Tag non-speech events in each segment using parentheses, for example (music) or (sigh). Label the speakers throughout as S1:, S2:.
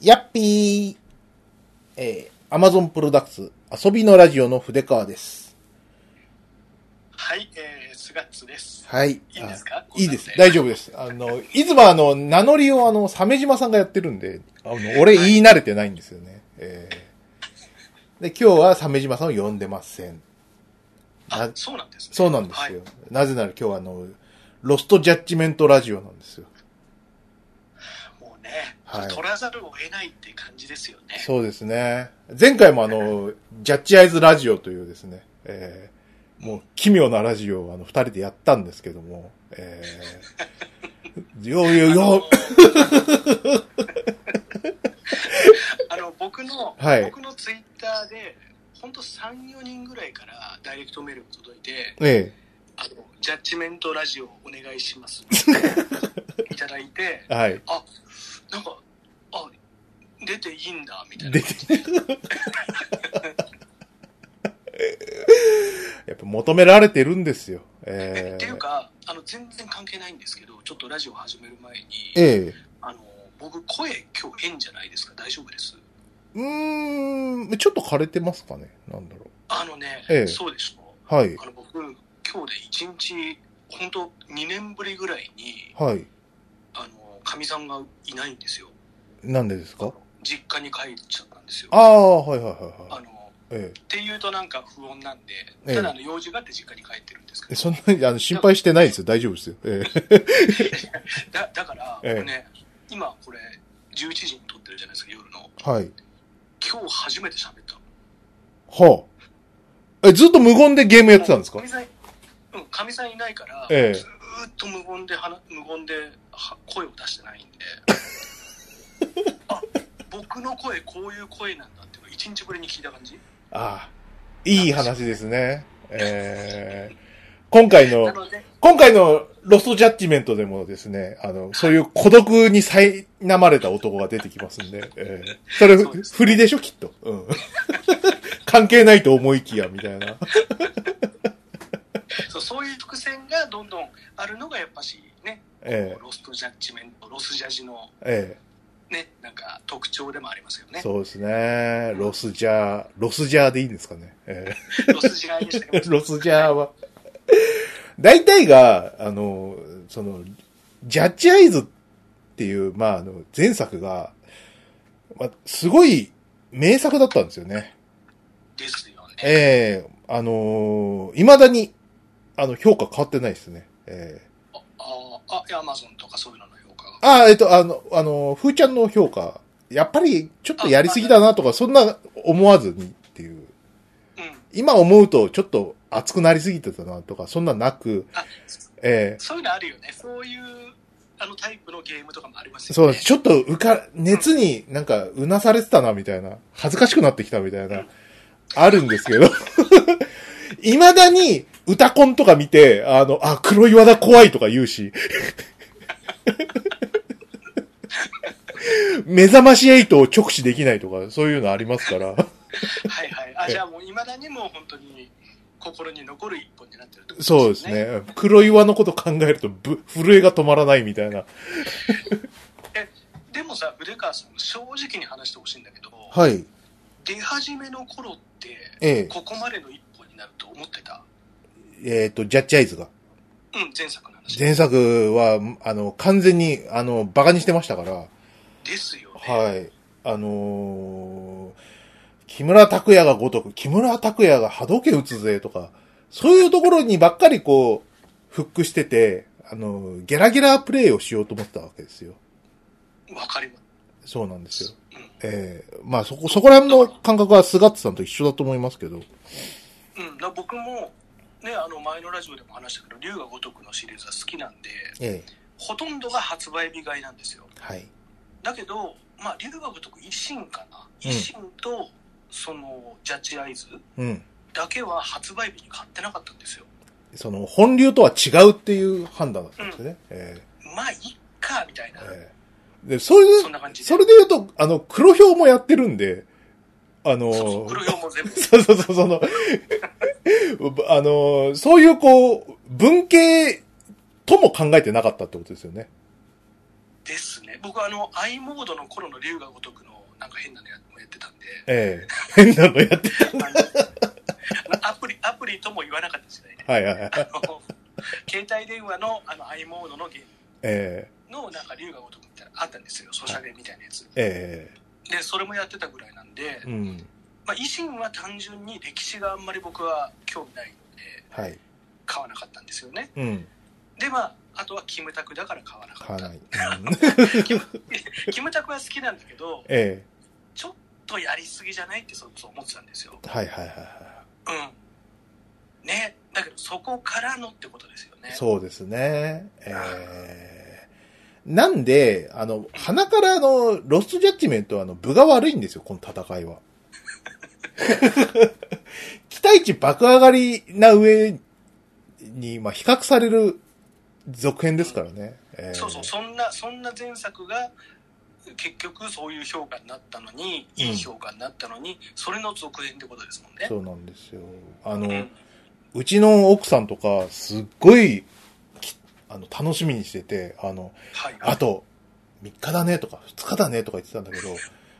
S1: やっぴーえー、アマゾンプロダクツ遊びのラジオの筆川です。
S2: はい、えー、スガッツです。
S1: はい。い
S2: いいですか
S1: いいです。大丈夫です。あの、いつもあの、名乗りをあの、鮫島さんがやってるんで、あの、俺言い慣れてないんですよね。えーで、今日は鮫島さんを呼んでません。
S2: あ
S1: な、
S2: そうなんですね。
S1: そうなんです
S2: はい
S1: よ。。なぜなら今日はあの、ロストジャッジメントラジオなんですよ。
S2: もうね、
S1: はい
S2: 取らざるを得ないって感じですよね。
S1: そうですね。前回もあの、ジャッジアイズラジオというですね、えーもう奇妙なラジオをあの、二人でやったんですけども、えーようよう (laughs) よ
S2: あの、僕の、
S1: はい
S2: 僕のツイッターで、ほんと3、4人ぐらいからダイレクトメールが届いて、
S1: う、え
S2: あの、ジャッジメントラジオお願いし
S1: (laughs)
S2: ます。いただいて、
S1: えはい。
S2: あ、なんか、あ、出ていいんだ、みたいな
S1: 出。てやっぱ求められてるんですよ。
S2: え
S1: え
S2: ってい
S1: ー
S2: うか、あの、全然関係ないんですけど、ちょっとラジオ始める前に、
S1: ええ
S2: あの、僕、声今日変じゃないですか、大丈夫です。
S1: うーん、ちょっと枯れてますかねなんだろ
S2: あのね、
S1: ええ
S2: そうでしょ。
S1: う。はい。
S2: あの、僕、今日で1日、本当2年ぶりぐらいに、
S1: はい。
S2: あの、かみさんがいないんですよ。
S1: なんでです
S2: あ
S1: か
S2: の実家に帰っちゃったんですよ。
S1: ああ、はいはいはいは
S2: あ
S1: い。
S2: の、
S1: ええ
S2: っていうとなんか不穏なんで、
S1: ええ
S2: ただあの用事があって実家に帰ってるんですけ
S1: え
S2: ど、
S1: そんなにあの心配してないですよ。大丈夫ですよ。ええ
S2: だだから、
S1: ええ
S2: 僕ね、今これ、11時に撮ってるじゃないですか、夜の。
S1: はい。
S2: 今日初めて喋ったの。
S1: はあ。え、ずっと無言でゲームやってたんですか
S2: もうみさんうん、かみさんいないから、
S1: ええ
S2: ずーっと無言で話、無言では声を出してないんで、
S1: (laughs)
S2: あ、僕の声、こういう声なんだっていうのを一日ぶりに聞いた感じ
S1: ああ。いい話ですね。ええ今回
S2: な
S1: の、
S2: ので、
S1: 今回のロストジャッジメントでもですね、あの、そういう孤独に苛まれた男が出てきますんで、ええそれ、
S2: そうです
S1: 振りでしょ、きっと。うん。 (laughs) 関係ないと思いきや、みたいな。
S2: そうそういう伏線がどんどんあるのがやっぱしね、
S1: え
S2: ロストジャッジメント、ロスジャジの
S1: ええ
S2: ね、なんか特徴でもありますよ
S1: え
S2: ね。
S1: そうですね。ロスジャー、ロスジャーでいいんですかね。ええ
S2: ロスジャーでしたけ
S1: (laughs)
S2: ど
S1: ロスジャーは。大体が、あの、その、ジャッジアイズっていう、まあ、あの、前作が、まあ、すごい名作だったんですよね。
S2: ですよね。
S1: ええあのー未だに、あの、評価変わってないですね。ええ
S2: ああ、あアマゾンとかそういうのの評価が。
S1: ああ、えっと、あの、あの、ふーちゃんの評価、やっぱりちょっとやりすぎだなとか、そんな思わずにっていう。
S2: うん。
S1: 今思うとちょっと熱くなりすぎてたなとか、そんななく、
S2: あ、
S1: ええ
S2: そういうのあるよね。そういう、あのタイプのゲームとかもありますよね。
S1: そうなんです。ちょっとうか、熱になんかうなされてたな、みたいな。恥ずかしくなってきた、みたいな。あるんですけど。 (laughs) 未だに歌コンとか見て、あの、あ、黒岩だ怖いとか言うし。 (laughs) 目覚まし8を直視できないとか、そういうのありますから。
S2: はいはい。
S1: (laughs)
S2: あ、じゃあもう、いまだにもう本当に、心に残る一本になってるってこと
S1: そうです。ね。黒岩のこと考えると、ぶ、震えが止まらないみたいな。
S2: でもさ、筆川さん、正直に話してほしいんだけど、
S1: はい。
S2: 出始めの頃って、
S1: え
S2: ここまでの一本になると思ってた。
S1: え。えっ、と、ジャッジアイズが。
S2: うん、前作の話。
S1: 前作は、あの、完全に、あの、馬鹿にしてましたから、
S2: ですよね。
S1: はい。あのー木村拓哉がごとく、木村拓哉が波動拳打つぜとか、そういうところにばっかりこう、フックしてて、あの、ゲラゲラプレイをしようと思ってたわけですよ。
S2: わかりま
S1: そうなんですよ
S2: す。。う
S1: ええまあそこ、そこら辺の感覚は菅ッさんと一緒だと思いますけど、
S2: ん。うん、だ僕も、ね、あの前のラジオでも話したけど、龍が如くのシリーズは好きなんで、
S1: ええ
S2: ほとんどが発売日買いなんですよ。
S1: はい。
S2: だけど、まあ、龍が如く維新かな
S1: うん
S2: 維新とそのジャッジアイズ
S1: うん。
S2: だけは発売日に買ってなかったんですよ
S1: その、本流とは違うっていう判断だったんですよね。え
S2: まあいっかみたいな、
S1: えええで、そういう
S2: そんな感じで
S1: それで言うと、あの、黒表もやってるんで、あのー
S2: そうそう黒曜も全部
S1: そうそうそう、その、 (laughs) あのーそういうこう、文系とも考えてなかったってことですよね。
S2: ですね僕あの i モードの頃の龍が如くのなんか変なのやもやってた
S1: (laughs)
S2: んで、
S1: え
S2: (laughs)
S1: え変なのやって、
S2: あのアプリ、アプリとも言わなかった時代ね。
S1: はいはいはい。
S2: あの携帯電話のあの i モードのゲー
S1: え
S2: ムのなんか龍が如くみたいなのあったんですよ。ソシャゲみたいなやつ。
S1: ええ
S2: で、それもやってたぐらいなん
S1: え、
S2: で
S1: うん。
S2: まあ、維新は単純に歴史があんまり僕は興味ないので、
S1: はい。
S2: 買わなかったんですよね。
S1: うん。
S2: で、まあ、あとはキムタクだから買わなか
S1: 買
S2: っ
S1: わ
S2: た
S1: な。い。うん (laughs)
S2: キムタクは好きなんだけど、
S1: え
S2: ちょっとやりすぎじゃないってそうそう思ってたんですよ。
S1: えはいはいはいは
S2: うん。ね。だけど、そこからのってことですよね
S1: い。。そうですね。ええなんで、あの、鼻からあの、ロストジャッジメントはあの、部が悪いんですよ、この戦いは。 (laughs) 期待値爆上がりな上に、まあ、比較される続編ですからね。ええ
S2: そうそう、そんな、そんな前作が、結局そういう評価になったのに、
S1: うん
S2: いい評価になったのに、それの続編ってことですもんね。
S1: そうなんですよ。あの、
S2: うん
S1: うちの奥さんとか、すっごい、きあの、楽しみにしてて、あの、
S2: はい。
S1: あと、3日だねとか、2日だねとか言ってたんだけど、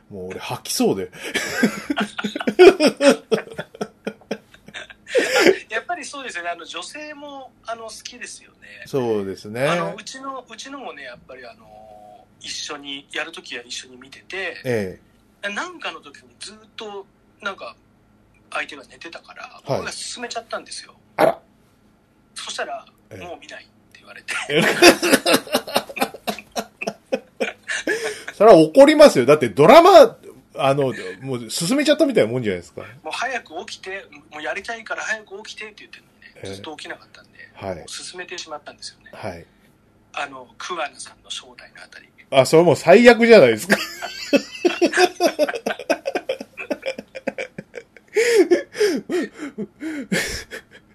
S1: もう俺吐きそうで。
S2: やっぱりそうですよね。あの、女性も、あの、好きですよね。
S1: そうですね。
S2: あの、うちの、うちのもね、やっぱりあの、一緒に、やるときは一緒に見てて、
S1: え
S2: なんかの時にずっと、なんか、相手が寝てたから、
S1: い
S2: 僕が進めちゃったんですよ。
S1: あら
S2: そしたら、
S1: ええ
S2: もう見ないって言われて、 (laughs)
S1: え。それは怒りますよ。だってドラマ、あの、もう進めちゃったみたいなもんじゃないですか。
S2: もう早く起きて、もうやりたいから早く起きてって言ってるの
S1: え
S2: に
S1: え
S2: ね、ずっと起きなかったんで、
S1: はい。
S2: 進めてしまったんですよね。
S1: はい。
S2: あの、クアナさんの正体のあたり。
S1: あ、それもう最悪じゃないですか。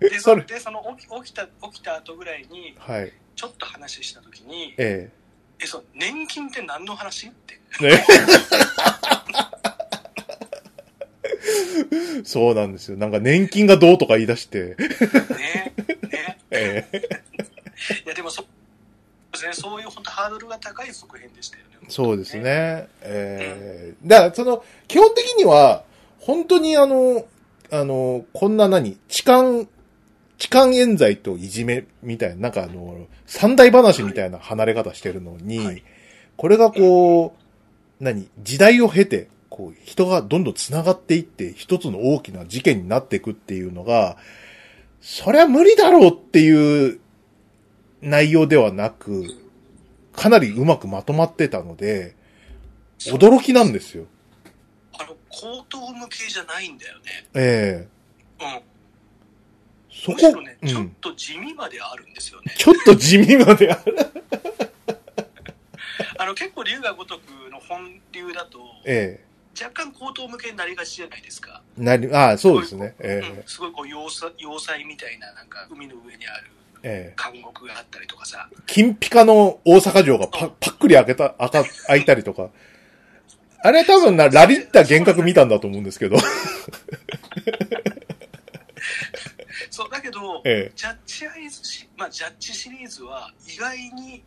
S2: で、
S1: そ
S2: そ
S1: れ
S2: でその起き起きた、起きた後ぐらいに、
S1: はい。
S2: ちょっと話した時に、
S1: え
S2: え、そう、年金って何の話って。
S1: え。ね。 (laughs) そうなんですよ。なんか年金がどうとか言い出して。
S2: ね、ね。
S1: (laughs) ええ。
S2: いや、でもそ、そうですね、そういう本当ハードルが高い続編でしたよね。
S1: そうです。ね。ええだから、その、基本的には、本当にあの、あの、こんな何、痴漢、痴漢冤罪といじめみたいな、なんかあの、三大話みたいな離れ方してるのに、
S2: はい
S1: これがこう、何、時代を経て、こう、人がどんどん繋がっていって、一つの大きな事件になっていくっていうのが、そりゃ無理だろうっていう内容ではなく、かなりうまくまとまってたので、驚きなんですよ。
S2: あの、高等無形じゃないんだよね。
S1: え
S2: うん。
S1: えそ
S2: むしろ
S1: こ、
S2: ね、
S1: う
S2: ちょっ
S1: ん。
S2: と地味まであるんですよね。
S1: ちょっと地味まである。
S2: あの結構龍が如くの本流だと、
S1: (laughs) え
S2: 若干高等向けになりがちじゃないですか。
S1: えなり、ああ、そうですね。
S2: う
S1: え
S2: ん
S1: え、
S2: すごいこう要塞要塞みたいななんか海の上にある
S1: ええ
S2: 監獄があったりとかさ、
S1: 金ピカの大阪城がパパックリ開けた、開か、開いたりとか。あれ多分な、ラリった幻覚見たんだと思うんですけど。
S2: そうだけど、
S1: (laughs) え
S2: ジャッジアイズシ、まあ、ジャッジシリーズは意外に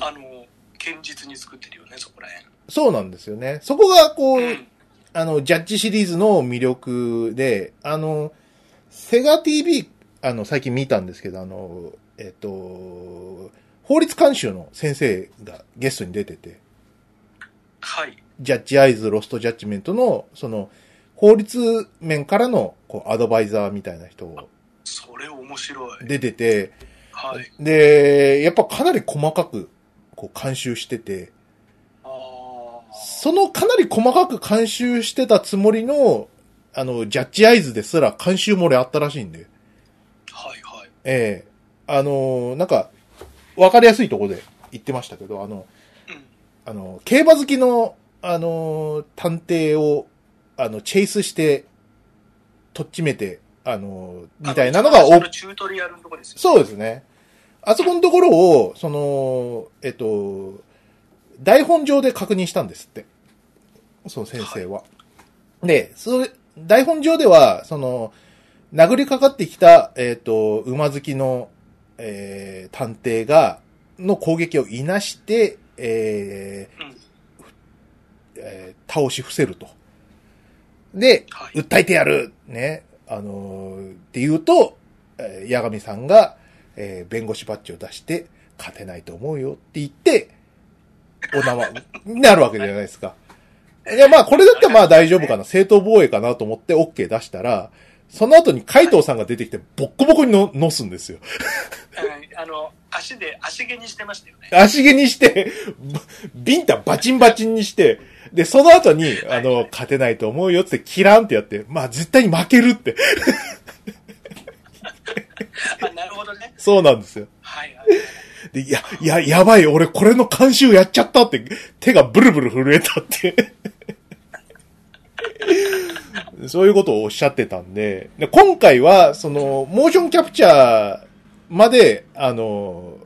S2: あの堅実に作ってるよねそこらへん。
S1: えそうなんですよね。そこがこう、
S2: うん
S1: あの、ジャッジシリーズの魅力で、あの、セガ TV、あの、最近見たんですけど、あの、えっと、法律監修の先生がゲストに出てて、
S2: はい、
S1: ジャッジアイズ、ロストジャッジメントの、その、法律面からの、こう、アドバイザーみたいな人を
S2: それ面白い。
S1: 出てて、
S2: はい、
S1: で、やっぱかなり細かく、こう、監修してて、
S2: あー
S1: そのかなり細かく監修してたつもりの、あの、ジャッジアイズですら監修漏れあったらしいんで、
S2: はいはい。
S1: ええあのーなんか、わかりやすいとこで言ってましたけど、あの、
S2: うん
S1: あの、競馬好きの、あのー探偵を、あの、チェイスして、とっちめて、あのーみたいなのが
S2: あ
S1: オ
S2: そ
S1: ープン
S2: のチュートリアルのとこですよ。
S1: そうですね。あそこのところを、その、えっと、台本上で確認したんですって。その先生は。で、それ、台本上では、その、殴りかかってきた、えっと、馬好きの、えー、探偵が、の攻撃をいなして、え
S2: うん
S1: ーえー倒し伏せると。で、
S2: はい
S1: 訴えてやるね。あのーって言うと、えー八神さんが、えー弁護士バッジを出して、勝てないと思うよって言って、お名前 (laughs) になるわけじゃないですか。いや、まあ、これだったらまあ大丈夫かな。正当防衛かなと思って OK 出したら、その後に海藤さんが出てきて、ボッコボコにの、のすんですよ。
S2: うんあの、足で、足毛にしてまし
S1: (laughs)
S2: たよね。
S1: 足毛にして、ビンタバチンバチンにして、で、その後に、あの、勝てないと思うよっつって、キランってやって、まあ絶対に負けるって。
S2: あ、なるほどね。
S1: そうなんですよ。
S2: はいはい。
S1: で、いや、いや、やばい、俺これの監修やっちゃったって、手がブルブル震えたって。 (laughs) そういうことをおっしゃってたんで、で今回は、その、モーションキャプチャーまで、あの、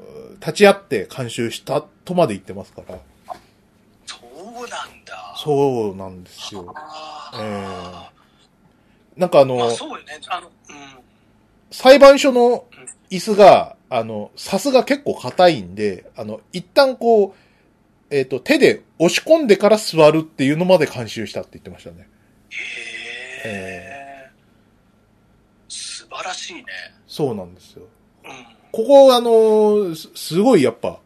S1: 立ち会って監修したとまで言ってますから。
S2: そうなんだ。
S1: そうなんですよ。
S2: あ
S1: え
S2: あ。
S1: なんかあの、
S2: まあそうよね。あの、うん。
S1: 裁判所の椅子が、あの、さすが結構硬いんで、あの、一旦こう、えっ、と、手で押し込んでから座るっていうのまで監修したって言ってましたね。
S2: へえ。素晴らしいね。
S1: そうなんですよ。
S2: うん。
S1: ここ、あのーす、すごいやっぱ、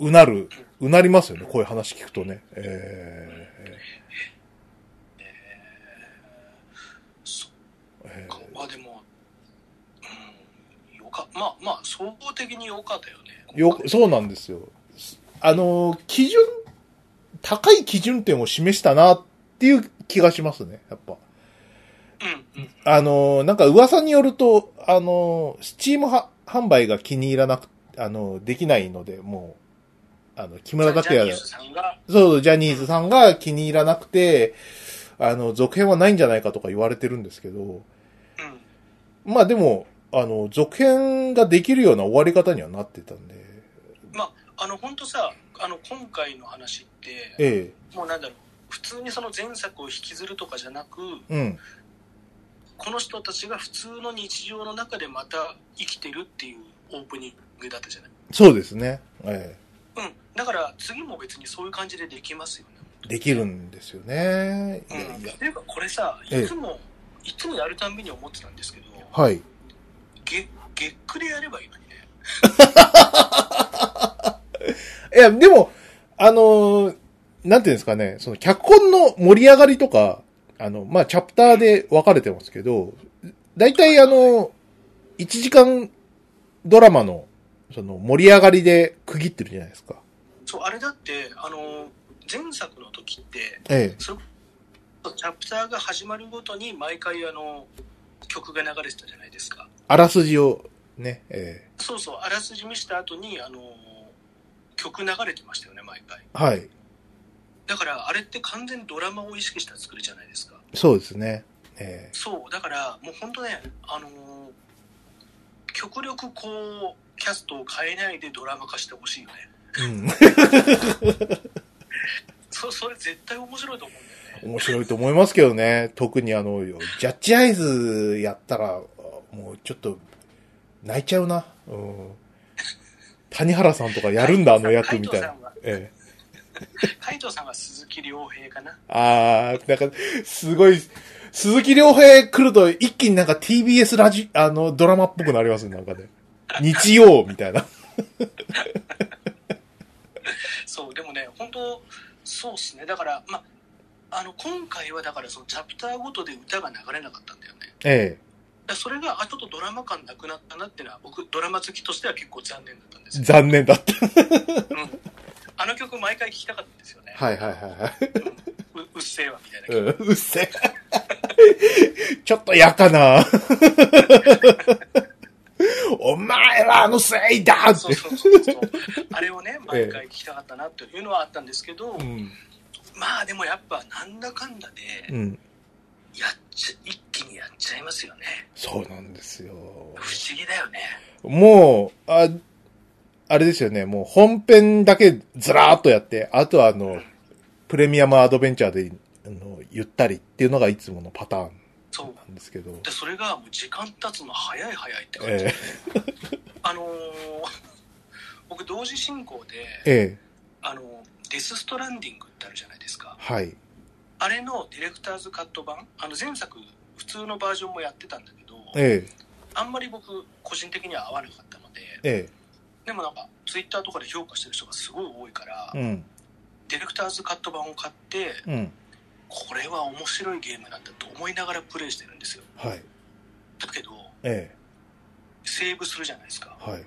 S1: うなる、うなりますよね。こういう話聞くとね。え
S2: そ
S1: ーえ
S2: っか。まあでも、うん。よか、まあまあ、総合的に良かったよね。
S1: ーよ、そうなんですよ。あのー基準、高い基準点を示したなっていう気がしますね。やっぱ。
S2: うんうん。
S1: あのーなんか噂によると、あのースチームは販売が気に入らなく、あのーできないので、もう、あの、木 (laughs) 村拓
S2: ジャニ
S1: 哉
S2: ー、ズさんが、
S1: そう、ジャニーズさんが気に入らなくて、あの、続編はないんじゃないかとか言われてるんですけど、
S2: うん。
S1: まあでも、あの、続編ができるような終わり方にはなってたんで、
S2: あの、本当さ、あの、今回の話って、
S1: え
S2: もうなんだろう、普通にその前作を引きずるとかじゃなく、
S1: え、うん、
S2: この人たちが普通の日常の中でまた生きてるっていうオープニングだったじゃない。
S1: そうですね、え
S2: うん。だから次も別にそういう感じでできますよね。
S1: え、できるんですよね。いや
S2: うん。っ
S1: いや、
S2: ていうかこれさ、
S1: ええ
S2: いつも、いつもやるたんびに思ってたんですけど、
S1: はい。
S2: げ、げっくでやればいいのにね。
S1: いや、でも、あのーなんていうんですかね、その脚本の盛り上がりとか、あの、まあ、チャプターで分かれてますけど、大体あの、1時間ドラマの、その盛り上がりで区切ってるじゃないですか。
S2: そう、あれだって、あの、前作の時って、
S1: え
S2: それこそチャプターが始まるごとに毎回あの、曲が流れてたじゃないですか。
S1: え、あらすじを、ね、え
S2: そうそう、あらすじ見した後に、あの、曲流れてましたよね、毎回。
S1: え、はい。
S2: だからあれって完全にドラマを意識した作りじゃないですか
S1: そうですね。え
S2: そうだからもう本当ねあのー極力こうキャストを変えないでドラマ化してほしいよね
S1: え、うん。
S2: そそれ絶対面白いと思うんだよね
S1: 面白いと思いますけどね。特にあの、ジャッジアイズやったら、もうちょっと、泣いちゃうな。うん。谷原さんとかやるんだ、あの役みたいな
S2: 海。藤さんは
S1: ええ。
S2: 海藤さんは鈴木亮平かな
S1: あー、なんか、すごい、鈴木亮平来ると一気になんか TBS ラジ、あの、ドラマっぽくなりますね、なんかね。日曜みたいな。
S2: そうでもね本当そうっすねだからまあの今回はだからそのチャプターごとで歌が流れなかったんだよね
S1: え
S2: だからそれがあちょっとドラマ感なくなったなっていうのは僕ドラマ好きとしては結構残念だったんで
S1: え。
S2: すよ
S1: 残念だった。
S2: あの曲毎回聴きたかったんですよね
S1: はいはいはいはい。
S2: ううっせえわみたいな、
S1: うん、うっせえ。ちょっと嫌かな。お前はあのせいだっ
S2: そう
S1: て。
S2: そうそうそうあれをね毎回聞きたかったなというのはあったんですけど、
S1: うん。
S2: まあでもやっぱなんだかんだで
S1: うん。
S2: やっちゃ一気にやっちゃいますよね
S1: そうなんですよ。
S2: 不思議だよね
S1: もう、あ、あれですよね。もう本編だけずらーっとやって、あとはあの、プレミアムアドベンチャーで、あの、ゆったりっていうのがいつものパターン
S2: そう
S1: なんですけど。
S2: でそれがもう時間経つの早い早いって感じ、
S1: え
S2: あのー僕同時進行で
S1: え、え
S2: あのーデス・ストランディングってあるじゃないですか。
S1: はい。
S2: あれのディレクターズカット版、あの前作、普通のバージョンもやってたんだけど、
S1: え
S2: あんまり僕、個人的には合わなかったので、
S1: え、え
S2: でもなんか、ツイッターとかで評価してる人がすごい多いから、
S1: え、うん、
S2: ディレクターズカット版を買って、
S1: うん、
S2: これは面白いゲームなんだと思いながらプレイしてるんですよ。
S1: はい。
S2: だけど、
S1: え
S2: セーブするじゃないですか
S1: え、。はい。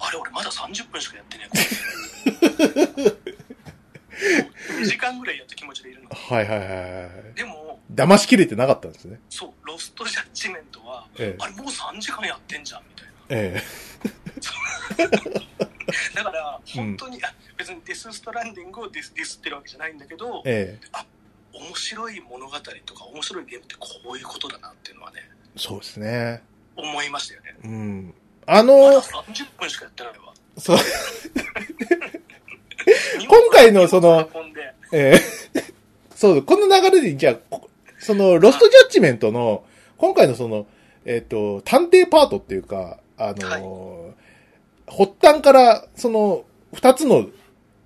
S2: あれ、俺まだ30分しかやってね
S1: (laughs)
S2: えこれもう2時間ぐらいやった気持ちでいるの。
S1: はいはいはいはい。
S2: でも、
S1: 騙しきれてなかったんですね。
S2: そう、ロストジャッジメントは、
S1: え
S2: あれもう3時間やってんじゃん、みたいな。
S1: え、え
S2: だから本当に、あ別にデス・ストランディングをディスディスってるわけじゃないんだけど
S1: え、ええ。
S2: 面白い物語とか面白いゲームってこういうことだなっていうのはね
S1: そうですね。
S2: 思いましたよね
S1: うん。あ
S2: まだ
S1: の、
S2: 30分しかやってないわ
S1: そう、 (laughs) 今回のその
S2: 日本で
S1: ええ。そう、この流れで、じゃあ、こその、ロストジャッジメントの、今回のその、えっ、と、探偵パートっていうか、あのー発端から、その、二つの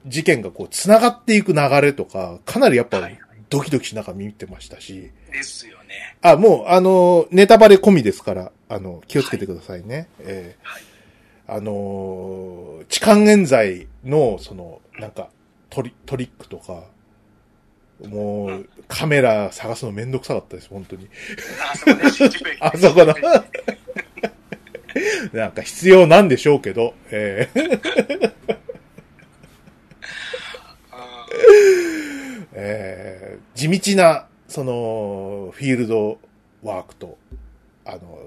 S1: 事件がこう、繋がっていく流れとか、かなりやっ
S2: はい
S1: ぱ
S2: は、い
S1: ドキドキしながら見てましたし、
S2: ですよね
S1: あ、もう、あのーネタバレ込みですから、あの、気をつけてくださいね。ええ
S2: はい
S1: あのー痴漢冤罪の、その、なんか、トリ、トリックとか、も
S2: う、
S1: うんカメラ探すのめんどくさかったです、本当に。
S2: あそこね新宿駅
S1: あそ
S2: (laughs)
S1: こだなんか必要なんでしょうけど、ええ
S2: あ
S1: ええ地道な、その、フィールドワークと、あの、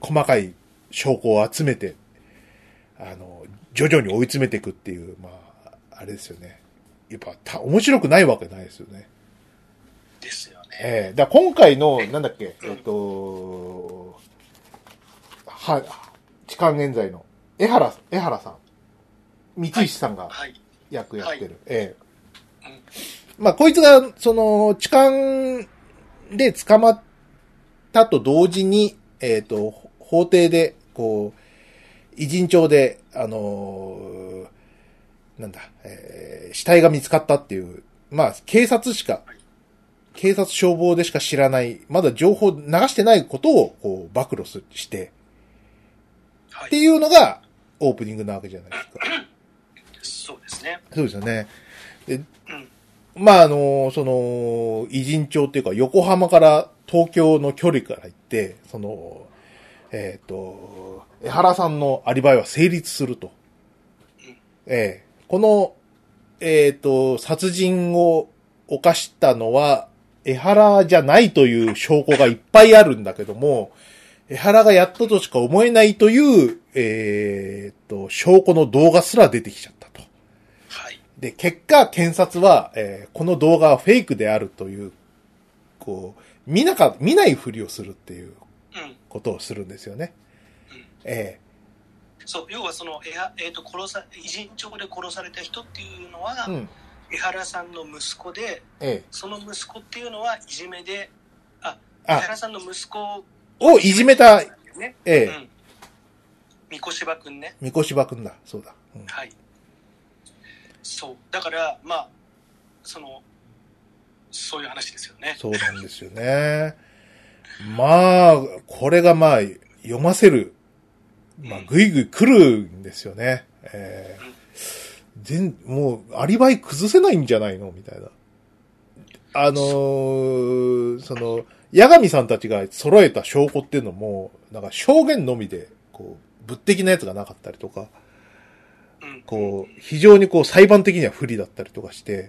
S1: 細かい証拠を集めて、あの、徐々に追い詰めていくっていう、まあ、あれですよね。やっぱ、た、面白くないわけないですよね。
S2: ーですよね
S1: ええだから今回の、なんだっけ、えっ、と、は、痴漢現在の、江原、江原さん、三石さんが
S2: はい
S1: 役やってる。
S2: はい
S1: ええまあ、こいつが、その、痴漢で捕まったと同時に、えっ、と、法廷で、こう、偉人帳で、あのーなんだ、えー死体が見つかったっていう、まあ、警察しか、警察消防でしか知らない、まだ情報流してないことを、こう、暴露すして、
S2: は
S1: って
S2: い
S1: いうのが、オープニングなわけじゃないですか。
S2: そうですね
S1: そうですよね。で
S2: ん、
S1: まあ、あの、その、偉人町っていうか、横浜から東京の距離から行って、その、えっ、と、江原さんのアリバイは成立すると
S2: うん。
S1: ええこの、えっ、と、殺人を犯したのは、江原じゃないという証拠がいっぱいあるんだけども、江原がやったとしか思えないという、えっ、と、証拠の動画すら出てきちゃったと。
S2: はい
S1: で、結果、検察は、えーこの動画はフェイクであるという、こう、見なか、見ないふりをするっていう
S2: うん
S1: ことをするんですよね。
S2: うん
S1: え
S2: そう要はその、えはえー、と殺さ偉人帳で殺された人っていうのは、
S1: えうん。
S2: 江原さんの息子で
S1: ええ
S2: その息子っていうのはいじめで江
S1: あ、
S2: 原さんの息子
S1: をいじめた、え
S2: ね、う
S1: え
S2: ん、三越芝君ね
S1: みこしばくんだ。そうだ。うん
S2: はいそうだからまあそのそういう話ですよね
S1: そうなんですよね。まあ、これがまあ、読ませる。まあ、ぐいぐい来るんですよね。ええ全、もう、アリバイ崩せないんじゃないのみたいな。あのーその、八神さんたちが揃えた証拠っていうのも、なんか証言のみで、こう、物的なやつがなかったりとか、
S2: うん
S1: こう、非常にこう、裁判的には不利だったりとかして、
S2: うん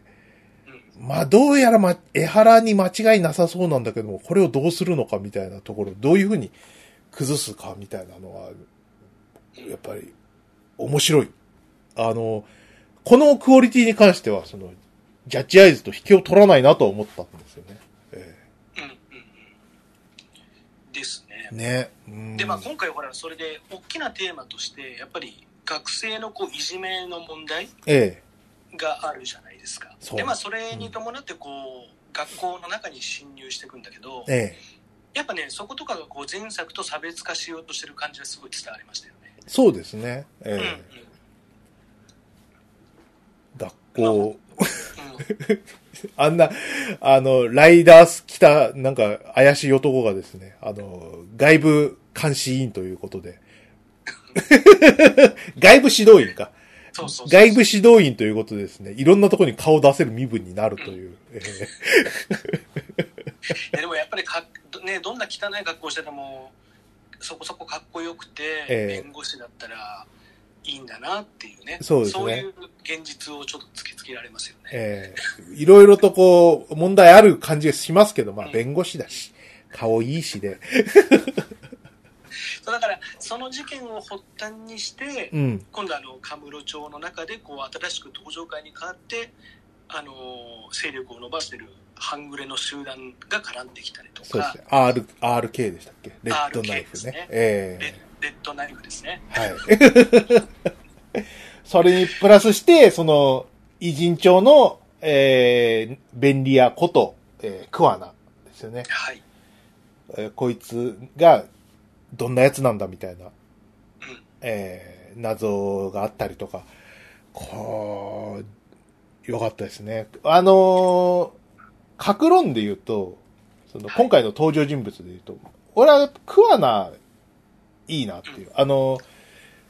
S1: まあどうやら、ま、江原に間違いなさそうなんだけども、これをどうするのかみたいなところ、どういうふうに崩すかみたいなのは、やっぱり面白い。あの、このクオリティに関しては、その、ジャッジアイズと引きを取らないなとは思ったんですよね。え
S2: うんうんうんですね
S1: えね。うん
S2: でまあ今回ほらそれで大きなテーマとしてやっぱり学生のこういじめの問題
S1: ええ。
S2: があるじゃないですか
S1: そう
S2: でまあそれに伴ってこう、学校の中に侵入していくんだけど、
S1: ええ。
S2: やっぱねそことかがこう前作と差別化しようとしてる感じがすごい伝わりましたよね、
S1: そうですね。ええ。
S2: うんうん
S1: 学校、あんな、あの、ライダース来た、なんか、怪しい男がですね、あの、外部監視員ということで。 (laughs) 外部指導員か。
S2: そうそ
S1: (laughs)
S2: うそう
S1: 外部指導員ということでですね、いろんなところに顔を出せる身分になるという。えー
S2: いやでもやっぱりかっ、ね、どんな汚い格好しててもそこそこかっこよくて、
S1: ええ
S2: 弁護士だったらいいんだなっていうね
S1: そうですね
S2: いう現実をちょっと突きつけられますよね、
S1: えーいろいろとこう、問題ある感じがしますけど、まあ、
S2: うん
S1: 弁護士だし、顔いいしで。
S2: そうだからその事件を発端にして、
S1: うん。
S2: 今度あのカムロ町の中でこう新しく登場会に変わってあの勢力を伸ばしてる半グレの集団が絡んできたりと
S1: そうで
S2: か
S1: すね。R、RK でしたっけレッドナイ
S2: RK
S1: フ
S2: です
S1: ね。
S2: ね
S1: え
S2: レッレッドナイフですね
S1: えはい。 (laughs) それにプラスして、その、偉人町の、えー、便利屋こと、えー、クアナですよね。
S2: はい、
S1: えーこいつが、どんなやつなんだみたいな、
S2: うん、
S1: えー、謎があったりとか。こう、よかったですね。あのー、格論で言うと、その、
S2: はい
S1: 今回の登場人物で言うと、俺はクアナ、いいなっていう。あのー、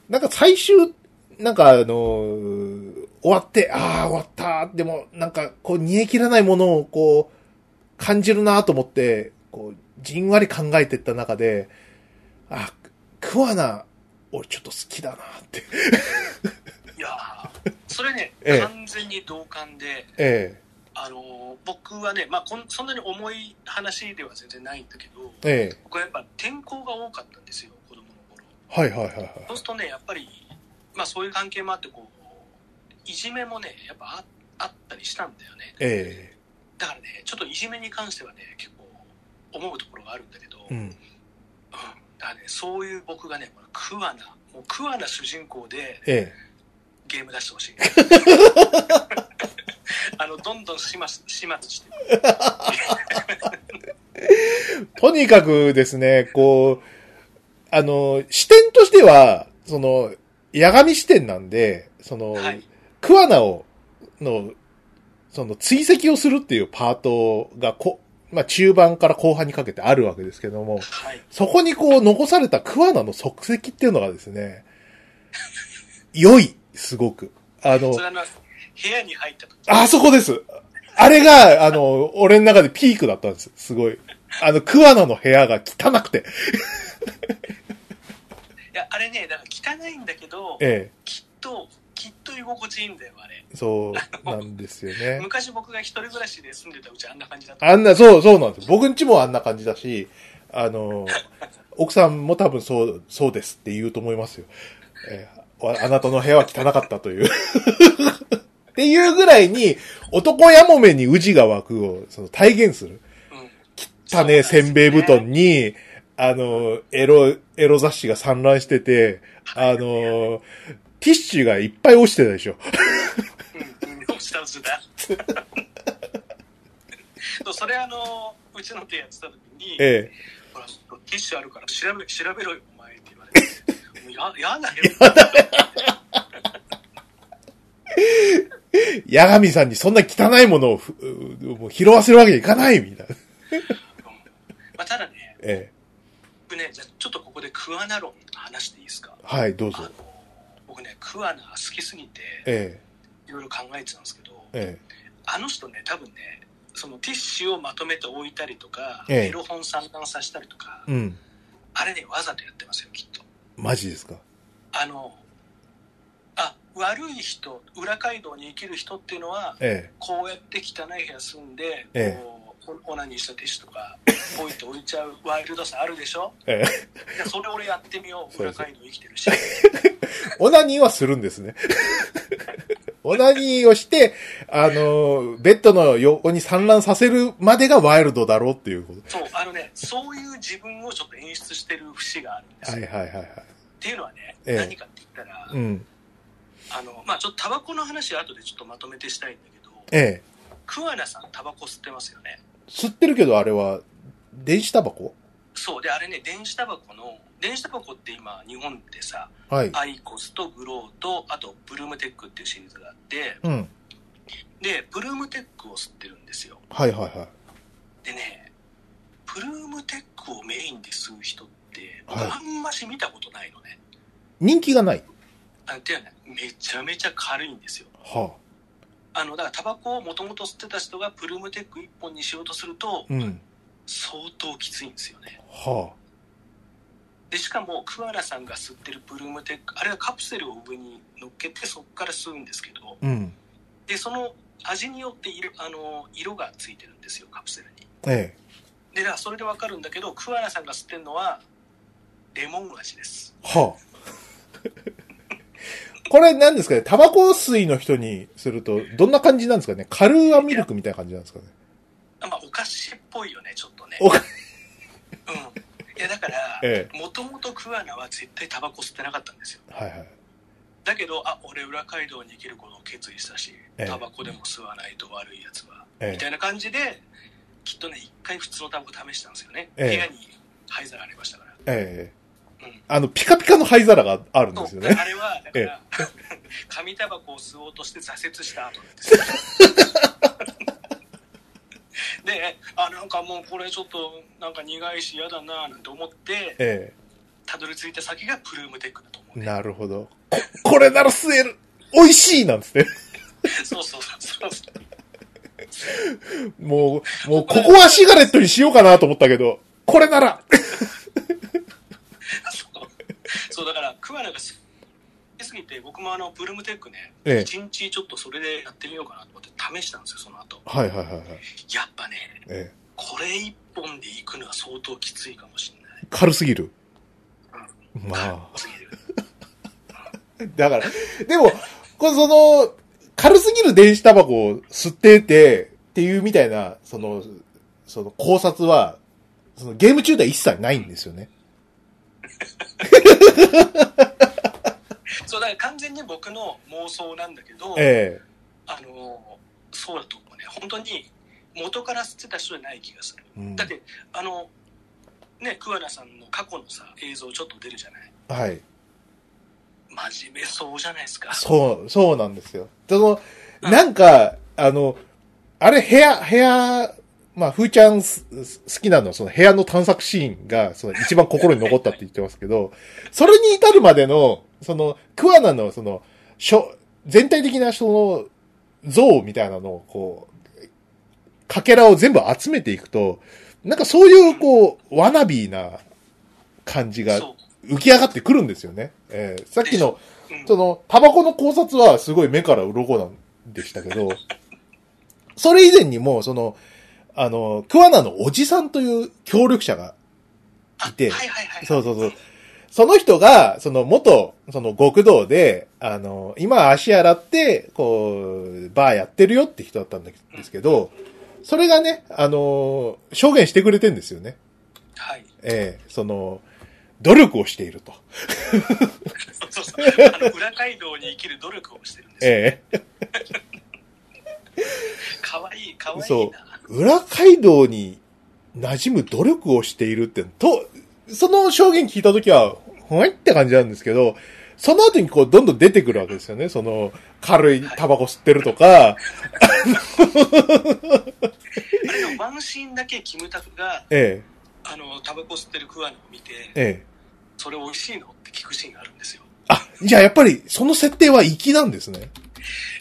S1: なんか最終、なんかあのー終わって、ああ、終わった。でも、なんか、こう、煮え切らないものを、こう、感じるなと思って、こう、じんわり考えてった中で、あ、クアナ、俺ちょっと好きだなって。、
S2: いやーそれね
S1: (laughs) ええ
S2: 完全に同感で、
S1: ええ
S2: あのー僕はね、まあこん、そんなに重い話では全然ないんだけど、
S1: ええ
S2: 僕はやっぱ転校が多かったんですよ、子供の頃。
S1: はいはいはいはい。
S2: そうするとね、やっぱり、まあ、そういう関係もあってこう、いじめもね、やっぱああったりしたんだよね。
S1: え
S2: だからね、ちょっといじめに関してはね、結構思うところがあるんだけど、
S1: えうん。
S2: だからね、そういう僕がね、このクアナ、もうクアナ主人公で、
S1: え
S2: ゲーム出して
S1: (laughs)
S2: ほしい。あの、どんどん始末、始末
S1: (laughs)
S2: して。
S1: え。とにかくですね、こう、あの、視点としては、その、八神視点なんで、その、
S2: はい。
S1: クアナを、の、その追跡をするっていうパートがこ、まあ中盤から後半にかけてあるわけですけども、
S2: はい。
S1: そこにこう残されたクアナの足跡っていうのがですね、良い、すごく。あの
S2: そ、れあの、部屋に入った時。
S1: あそこです。あれが、あの、俺の中でピークだったんです。すごい。あの、クアナの部屋が汚くて。
S2: いや、あれね、だから汚いんだけど、
S1: え
S2: きっと、きっと居心地いいんだよ、あれ。
S1: え、そうなんですよね。
S2: 昔僕が一人暮らしで住んでたうちあんな感じだった。
S1: あんな、そう、そうなんです。僕んちもあんな感じだし、あの、奥さんも多分そう、そうですって言うと思いますよ。ええわあなたの部屋は汚かったという。 (laughs) っていうぐらいに、男やもめに宇治が湧くを、その体現する。
S2: うん。
S1: たね、
S2: そう
S1: せ
S2: なんんで
S1: べい
S2: すよね
S1: 布団に、あの、エロ、エロ雑誌が散乱してて、あの、ティッシュがいっぱい落ちてたでしょ。
S2: うん、うん、下
S1: (laughs)
S2: 薄だ。そうそれあの、うちの手やってた時に、
S1: え
S2: ほら、ティッシュあるから調べ、調べろよ、お前って言われて。
S1: (laughs)
S2: もうや、やだよ。
S1: え。八神さんにそんな汚いものをふうもう拾わせるわけにいかないみたいな。
S2: まあ、ただね、
S1: ええ。
S2: 僕ね、じゃあちょっとここでクアナ論の話していいですか
S1: はい、どう
S2: あ
S1: ぞ
S2: の。僕ね、クアナ好きすぎて、
S1: え
S2: いろいろ考えてたんですけど、
S1: え。え
S2: あの人ね、多分ね、そのティッシュをまとめて置いたりとか、
S1: ええ
S2: エロ本散乱させたりとか
S1: え。、うん。
S2: あれね、わざとやってますよ、きっと。
S1: マジですか。
S2: あの、あ、悪い人、裏街道に生きる人っていうのは、
S1: え
S2: こうやって汚い部屋住んで、
S1: ええ
S2: こうオナニーしたティッシュとか置いて置いちゃうワイルドさあるでしょ
S1: え。ええ。
S2: いやそれ俺やってみよう
S1: そう
S2: 裏
S1: です
S2: 街道生きてるし
S1: オナニーはするんですね。 (laughs) オナニーをして、あの、ベッドの横に散乱させるまでがワイルドだろうっていうこと。
S2: そうあのねそういう自分をちょっと演出してる節があるんですよ、
S1: はいはいはいはい。
S2: っていうのはね、
S1: ええ
S2: 何かって言ったら、
S1: うん。
S2: あのまあちょっとタバコの話は後でちょっとまとめてしたいんだけど
S1: ええ。
S2: 桑名さんタバコ吸ってますよね
S1: 吸ってるけどあれは、電子タバコ
S2: そうであれね電子タバコの電子タバコって今日本でさ
S1: はい。
S2: アイコスとグローとあとブルームテックっていうシリーズがあって
S1: うん。
S2: で、ブルームテックを吸ってるんですよ。
S1: はいはいはい。
S2: でね、ブルームテックをメインで吸う人って、僕
S1: はい
S2: あんまし見たことないのね。
S1: 人気がない。
S2: あてはね、めちゃめちゃ軽いんですよ。
S1: は
S2: あの、だからタバコをもともと吸ってた人がブルームテック1本にしようとすると
S1: あ。、うん。
S2: 相当きついんですよね。
S1: は
S2: で、しかも、桑原さんが吸ってるブルームテック、あれはカプセルを上に乗っけてそこから吸うんですけど、
S1: あ。うん。
S2: で、その味によって色、あの、色がついてるんですよ、カプセルに。
S1: え
S2: で、だからそれでわかるんだけど、桑原さんが吸ってるのは、レモン味です。
S1: え。はあ。 (laughs) これ何ですかねタバコ吸いの人にすると、どんな感じなんですかねカルーアミルクみたいな感じなんですかね
S2: まあ、お菓子っぽいよね、ちょっとね。
S1: お菓
S2: うん。いや、だから、
S1: え
S2: もともと桑名は絶対タバコ吸ってなかったんですよ。
S1: え。はいはい。
S2: だけど、あ、俺裏街道に行けることを決意したし、
S1: ええ
S2: タバコでも吸わないと悪いやつは、
S1: え
S2: みた
S1: え。
S2: いな感じで、きっとね、一回普通のタバコ試したんですよね。
S1: ええ
S2: 部屋に灰皿ありましたから。
S1: ええ
S2: うん。
S1: あの、ピカピカの灰皿があるんです
S2: そう
S1: よ
S2: で
S1: ね。
S2: あれは、だか
S1: え
S2: ら、 (laughs) 紙タバコを吸おうとして挫折した後なんですよ。で、あ、なんかもうこれちょっと、なんか苦いし嫌だなぁなんて思って、
S1: え
S2: たどり着いた先がプルームテックだと思う
S1: え。
S2: ね。
S1: なるほど。ここれなら吸える美味しいなんつって。
S2: そうそうそうそう。
S1: もう、もう、ここはシガレットにしようかなと思ったけど、これなら、
S2: そうそうだから桑名が好きすぎて僕もあのブルームテックね
S1: ええ
S2: 一日ちょっとそれでやってみようかなと思って試したんですよその後
S1: はいはいはいはい。
S2: やっぱね
S1: え
S2: これ一本で行くのは相当きついかもしれない
S1: え、軽すぎる。まあ。
S2: すぎる
S1: (laughs) だから、でも、このその、軽すぎる電子タバコを吸ってて、っていうみたいな、その、その考察は、そのゲーム中では一切ないんですよね。
S2: (laughs) そうだから完全に僕の妄想なんだけど、
S1: え
S2: あのそうだと思うね本当に元から吸ってた人じゃない気がする、
S1: えうん
S2: だってあのね桑名さんの過去のさ映像ちょっと出るじゃない
S1: はい。
S2: 真面目そうじゃないですか
S1: そう、そうなんですよ。その、なんか、あの、あれ、部屋、部屋、まあ、ふーちゃんすす好きなのは、その部屋の探索シーンが、その一番心に残ったって言ってますけど、 (laughs) それに至るまでの、その、桑名の、その、しょ、全体的な、その、像みたいなのを、こう、かけらを全部集めていくと、なんかそういう、こう、わなびーな感じが
S2: そ
S1: 浮き上がってくるんですよね。えーさっきの、
S2: う、うん
S1: その、タバコの考察はすごい目から鱗なんでしたけど、 (laughs) それ以前にも、その、あの、桑名のおじさんという協力者がいて、
S2: はいはいはい、
S1: そうそうそう。その人が、その元、その極道で、あの、今足洗って、こう、バーやってるよって人だったんですけど、それがね、あの、証言してくれてんですよね。
S2: はい。
S1: ええその、努力をしていると。(laughs)
S2: そうそうそう。あの、裏街道に生きる努力をしてるんですよ。
S1: ええ
S2: かわいい、かわいい
S1: そ
S2: な。
S1: う。裏街道に馴染む努力をしているって、と、その証言聞いたときは、ほいって感じなんですけど、その後にこう、どんどん出てくるわけですよね。その、軽いタバコ吸ってるとか、
S2: あれのワンシーンだけキムタクが、
S1: え
S2: あの、タバコ吸ってるクワのを見
S1: え、
S2: て、
S1: ええ。
S2: それ美味しいのって聞くシーンがあるんですよ。
S1: あ、じゃあやっぱり、その設定は粋なんですね。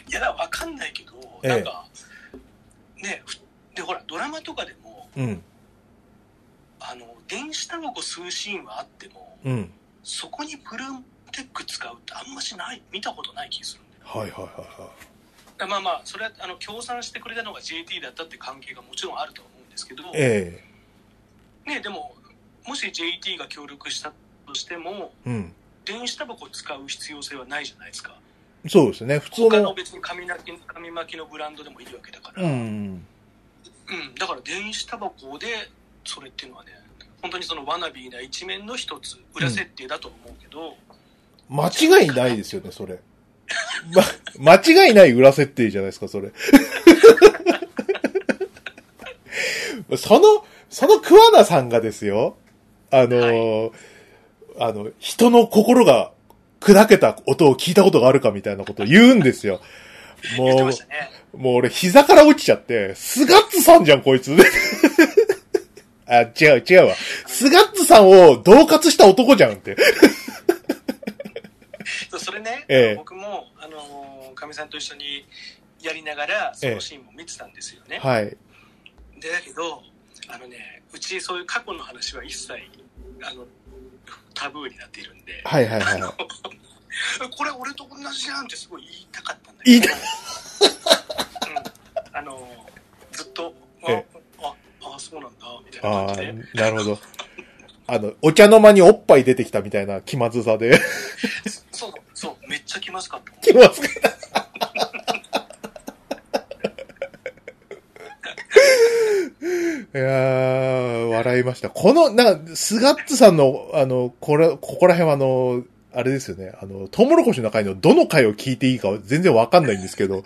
S2: いや、だからわかんないけど、
S1: ええ
S2: なんか、ね、ふで、ほら、ドラマとかでも、
S1: うん、
S2: あの、電子タバコ吸うシーンはあっても、
S1: うん。
S2: そこにブルームテック使うってあんましない、見たことない気がするんだよ。
S1: はいはいはいは
S2: だからまあまあ、それは、あの、協賛してくれたのが JT だったって関係がもちろんあるとは思うんですけど、
S1: い。え
S2: ねでももし JT が協力したとしても
S1: え、うん。
S2: 電子タバコを使う必要性はないじゃないですか
S1: そうですね。普通
S2: 他の
S1: の、
S2: 別に紙巻き紙巻きのブランドでもいいわけだから、
S1: う
S2: うん
S1: ん。
S2: だから電子タバコでそれっていうのはね本当にそのワナビーな一面の一つ裏設定だと思うけど、
S1: 間違いないですよね、それ。ま、間違いない裏設定じゃないですか、それ。 (laughs) その、その桑名さんがですよ、あのー、あの、人の心が砕けた音を聞いたことがあるかみたいなことを言うんですよ。
S2: (laughs) 言って
S1: も
S2: ましたね。
S1: う、もう俺膝から落ちちゃって、スガッツさんじゃん、こいつ。 (laughs) あ、違う、違うわ。スガッツさんを同活した男じゃんって。
S2: そうそれね、
S1: ええ
S2: 僕も、あのー、かみさんと一緒にやりながら、そのシーンも見てたんですよね。
S1: はい。
S2: で、だけど、あのね、うちそういう過去の話は一切、あの、タブーになっているんで、
S1: はいはいはい。
S2: これ俺と同じじゃんってすごい言いたかったんだ (laughs) けど。
S1: 言
S2: うん、あのー、ずっと、あ、
S1: え
S2: あ、あ、そうなんだ、みたいな
S1: あ
S2: 感じで。
S1: あ、なるほど。あの、お茶の間におっぱい出てきたみたいな気まずさ
S2: (laughs)
S1: で。
S2: そう、そう、めっちゃ気まずかった。
S1: 気まずかいやー、笑いました。この、なんか、スガッツさんの、あの、これ、ここら辺はあの、あれですよね。あの、トウモロコシの回のどの回を聞いていいかは全然わかんないんですけど、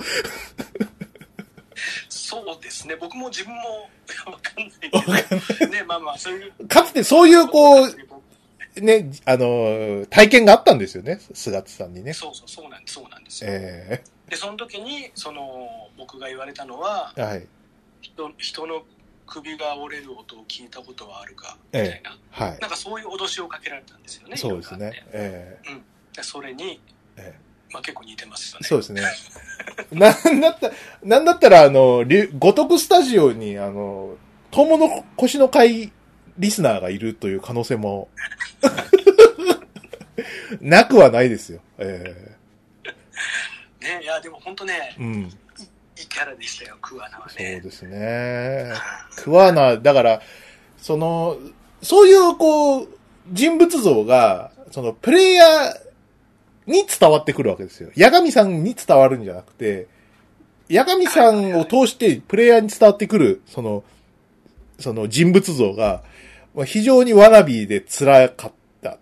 S2: そうですね、僕も自分も (laughs) わかんないけど、ね、まあまあ、そういう、
S1: かつてそういう、こう、ね、あの、体験があったんですよね。スガッツさんにね。
S2: そうそう、そうなんです、そうなんですよ。
S1: え
S2: で、その時に、その、僕が言われたのは
S1: え、はい。
S2: 人人の首が折れる音を聞いたことはあるか、み
S1: え
S2: た
S1: え
S2: いな、
S1: はい。
S2: なんかそういう脅しをかけられたんですよね、
S1: そうです
S2: いろいろ
S1: ね
S2: あっ。
S1: え
S2: てでそれに、
S1: えええ
S2: まあ結構似てますよね。
S1: そうですね。 (laughs) なんだった、なんだったら、あの、りゅ五徳スタジオに、あの、友の腰の会リスナーがいるという可能性も、 (laughs) なくはないですよ。え
S2: ね、いや、でも本当ね
S1: え、うん。そ
S2: いいキャラでしたよ、クアナは
S1: う
S2: ね。
S1: ですね。
S2: あ
S1: クワーナー、だから、その、そういう、こう、人物像が、その、プレイヤーに伝わってくるわけですよ。八神さんに伝わるんじゃなくて、八神さんを通して、プレイヤーに伝わってくる、その、その人物像が、まあ非常にワナビーで辛かった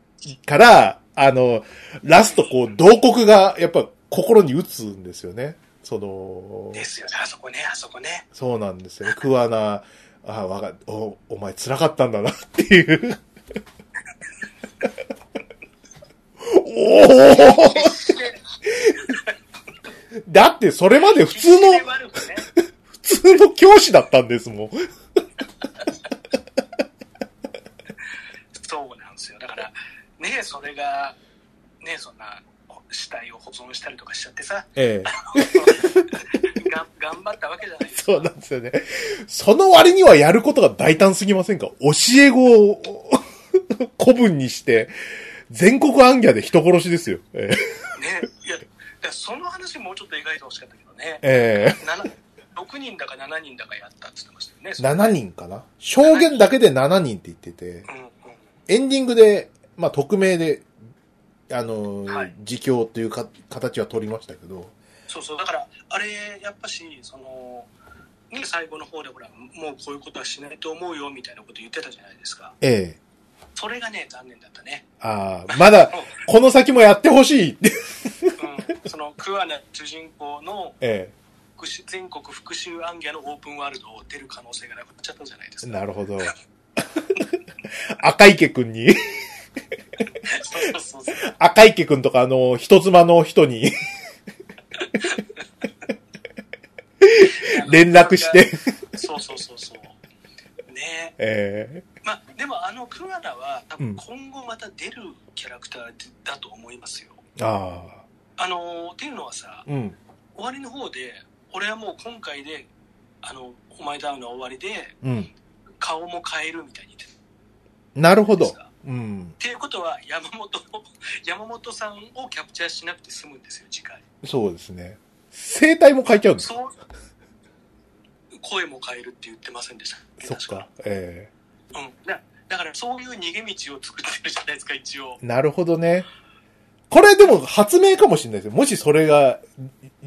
S1: から、あの、ラスト、こう、同国が、やっぱ、心に打つんですよね。その
S2: ー、ですよね、あそこね、あそこね。
S1: そうなんですよね。クワナ、あわかお、お前辛かったんだなっていう。おお
S2: 必死で
S1: だってそれまで普
S2: 必
S1: 通
S2: 死
S1: の、
S2: で悪くね。
S1: 普通の教師だったんですもん。
S2: そうなんですよ。だから、ねそれが、ねそんな、死体を保存したりとかしちゃっ
S1: (laughs)
S2: てさ、
S1: ええ。
S2: が頑張ったわけじゃないですか。
S1: そうなんですよね。その割にはやることが大胆すぎませんか教え子を古文にして、全国暗夜で人殺しですよ。え
S2: ねいや、だからその話もうちょっと描いてほしかったけどね
S1: え。。え
S2: なな6人だか7人だかやったって言ってましたよね。
S1: え。7人かな証言だけで7人って言ってて。
S2: うんうん。
S1: エンディングで、まあ、匿名で、あのー
S2: はい
S1: 自供というか形は取りましたけど、
S2: そうそう、だから、あれ、やっぱし、その、ね、最後の方でほら、もうこういうことはしないと思うよみたいなこと言ってたじゃないですか。
S1: ええ。
S2: それがね、残念だったね。
S1: ああ、まだ、
S2: もう
S1: この先もやってほしいって。
S2: うん、その桑名主人公の
S1: (laughs) え
S2: 福祉全国復讐暗夜のオープンワールドを出る可能性がなくなっちゃったじゃないです
S1: え。
S2: か。
S1: なるほど。 (laughs) 赤池くんに、
S2: そうそうそうそう
S1: 赤池くんとかあの、人妻の人
S2: (laughs)
S1: に連絡し。て、
S2: (laughs) そうそうそうそう。ね
S1: ええ。
S2: まあ、でもあの桑名は多
S1: うん
S2: 分今後また出るキャラクターだと思いますよ。
S1: ああ、
S2: あのーっていうのはさ、
S1: うん、
S2: 終わりの方で、俺はもう今回で、あの、お前ダウンの終わりで、
S1: うん。
S2: 顔も変えるみたいに言って
S1: なるほ
S2: たん
S1: ど
S2: です。が。
S1: うん。
S2: っていうことは山本を (laughs) 山本さんをキャプチャーしなくて済むんですよ次回
S1: そうですね。生態も変えちゃうんですか
S2: そう声も変えるって言ってませんでした
S1: そっか。ええ。
S2: 確かうんだだからそういう逃げ道を作ってるじゃないですか一応
S1: なるほどね。これでも発明かもしれないですよ。もしそれが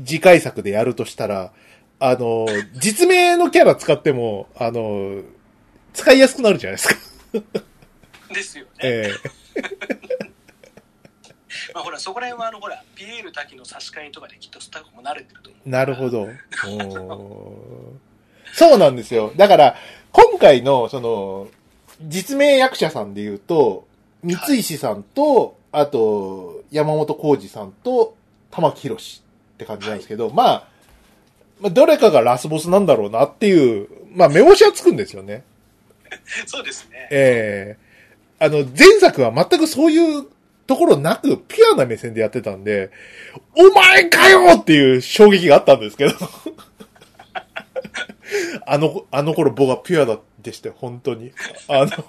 S1: 次回作でやるとしたら、あの、実名のキャラ使っても、あの、使いやすくなるじゃないですか。
S2: ですよね、
S1: え
S2: まあほらそこら辺はあのほらピエール滝の差し替えとかできっとスタッフも慣れてると思
S1: え
S2: う
S1: なるほど。おーそうなんですよ。だから、今回の、その、実名役者さんで言うと、三石さんと、あと、山本浩二さんと、玉木宏って感じなんですけど、まあ、まあ、どれかがラスボスなんだろうなっていう、まあ、目星はつくんですよね。
S2: そうですね。
S1: ええあの、前作は全くそういうところなく、ピュアな目線でやってたんで、お前かよっていう衝撃があったんですけど。 (laughs) あの、あの頃僕はピュアだでして、本当に。あの、 (laughs)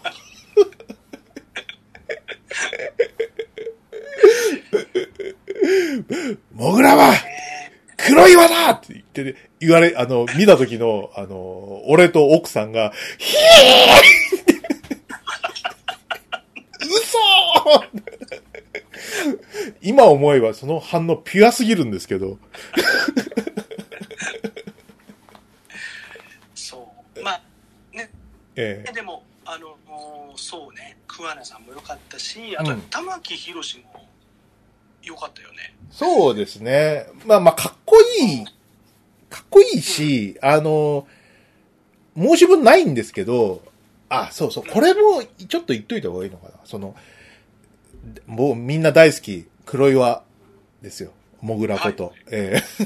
S1: モグラは、黒岩だって言ってね、言われ、あの、見た時の、あの、俺と奥さんが、ひえー嘘 (laughs) 今思えばその反応ピュアすぎるんですけど。
S2: そう。まあ、
S1: え
S2: でも、あの、おーそうね、桑名さんも良かったし、あと
S1: うん、
S2: 玉木宏も良かったよね。
S1: そうですね。まあまあ、かっこいい、かっこいいし、あの、申し分ないんですけど、あ、そうそう、これもちょっと言っといた方がいいのかな。その、もうみんな大好き、黒岩ですよ。モグラこと。
S2: はい
S1: ええ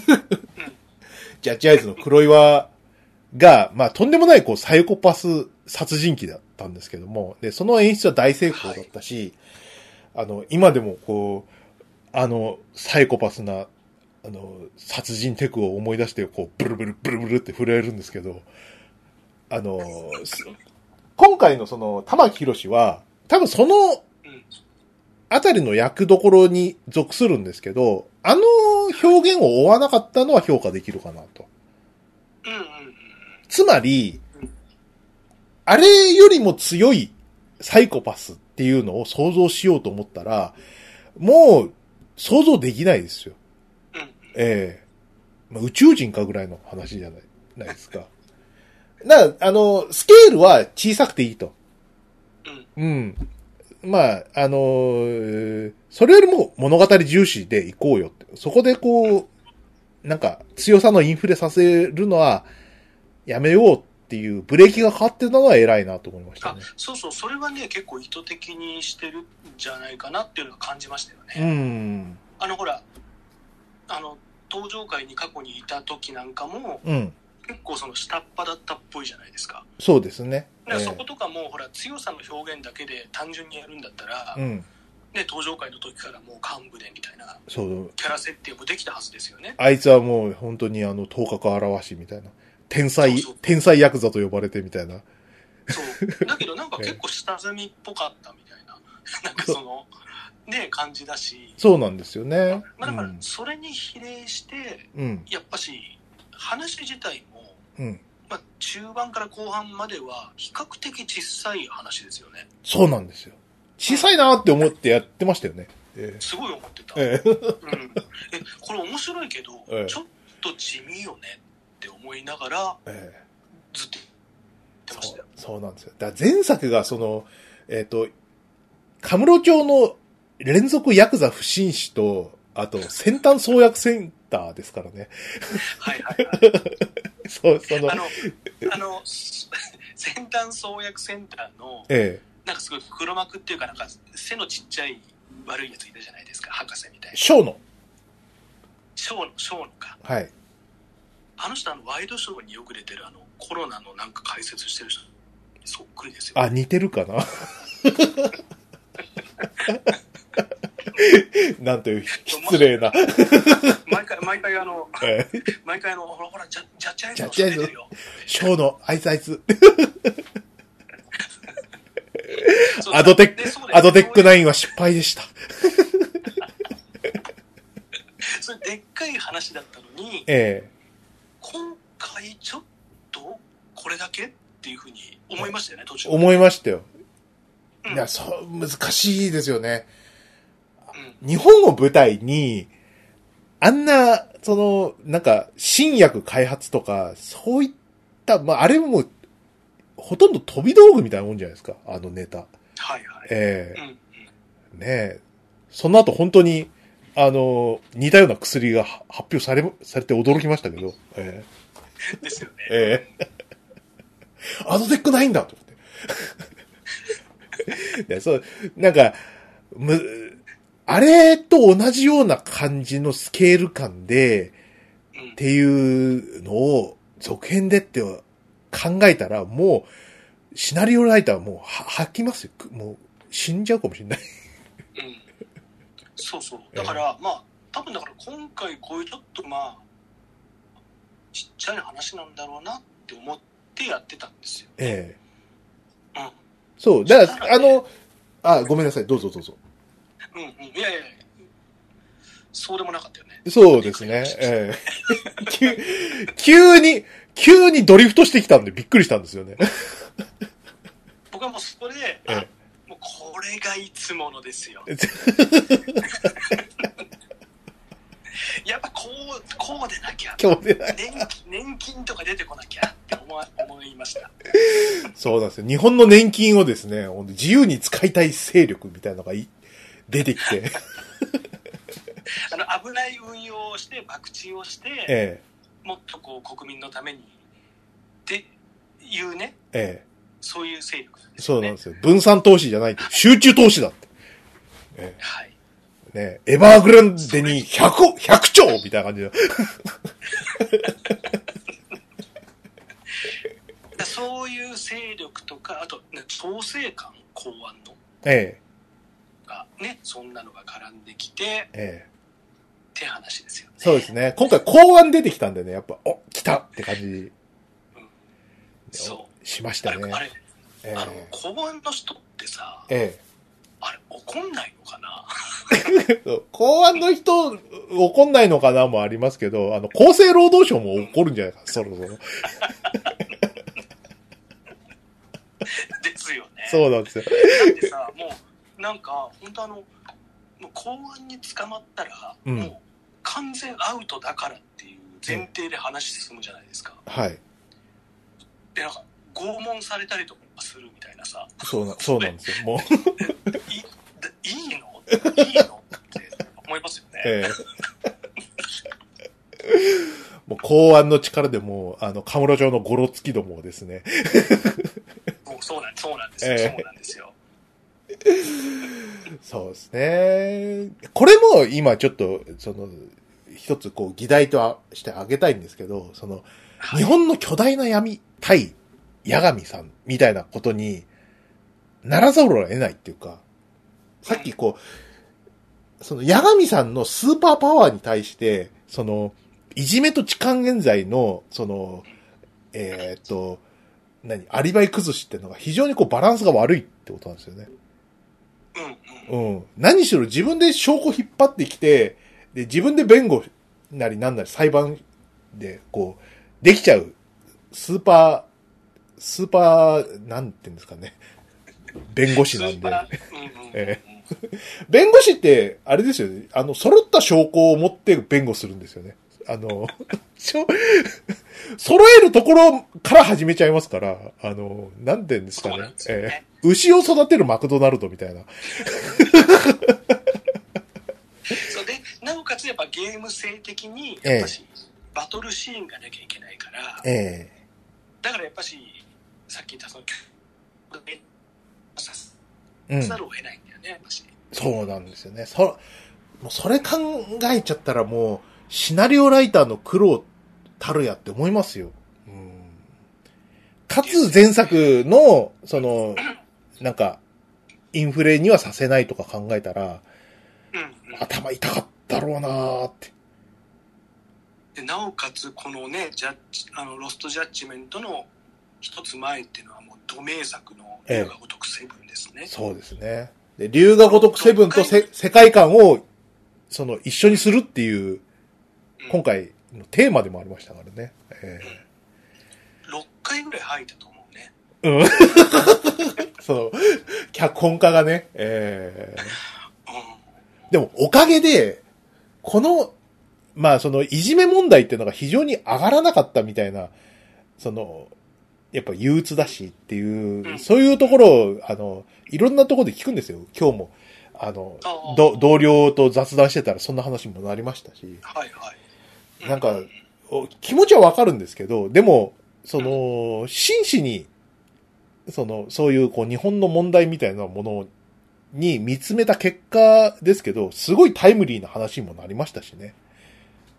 S1: (laughs) ジャッジアイズの黒岩が、まあとんでもないこうサイコパス殺人鬼だったんですけども、で、その演出は大成功だったし、あの、今でもこう、あの、サイコパスな、あの、殺人テクを思い出して、こう、ブルブルブルブルって震えるんですけど、あの、す今回のその、玉木宏は、多分その
S2: うん、
S1: あたりの役どころに属するんですけど、あの表現を追わなかったのは評価できるかなと。
S2: うんうんうん。
S1: つまり
S2: うん、
S1: あれよりも強いサイコパスっていうのを想像しようと思ったら、もう想像できないですよ。
S2: うんうん。
S1: ええまあ、宇宙人かぐらいの話じゃないないですか。 (laughs) な、あの、スケールは小さくていいと。うん。まあ、あのーそれよりも物語重視でいこうよって。そこでこう、なんか強さのインフレさせるのはやめようっていうブレーキがかかってたのは偉いなと思いました
S2: あ
S1: ね。
S2: そうそう、それはね、結構意図的にしてるんじゃないかなっていうのは感じましたよ
S1: う
S2: ね。
S1: ん。
S2: あの、ほら、あの、登場会に過去にいた時なんかも、
S1: うん。
S2: 結構その下っ端だったっぽいじゃないですか。
S1: そうですね。
S2: だからそ
S1: え
S2: ことかも、ほら、強さの表現だけで単純にやるんだったら、
S1: えうん。
S2: ね、登場会の時からもう幹部でみたいな
S1: そう。
S2: キャラ設定もできたはずですよね。
S1: あいつはもう本当にあの、頭角表しみたいな。天才
S2: そうそう、
S1: 天才ヤクザと呼ばれてみたいな。
S2: そう。だけ
S1: (laughs)
S2: どなんか結構下積みっぽかったみたいな、 (laughs) なんかその、ね、感じだし、
S1: そうなんですよね。
S2: まあ、だか
S1: う
S2: ら
S1: ん
S2: それに比例して、
S1: うん。
S2: やっぱし、話自体も、
S1: うん。
S2: まあ、中盤から後半までは比較的小さい話ですよね。
S1: そうなんですよ。小さいなーって思ってやってましたよね。え
S2: すごい思ってた。
S1: えええ
S2: うん、えこれ面白いけど、
S1: ええ
S2: ちょっと地味よねって思いながら
S1: ええ
S2: ずっと言ってましたよ。
S1: そうなんですよ。だから前作がその、えっ、と、カムロ町の連続ヤクザ不審死と、あと、先端創薬センターですからね。 (laughs)
S2: はいはいはい。
S1: そう、 (laughs) その
S2: あ、の、あの、す (laughs) 先端創薬センターの、
S1: え
S2: なんかすごい黒幕っていうか、なんか背のちっちゃい悪いやついたじゃないですか、博士みたい
S1: え
S2: な。
S1: ショーの。
S2: ショーの、ショーのか。
S1: はい。
S2: あの人、あの、ワイドショーによく出てる、あの、コロナのなんか解説してる人、そっくりですよ。
S1: あ、似てるかな (laughs) なんという失礼な。
S2: 毎回、毎回あの、
S1: ええ
S2: 毎回あの、ほらほら、ジャジャッジアイズの
S1: ジャッジアイ
S2: 人
S1: ズ
S2: 出てるよ。
S1: ショーの、あいつあいつ。
S2: そう
S1: アドテッ
S2: でそう
S1: ク、
S2: だよ
S1: アドテック9は失敗でした。
S2: それでっかい話だったのに、
S1: ええ
S2: 今回ちょっとこれだけっていうふうに思いましたよね、途中。
S1: 思いましたよ。
S2: うん
S1: いや、そう、難しいですよね。
S2: うん
S1: 日本を舞台に、あんな、その、なんか、新薬開発とか、そういった、まあ、あれももう、ほとんど飛び道具みたいなもんじゃないですか、あのネタ。
S2: はいはい。
S1: え
S2: う
S1: え
S2: んうん
S1: ねえ。その後本当に、あの、似たような薬がは発表され、されて驚きましたけど、え
S2: ですよね。
S1: えええ (laughs) アドテックないんだと思って。 (laughs) でそう、なんか、む、あれと同じような感じのスケール感で、
S2: うん
S1: っていうのを続編でって考えたら、もう、シナリオライターはもうは吐きますよ。くもう、死んじゃうかもしれない。
S2: うんそうそう。だから、まあ、多分だから今回こういうちょっとまあ、ちっちゃい話なんだろうなって思ってやってたんですよ。
S1: ええ
S2: うん
S1: そう。だから、あの、あ、ごめんなさい。どうぞどうぞ。
S2: うんうん。いやいやいやそうでもなかったよね。
S1: そうですね。え (laughs) え急急に、急にドリフトしてきたんでびっくりしたんですよね。 (laughs)
S2: 僕はもうそこで、
S1: え
S2: あもうこれがいつものですよ。 (laughs) やっぱこう、こうでなきゃ。
S1: 今日でない。
S2: 年金年金とか出てこなきゃって思わ思いました。
S1: そうなんですよ。日本の年金をですね、ほんと自由に使いたい勢力みたいなのがい出てきて。 (laughs)
S2: あの危ない運用をして、博打をして、
S1: え
S2: もっとこう国民のためにっていうね、
S1: ええ
S2: そういう勢力なん
S1: え
S2: です
S1: そ
S2: よ
S1: うなん
S2: ね
S1: で。すよ。分散投資じゃない。集中投資だって。
S2: はい、
S1: ねエバーグランデに100億、100兆みたいな感じで。
S2: だからそういう勢力とか、あと、ね、創生官公安の
S1: え
S2: がね、そんなのが絡んできて
S1: えええ
S2: って話ですよね。
S1: そうですね。今回公安出てきたんでね、やっぱ、お、来たって感じ
S2: そ
S1: しまし
S2: う。あ
S1: た
S2: れ、
S1: ね
S2: あ。れ
S1: え
S2: あの
S1: え
S2: 公安の人ってさ、
S1: ええ (laughs)
S2: あれ怒んないのかな (laughs)
S1: そう公安の人、う怒んないのかなもありますけど、あの、厚生労働省も怒るんじゃないか、そろそろ。
S2: ですよね。
S1: そうなんですよ。
S2: だってさ、もう、なんか、本当あの、もう公安に捕まったら、
S1: うん
S2: もう完全アウトだからっていう前提で話進むじゃないですか。
S1: はい。
S2: で、なんか、拷問されたりとかするみたいなさ、
S1: そうな、そうなんですよ。もう、
S2: いだいいのいいのって思いますよね。
S1: ええもう公安の力でもう、あの、カムロ町のゴロつきどもをですね、
S2: そうそうなんそうなんですよ、
S1: ええ
S2: そうなんですよ。
S1: そうですね。これも今ちょっと、その、一つこう議題としてあげたいんですけど、その、
S2: は
S1: 日
S2: い
S1: 本の巨大な闇対八神さんみたいなことにならざるを得ないっていうか、さっきこう、その八神さんのスーパーパワーに対して、その、いじめと痴漢現在の、その、えーっと、何、アリバイ崩しっていうのが非常にこうバランスが悪いってことなんですよね。
S2: うんうん。
S1: うん。何しろ自分で証拠引っ張ってきて、で、自分で弁護なりなんなり裁判で、こう、できちゃう、スーパー、スーパー、なんて言うんですか
S2: (laughs)
S1: ね。弁護士なん
S2: スーパ
S1: で。
S2: ーうんうんうんうん
S1: え弁護士って、あれですよね。あの、揃った証拠を持って弁護するんですよね。あ
S2: (laughs)
S1: の、しょ (laughs) 揃えるところから始めちゃいますから、あの、なんて言うんですか
S2: そうなん
S1: ね
S2: で。すよ
S1: え
S2: ね。
S1: え牛を育てるマクドナルドみたいな。
S2: そうで、なおかつやっぱゲーム性的に、
S1: ええ
S2: やっぱし、バトルシーンがなきゃいけないから、
S1: え
S2: だからやっぱし、さっき言ったその、えさす
S1: えうん。
S2: ざるを得ないんだよね、やっぱし。
S1: そうなんですよね。そ、もうそれ考えちゃったらもう、シナリオライターの苦労たるやって思いますよ。うん。かつ前作の、その、なんか、インフレにはさせないとか考えたら、
S2: うんうん
S1: 頭痛かったろうなーって。
S2: でなおかつ、このね、ジャッジ、あの、ロストジャッジメントの一つ前っていうのはもう、土名作の
S1: ええ
S2: 映画ごとくセブンですね。
S1: そうですね。で、龍が如くセブンとせ世界観を、その、一緒にするっていう、
S2: うん
S1: 今回のテーマでもありましたからね。ええ
S2: 6回ぐらい入ったと思うね。
S1: そう。 (laughs) 脚本家がね、ええ
S2: う
S1: でも、おかげで、この、まあ、その、いじめ問題っていうのが非常に上がらなかったみたいな、その、やっぱ憂鬱だしっていう、
S2: うん
S1: そういうところを、あの、いろんなところで聞くんですよ。今日も、あの
S2: あ、あ
S1: ど同僚と雑談してたらそんな話もなりましたし、
S2: ん。はいはい。
S1: なんか
S2: う
S1: お気持ちはわかるんですけど、でも、その、真摯に、その、そういう、こう、日本の問題みたいなものに見つめた結果ですけど、すごいタイムリーな話にもなりましたしね。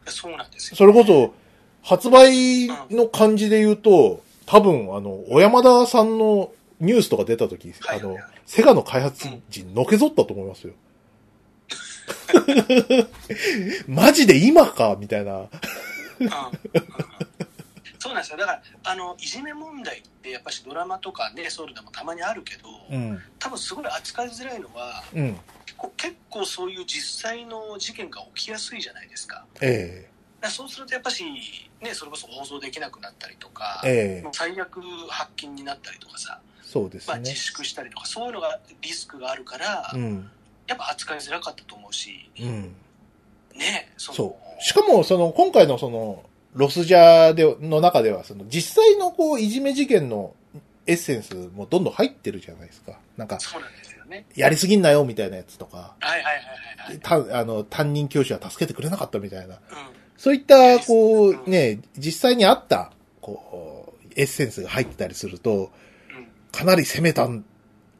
S2: やそうなんですよ。
S1: (laughs) それこそ、発売の感じで言うと、多分、あの、小山田さんのニュースとか出た時、
S2: は
S1: あ
S2: いはい
S1: の
S2: はい、
S1: セガの開発陣のけぞったと思い
S2: (laughs)
S1: ますよ。 (laughs) マジで今かみたいな。
S2: うんうんそうなんですよ。だから、あの、いじめ問題って、やっぱしドラマとかね、ソウルでもたまにあるけど、
S1: うん。
S2: 多分すごい扱いづらいのは、
S1: うん。
S2: 結構結構そういう実際の事件が起きやすいじゃないですか。
S1: え
S2: だからそうするとやっぱし、ね、それこそ放送できなくなったりとか
S1: え、ええ
S2: 最悪発禁になったりとかさ、
S1: そうです
S2: まあ、
S1: ね
S2: 自。粛したりとか、そういうのがリスクがあるから、
S1: うん。
S2: やっぱ扱いづらかったと思うし、
S1: うん。
S2: ね、その
S1: そう。しかも、その、今回のその、ロスジャーで、の中では、その、実際のこう、いじめ事件のエッセンスもどんどん入ってるじゃないですか。なんか、
S2: そうなんですよね。
S1: やりすぎんなよ、みたいなやつとか、
S2: はいはいはいはい、はい。
S1: た、あの、担任教師は助けてくれなかったみたいな。
S2: うん
S1: そういった、こう、ね、実際にあった、こう、エッセンスが入ってたりすると、
S2: うん
S1: かなり攻めた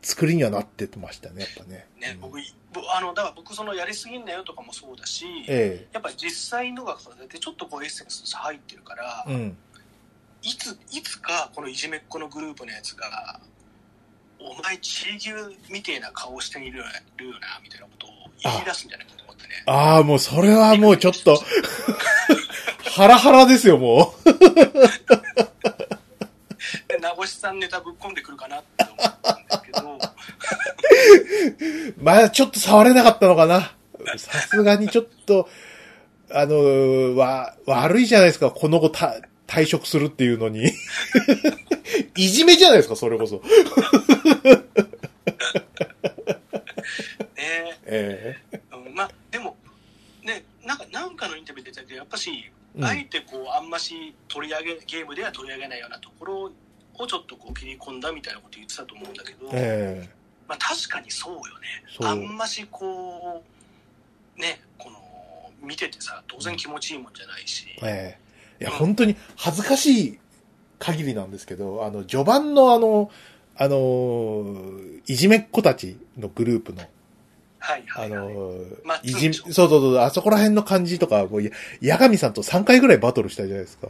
S1: 作りにはなってましたね、やっぱね。
S2: ね
S1: うん
S2: 僕い僕あのだから僕そのやりすぎんなよとかもそうだし、
S1: え
S2: やっぱ実際のがそうやってちょっとこうエッセンス入ってるから、
S1: え。うん。
S2: いついつかこのいじめっ子のグループのやつが「お前地牛みてえな顔しているよなみたいなことを言い出すんじゃないかと思ってね
S1: ああ、もうそれはもうちょっと、ハラハラですよ、も
S2: で名越さんネタぶっ込んでくるかなって思ったんですけ
S1: (laughs)
S2: ど
S1: う。まあ、ちょっと触れなかったのかな。さすがにちょっと、あのーわ、悪いじゃないですか、この子た退職するっていうの
S2: (laughs)
S1: に。いじめじゃないですか、それこそ。
S2: ね、
S1: え
S2: うん、まあでもねなんかなんかのインタビューで出たけどやっぱし
S1: えうん
S2: あえてこうあんまし取り上げゲームでは取り上げないようなところをちょっとこう切り込んだみたいなこと言ってたと思うんだけど、
S1: ええ
S2: まあ、確かにそうよね
S1: そう
S2: あんましこうねこの見ててさ当然気持ちいいもんじゃないし、
S1: ええいや、
S2: うん
S1: 本当に恥ずかしい限りなんですけど、あの、序盤のあの、あのーいじめっ子たちのグループの、
S2: はいは
S1: あ
S2: い、はい、
S1: の
S2: まあ
S1: いじめ、
S2: 通
S1: そう
S2: 常
S1: そうそう、あそこら辺の感じとか、もうや、八神さんと3回ぐらいバトルしたじゃないですか。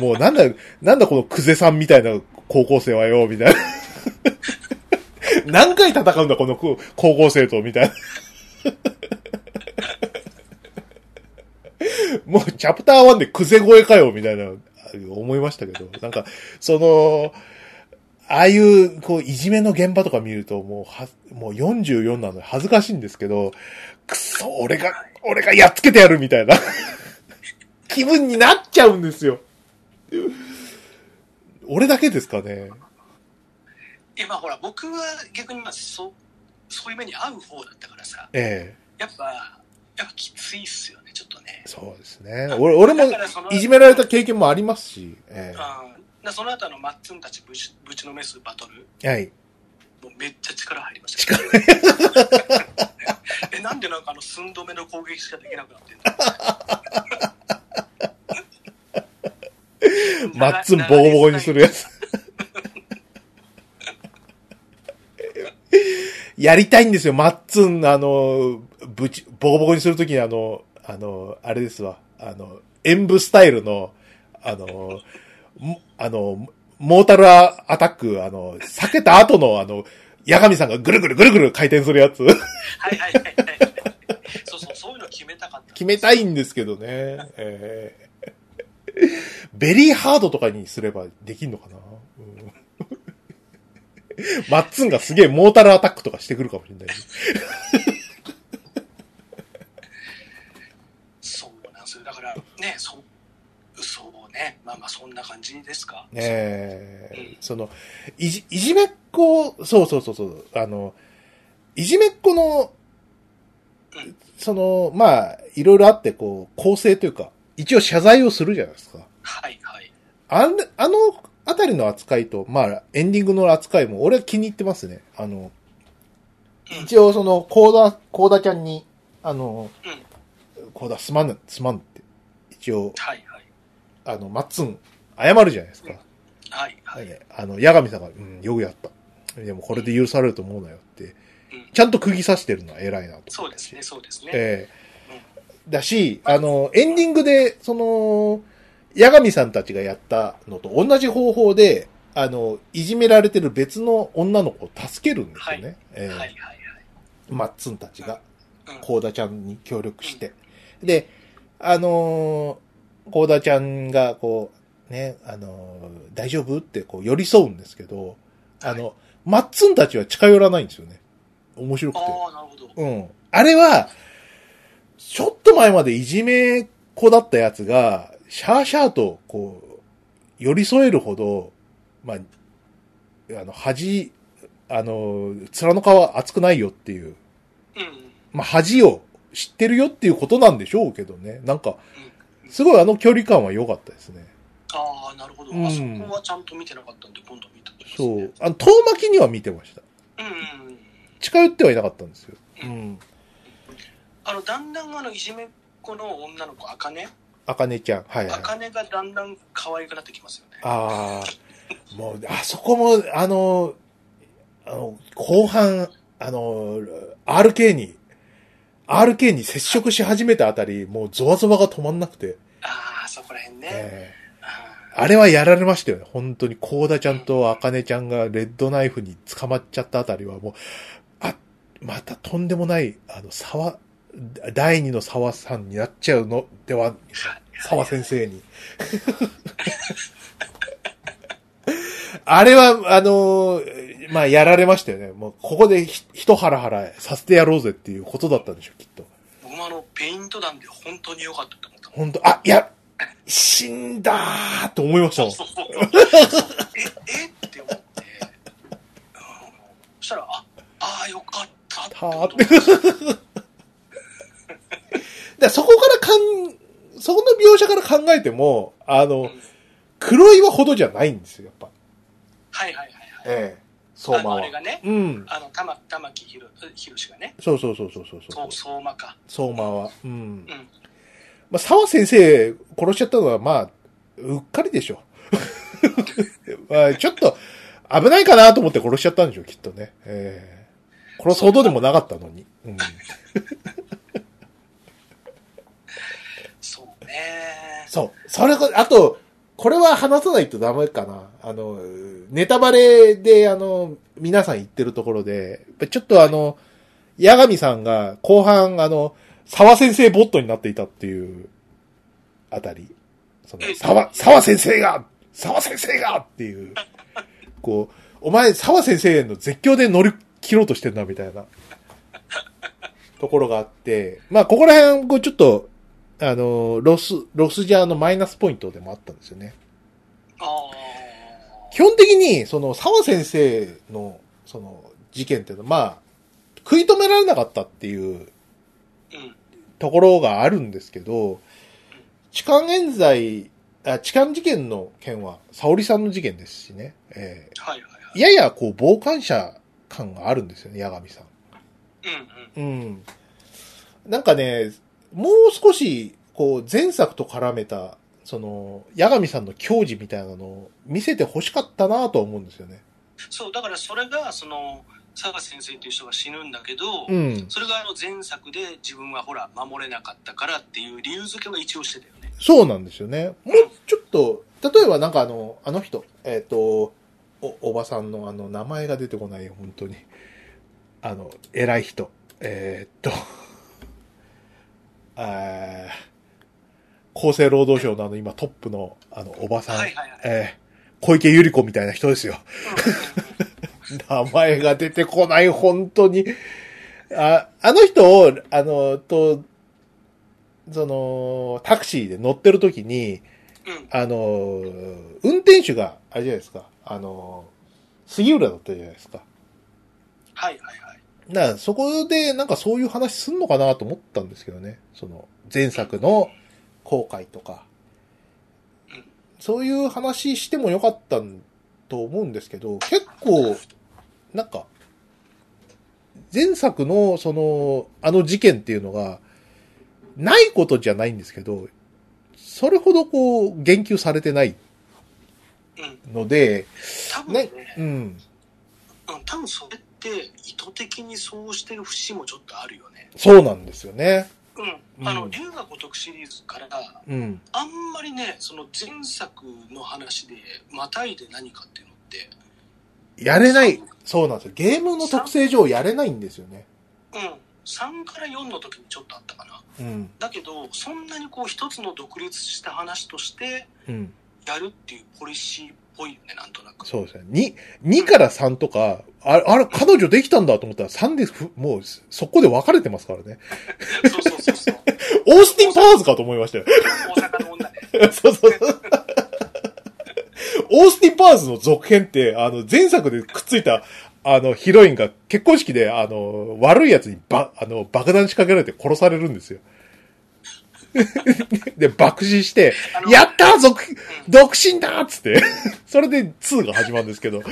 S1: もうなんだ、 (laughs) なんだこのクゼさんみたいな高校生はよ、みたいな。何回戦うんだ、このこ高校生と、みたいな。もうチャプター1でクゼ声かよ、みたいな、思いましたけど、なんか、その、ああいう、こう、いじめの現場とか見ると、もう、は、もう44なので恥ずかしいんですけど、くそ、俺が、俺がやっつけてやるみたいな、 (laughs) 気分になっちゃうんですよ。俺だけですかね。
S2: 今ほら僕は逆にまあそそういう目に遭う方だったからさ
S1: え
S2: やっぱやっぱきついっすよねちょっとね
S1: え、そうですね。俺、俺も
S2: だからその、
S1: いじめられた経験もありますし、え
S2: うんだその後あのマッツンたちぶちぶちのめすバトル
S1: えはい。
S2: もうめっちゃ力入りましたけど。え、なんでなんかあの寸止めの攻撃しかできなくなってんの
S1: (laughs) マッツンボコボコにするやつ。 (laughs) やりたいんですよ、マッツン、あの、ぶち、ボコボコにするときにあの、あの、あれですわ、あの、演舞スタイルの、あの、もあの、モータルアタック、あの、避けた後の、あの、八神さんがぐるぐるぐるぐる回転するやつ、
S2: はいはいはいはい。そうそう、そういうの決めたかった。
S1: 決めたいんですけどね。ええ (laughs) ベリーハードとかにすればできんのかな、うん (laughs) マッツンがすげえモータルアタックとかしてくるかもしれない。
S2: そうなんですよ。だから、ね、そう、そうね。まあまあ、そんな感じですか。
S1: ねえ、その、いじ、いじめっ子、そうそうそうそう、あの、いじめっ子の
S2: うん、
S1: その、まあ、いろいろあって、こう、構成というか、一応謝罪をするじゃないですか。
S2: はいはい。
S1: あんあのあたりの扱いと、まあ、エンディングの扱いも、俺は気に入ってますね。あの、
S2: うん
S1: 一応、その、コーダ、コーダちゃんに、あの、
S2: う
S1: コーダすまん、すまんって、一応、
S2: はいはい。
S1: あの、マッツン、謝るじゃないですか。
S2: はいはい。
S1: ねあの、八神さんが、うん、よくやった。でも、これで許されると思うなよって
S2: うん、
S1: ちゃんと釘刺してるのは偉いなと。
S2: そうですね、そうですね。
S1: ええだし、あの、エンディングで、その、八神さんたちがやったのと同じ方法で、あの、いじめられてる別の女の子を助けるんですよね。え
S2: はい
S1: ー
S2: はいはい。
S1: マッツンたちが、
S2: うん
S1: コーダちゃんに協力して。で、あのー、コーダちゃんが、こう、ね、あのー大丈夫ってこう寄り添うんですけど、あの、マッツンたちは近寄らないんですよね。面白く
S2: あ
S1: て。
S2: あ、なるほど。
S1: うん。あれは、ちょっと前までいじめっ子だったやつが、シャーシャーと、こう、寄り添えるほど、まあ、あの、恥、あの、面の皮厚くないよっていう、
S2: うん。
S1: まあ、恥を知ってるよっていうことなんでしょうけどね。なんか、
S2: うん
S1: すごいあの距離感は良かったですね。
S2: ああ、なるほど、
S1: うん
S2: あそこはちゃんと見てなかったんで、今度見たんです、ね。
S1: そう。。あの、遠巻きには見てました。
S2: うんうん。
S1: 近寄ってはいなかったんですよ。うん。
S2: あの、だんだんあの、いじめっ子の女の子、あかね。
S1: あかねちゃん。はい、は
S2: あ
S1: い。
S2: かねがだんだん可愛くなってきますよね。
S1: ああ、もう、あそこも、あの、あの後半、あの、RK に、RK に接触し始めたあたり、もうゾワゾワが止まんなくて、
S2: ああ、そこら辺ね。
S1: え
S2: あ
S1: えあれはやられましたよね。本当に、コーダちゃんとアカネちゃんがレッドナイフに捕まっちゃったあたりはもう、あ、またとんでもない、あの、沢、第二の沢さんになっちゃうのでは、沢先生に。あれは、あのーまあ、やられましたよね。もう、ここでひ、ひとハラハラさせてやろうぜっていうことだったんでしょう、きっと。
S2: ー僕もあの、ペイント弾で本当に良かったと思った。
S1: 本当あ、いや、死んだーと思いましたもん。
S2: そうそうそうえ、えって思って。うんそしたら、あ、ああ、よかったって思った。
S1: でそこからかん、そこの描写から考えても、あ
S2: うん
S1: の、黒岩ほどじゃないんですよ、やっぱ。
S2: はいはいはいはい。
S1: ええ。相
S2: あの
S1: 馬
S2: あ
S1: は
S2: れ。がね、
S1: うん。
S2: あの、玉玉木ひろひろしがね、
S1: そうそうそうそうそうそ。
S2: そうう、相馬か。
S1: 相馬は。うん
S2: う。ん。
S1: まあ、沢先生殺しちゃったのは、まあ、うっかりでしょ。 (laughs) まあ、ちょっと、危ないかなと思って殺しちゃったんでしょ、きっとね。ええ殺すほどでもなかったのに。うん。
S2: そうね。
S1: そう。それこ、あと、これは話さないとダメかな。あの、ネタバレで、あの、皆さん言ってるところで、やっぱちょっとあの、八神さんが後半、あの、沢先生ボットになっていたっていう、あたり。その
S2: え、
S1: 沢、沢先生が沢先生がっていう、こう、お前、沢先生への絶叫で乗り切ろうとしてんな、みたいな、ところがあって、まあ、ここら辺、こう、ちょっと、あの、ロス、ロスジャーのマイナスポイントでもあったんですよね。
S2: ああ。
S1: 基本的に、その、沢先生の、その、事件っていうのは、まあ、食い止められなかったっていう
S2: うん。
S1: ところがあるんですけど、痴漢現在、あ痴漢事件の件は、沙織さんの事件ですしね、え
S2: はいはいはい。
S1: ーややこう、傍観者感があるんですよね、八神さん。
S2: うんうん。
S1: うん。なんかね、もう少し、こう、前作と絡めた、その、八神さんの矜持みたいなのを見せて欲しかったなとは思うんですよね。
S2: そう、だからそれが、その、佐賀先生っていう人が死ぬんだけど、
S1: うん。
S2: それがあの前作で自分はほら守れなかったからっていう理由付けは一応してたよね。
S1: そうなんですよね。もうちょっと、例えばなんかあの、あの人、えっ、と、お、おばさんのあの、名前が出てこないよ、本当に。あの、偉い人。えーっと、 (laughs) あー厚生労働省のあの、今トップの、あの、おばさん。
S2: はいはいはい。
S1: えー小池百合子みたいな人ですよ。
S2: うん
S1: 名前が出てこない、本当に。あ、あの人を、あの、と、その、タクシーで乗ってる時に、
S2: うんうん。
S1: あの、運転手が、あれじゃないですか、あの、杉浦だったじゃないですか。
S2: はいはいはい。
S1: だからそこでなんかそういう話すんのかなと思ったんですけどね。その、前作の後悔とか
S2: うん。
S1: そういう話してもよかったと思うんですけど、結構、なんか、前作のその、あの事件っていうのが、ないことじゃないんですけど、それほどこう、言及されてない
S2: うん。
S1: ので、
S2: 多分
S1: ね
S2: ね、、
S1: うん。
S2: うん、多分それって意図的にそうしてる節もちょっとあるよね。
S1: そうなんですよね。
S2: ううん、あ
S1: う
S2: の
S1: ん
S2: 龍が如くシリーズから
S1: うん。
S2: あんまりねその前作の話でまたいで何かっていうのって
S1: やれない。そうなんですよ。ゲームの特性上やれないんですよね。
S2: うん3から4の時にちょっとあったかな
S1: うん。
S2: だけどそんなにこう一つの独立した話として
S1: うん。
S2: やるっていうポリシーっぽいよねなんとなく
S1: そうですね。に、2から3とか、あれ、あれ、彼女できたんだと思ったら3でふ、もう、そこで別れてますからね。
S2: そうそうそうそう
S1: (laughs) オースティン・パワーズかと思いましたよ。
S2: 大阪の女ね
S1: (laughs) そうそうそう。オースティン・パワーズの続編って、あの、前作でくっついた、あの、ヒロインが結婚式で、あの、悪い奴にば、あの、爆弾仕掛けられて殺されるんですよ。 (laughs) で、爆死して
S2: あ、の
S1: やったー続、独身だーっつって。 (laughs) それで2が始まるんですけど。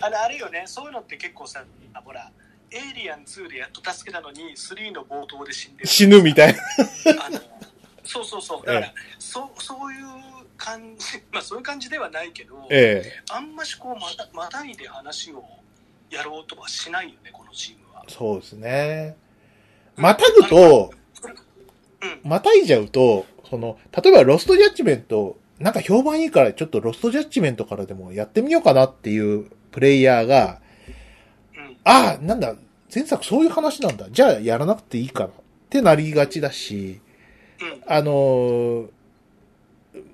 S2: あのあれよねそういうのって結構さあほらエイリアン2でやっと助けたのに3の冒頭で死
S1: (laughs)
S2: んでる
S1: 死ぬみたいな。
S2: あのそうそうそうだから、そうそういう感じ (laughs) まあそういう感じではないけど、
S1: ええ
S2: あんましこうまたまたいで話をやろうとはしないよねこのチームは
S1: そうですね。またぐと、
S2: うん
S1: またいじゃうと、その、例えばロストジャッジメント、なんか評判いいからちょっとロストジャッジメントからでもやってみようかなっていうプレイヤーが、
S2: うん
S1: ああ、なんだ、前作そういう話なんだ。じゃあやらなくていいかなってなりがちだし、
S2: うん
S1: あのー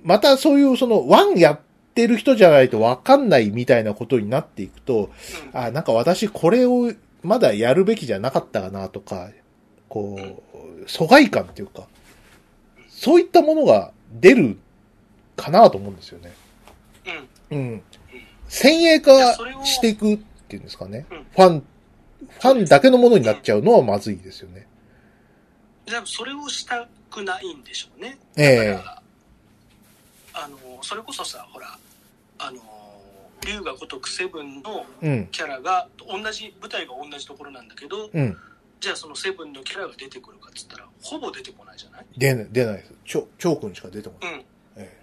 S1: またそういうその、ワンやってる人じゃないとわかんないみたいなことになっていくと、
S2: うん
S1: あ、なんか私これをまだやるべきじゃなかったかなとか、こう、疎外感っていうか、そういったものが出るかなと思うんですよね。
S2: うん
S1: うん。先鋭化していくっていうんですかね。ファン、ファンだけのものになっちゃうのはまずいですよね。
S2: でもそれをしたくないんでしょうね
S1: え
S2: だ
S1: え
S2: からあのそれこそさほらあの龍が如くセブンの
S1: うん。
S2: キャラが同じ舞台が同じところなんだけど
S1: うん。
S2: じゃあそのセブンのキャラが出てくるかっつったらほぼ出てこないじゃない
S1: 出ない、出ないです。ちょ、チョー君しか出てこない。
S2: うん
S1: え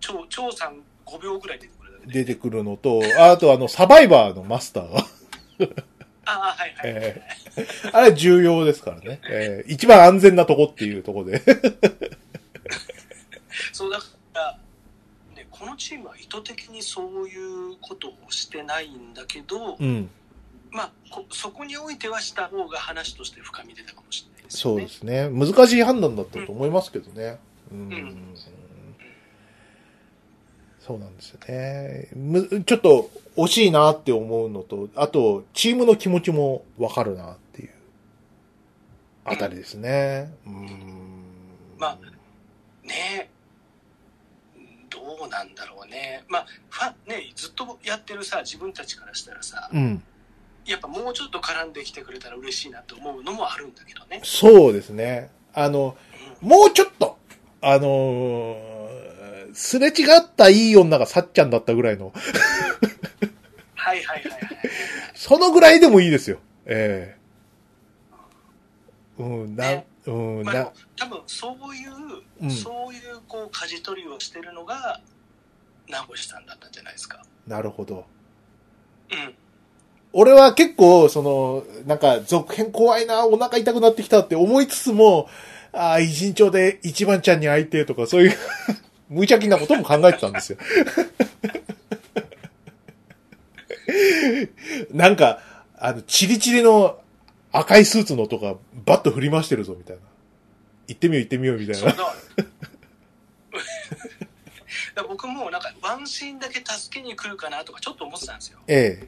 S2: 張張さん5秒ぐらい出てくるだけ
S1: え
S2: で
S1: 出てくるのと、あとあの、サバイバーのマスターが、
S2: ああはいはい、
S1: ええあれ重要ですからね。ええ一番安全なとこっていうとこで。
S2: そうだから、ね、このチームは意図的にそういうことをしてないんだけど、
S1: うん。
S2: まあこそこにおいてはした方が話として深み出たかもしれないです
S1: そ
S2: よ
S1: う
S2: ね
S1: ですね。難しい判断だったと思いますけどね。うん。
S2: ん
S1: そうなんですよね。む、ちょっと惜しいなって思うのと、あと、チームの気持ちもわかるなっていう、あたりですね。うん。
S2: まあねうんどうなんだろうねまあファンねずっとやってるさ自分たちからしたらさ
S1: うん。
S2: やっぱもうちょっと絡んできてくれたら嬉しいなと思うのもあるんだけどね、
S1: そうですね。あの、
S2: うん
S1: もうちょっと、あのーすれ違ったいい女がさっちゃんだったぐらいの、
S2: はいはいはいはい
S1: そのぐらいでもいいですよ。ええうん、な
S2: ね、
S1: うん、
S2: まあ、で
S1: な
S2: も、多分そういう、
S1: うん
S2: そういうこう舵取りをしてるのが名越さんだったんじゃないですか。
S1: なるほど。
S2: うん、
S1: 俺は結構、その、なんか、続編怖いな、お腹痛くなってきたって思いつつも、ああ、偉人帳で一番ちゃんに会いてえとか、そう (laughs) いう、無邪気なことも考えてたんですよ。 (laughs) なんか、あの、チリチリの赤いスーツのとか、バッと振り回してるぞ、みたいな。行ってみよう、行ってみよう、みたい
S2: (laughs) そうだ
S1: な。
S2: からだから僕もなんかワンシーンだけ助けに来るかなとかちょっと思ってたんですよ。
S1: え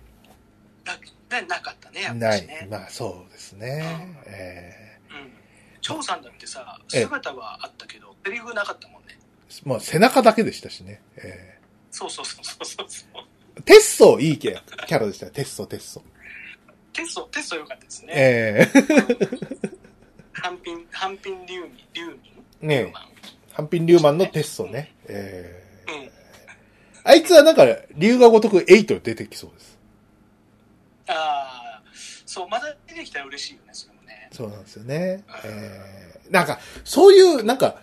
S2: だだなかったね
S1: え。
S2: やっぱ
S1: な
S2: り
S1: い
S2: ね。。
S1: まあ、そうですね。ええ
S2: うん、張さんだってさ
S1: ええ
S2: 姿はあったけどセリフなかったもんね。
S1: まあ、背中だけでしたしね。ええ
S2: そうそうそうそうそうそう。
S1: テッソいいキャラキャラでしたよ。テッソ、テッソ。
S2: テストテスト良かったですね。 (laughs)
S1: ええ
S2: ハンピンハンピン龍民龍 (laughs) 民
S1: ねえ
S2: 龍馬
S1: ハンピン・リューマンのテッソね。ええ
S2: うん。
S1: あいつはなんか、竜が如くエイト出てきそうです。
S2: ああ、そう、また出てきたら嬉しいよね、それもね。
S1: そうなんですよね。ええなんか、そういう、なんか、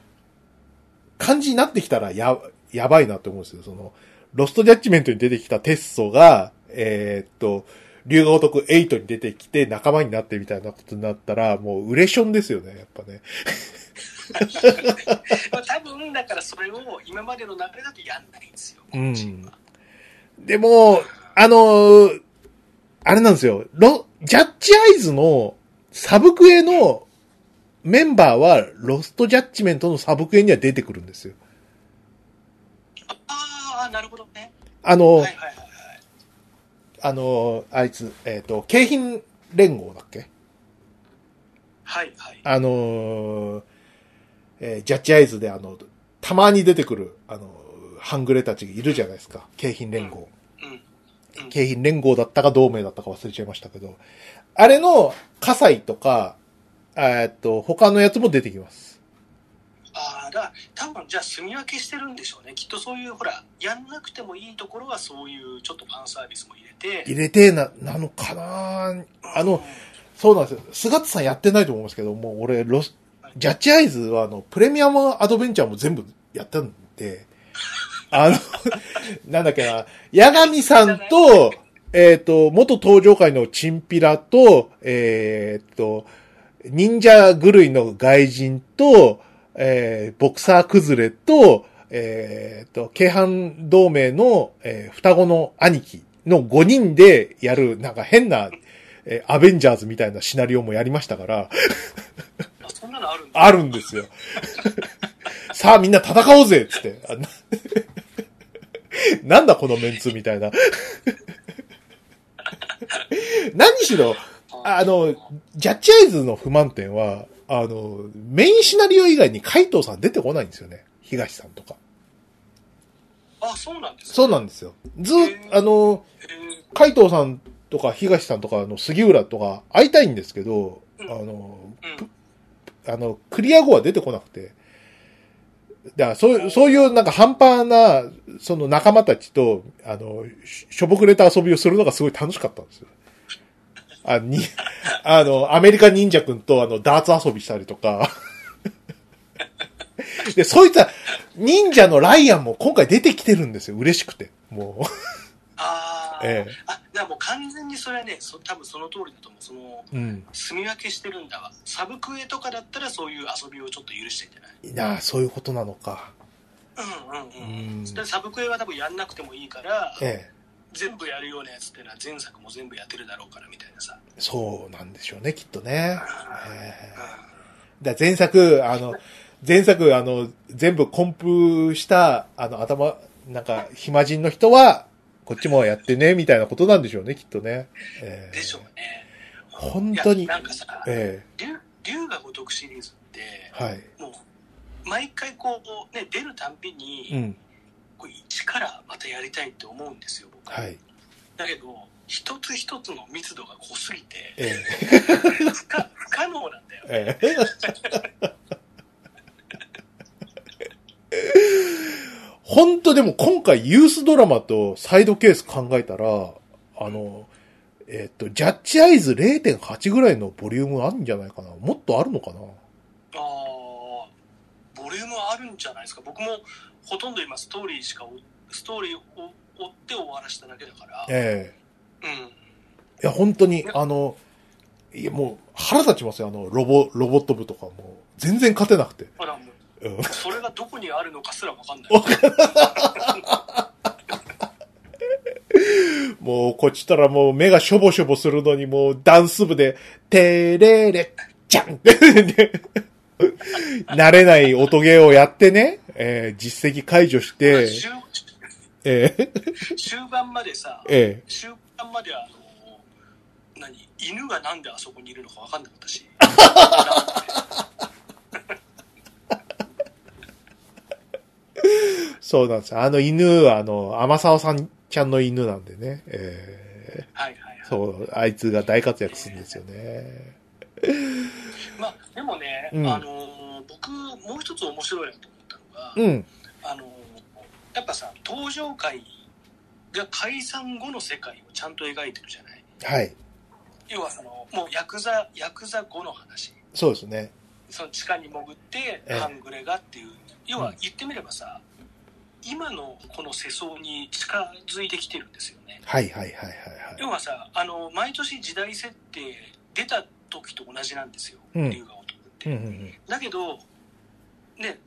S1: 感じになってきたらや、やばいなって思うんですよ。その、ロストジャッジメントに出てきたテッソが、えーっと、竜が如く8に出てきて仲間になってみたいなことになったら、もう、ウレションですよね、やっぱね。
S2: まあ多分だからそれを今までの流れだとやんないんですよ、このチームは。
S1: でも、あのーあれなんですよ。ロ、ジャッジアイズのサブクエのメンバーは、ロストジャッジメントのサブクエには出てくるんですよ。
S2: ああ、なるほどね。
S1: あのー
S2: はいはいはいはい。
S1: あのーあいつ、えっ、と、景品連合だっけ
S2: はいはい。
S1: あのーえージャッジアイズであの、たまに出てくる、あの、ハングレたちいるじゃないですか。景品連合。
S2: うん。うん
S1: 景品連合だったか同盟だったか忘れちゃいましたけど、あれの、葛西とか、えーっと、他のやつも出てきます。
S2: ああ、だから多分じゃあ住み分けしてるんでしょうね。きっとそういうほら、やんなくてもいいところはそういうちょっとファンサービスも入れて。
S1: 入れてえな、なのかなあの、そうなんですよ。菅田さんやってないと思いますけど、もう俺、ロス、ジャッジアイズはあの、プレミアムアドベンチャーも全部やったんで、あの、なんだっけな、八神さんと、えーっ、と、元登場会のチンピラと、えーっ、と、忍者狂いの外人と、えーボクサー崩れと、えーっと、京阪同盟の、えー双子の兄貴の5人でやる、なんか変な、えーアベンジャーズみたいなシナリオもやりましたから、
S2: あそんなのあるんだ。
S1: あるんですよ。 (laughs) さあみんな戦おうぜっつって。 (laughs) あななんだこのメンツみたいな。 (laughs) 何しろ、あの、ジャッジアイズの不満点は、あの、メインシナリオ以外に海藤さん出てこないんですよね。東さんとか。
S2: あ、そうなんですか。
S1: そうなんですよ。ずっ、あの、
S2: え
S1: 海藤さんとか東さんとかの杉浦とか会いたいんですけど、あの、
S2: ーうん。
S1: あの、クリア後は出てこなくて。だから、そういう、そういうなんか半端な、その仲間たちと、あの、ししょぼくれた遊びをするのがすごい楽しかったんですよ。あ、に、あの、アメリカ忍者くんとあの、ダーツ遊びしたりと
S2: (laughs)
S1: か。で、そういった忍者のライアンも今回出てきてるんですよ。嬉しくて。も
S2: あ
S1: う。
S2: あ、
S1: え
S2: あ、だからもう完全にそれはね、そ多分その通りだと思う。その、
S1: え。うん。
S2: 住み分けしてるんだわ。サブクエとかだったらそういう遊びをちょっと許してんじゃない
S1: いいなあそういうことなのか。
S2: うんうんうん。
S1: うん
S2: でサブクエは多分やんなくてもいいから、
S1: ええ。
S2: 全部やるようなやつってのは前作も全部やってるだろうからみたいなさ。
S1: そうなんでしょうね、きっとね。ええ
S2: う
S1: だ前作、あの、前作、あの、全部コンプした、あの、頭、なんか、暇人の人は、こっちもやってね、みたいなことなんでしょうね、きっとね。えー
S2: んでしょうね。
S1: 本当に
S2: いやなんかさ、
S1: え
S2: 竜竜が如くシリーズって
S1: え、はい。
S2: もう、毎回こう、ね、出るたんびに、
S1: うん。
S2: こう一からまたやりたいって思うんですよ、僕。
S1: はい。
S2: だけど、一つ一つの密度が濃すぎて、
S1: え
S2: 不可不可能なんだよ。
S1: えええ本当でも今回ユースドラマとサイドケース考えたら、あの、えっ、と、ジャッジアイズ0.8ぐらいのボリュームあるんじゃないかな。もっとあるのかな。
S2: ああ、ボリュームあるんじゃないですか。僕もほとんど今ストーリーしか追、ストーリーを追って終わらせただけだから、
S1: え
S2: うん。
S1: えいや、本当に、あの、いや、もう腹立ちますよ。あの、ロボ、ロボット部とかも。全然勝てなくて。
S2: あら、も
S1: うん
S2: う、それがどこにあるのかすらわかんない。
S1: もう、こっちたらもう目がしょぼしょぼするのに、もうダンス部で、てれれ、じゃん (laughs) って、慣れない音ゲーをやってね、えー実績解除して、
S2: 終
S1: えー
S2: 終盤までさ、
S1: え
S2: 終盤まであの、何、犬がなんであそこにいるのかわかんなかったし。
S1: ーそうなんですよ。あの犬は、あの、天沢さんちゃんの犬なんでね、え
S2: はいはい
S1: ー
S2: はい。
S1: そう、あいつが大活躍するんですよね。
S2: まあ、でもね、
S1: うん
S2: あの、僕、もう一つ面白いなと思ったのが、
S1: うん、
S2: あの、やっぱさ、登場会が解散後の世界をちゃんと描いてるじゃない。
S1: はい。
S2: 要はその、もうヤクザ、ヤクザ後の話。
S1: そうですね。
S2: その地下に潜って
S1: ええ
S2: 半グレがっていう、要は言ってみればさ、今のこの世相に近づいてきてるんですよね
S1: はいはいはいはい
S2: 要はさあの毎年時代設定出た時と同じなんですよ、
S1: うん
S2: 龍河男って、
S1: うんうん
S2: だけどね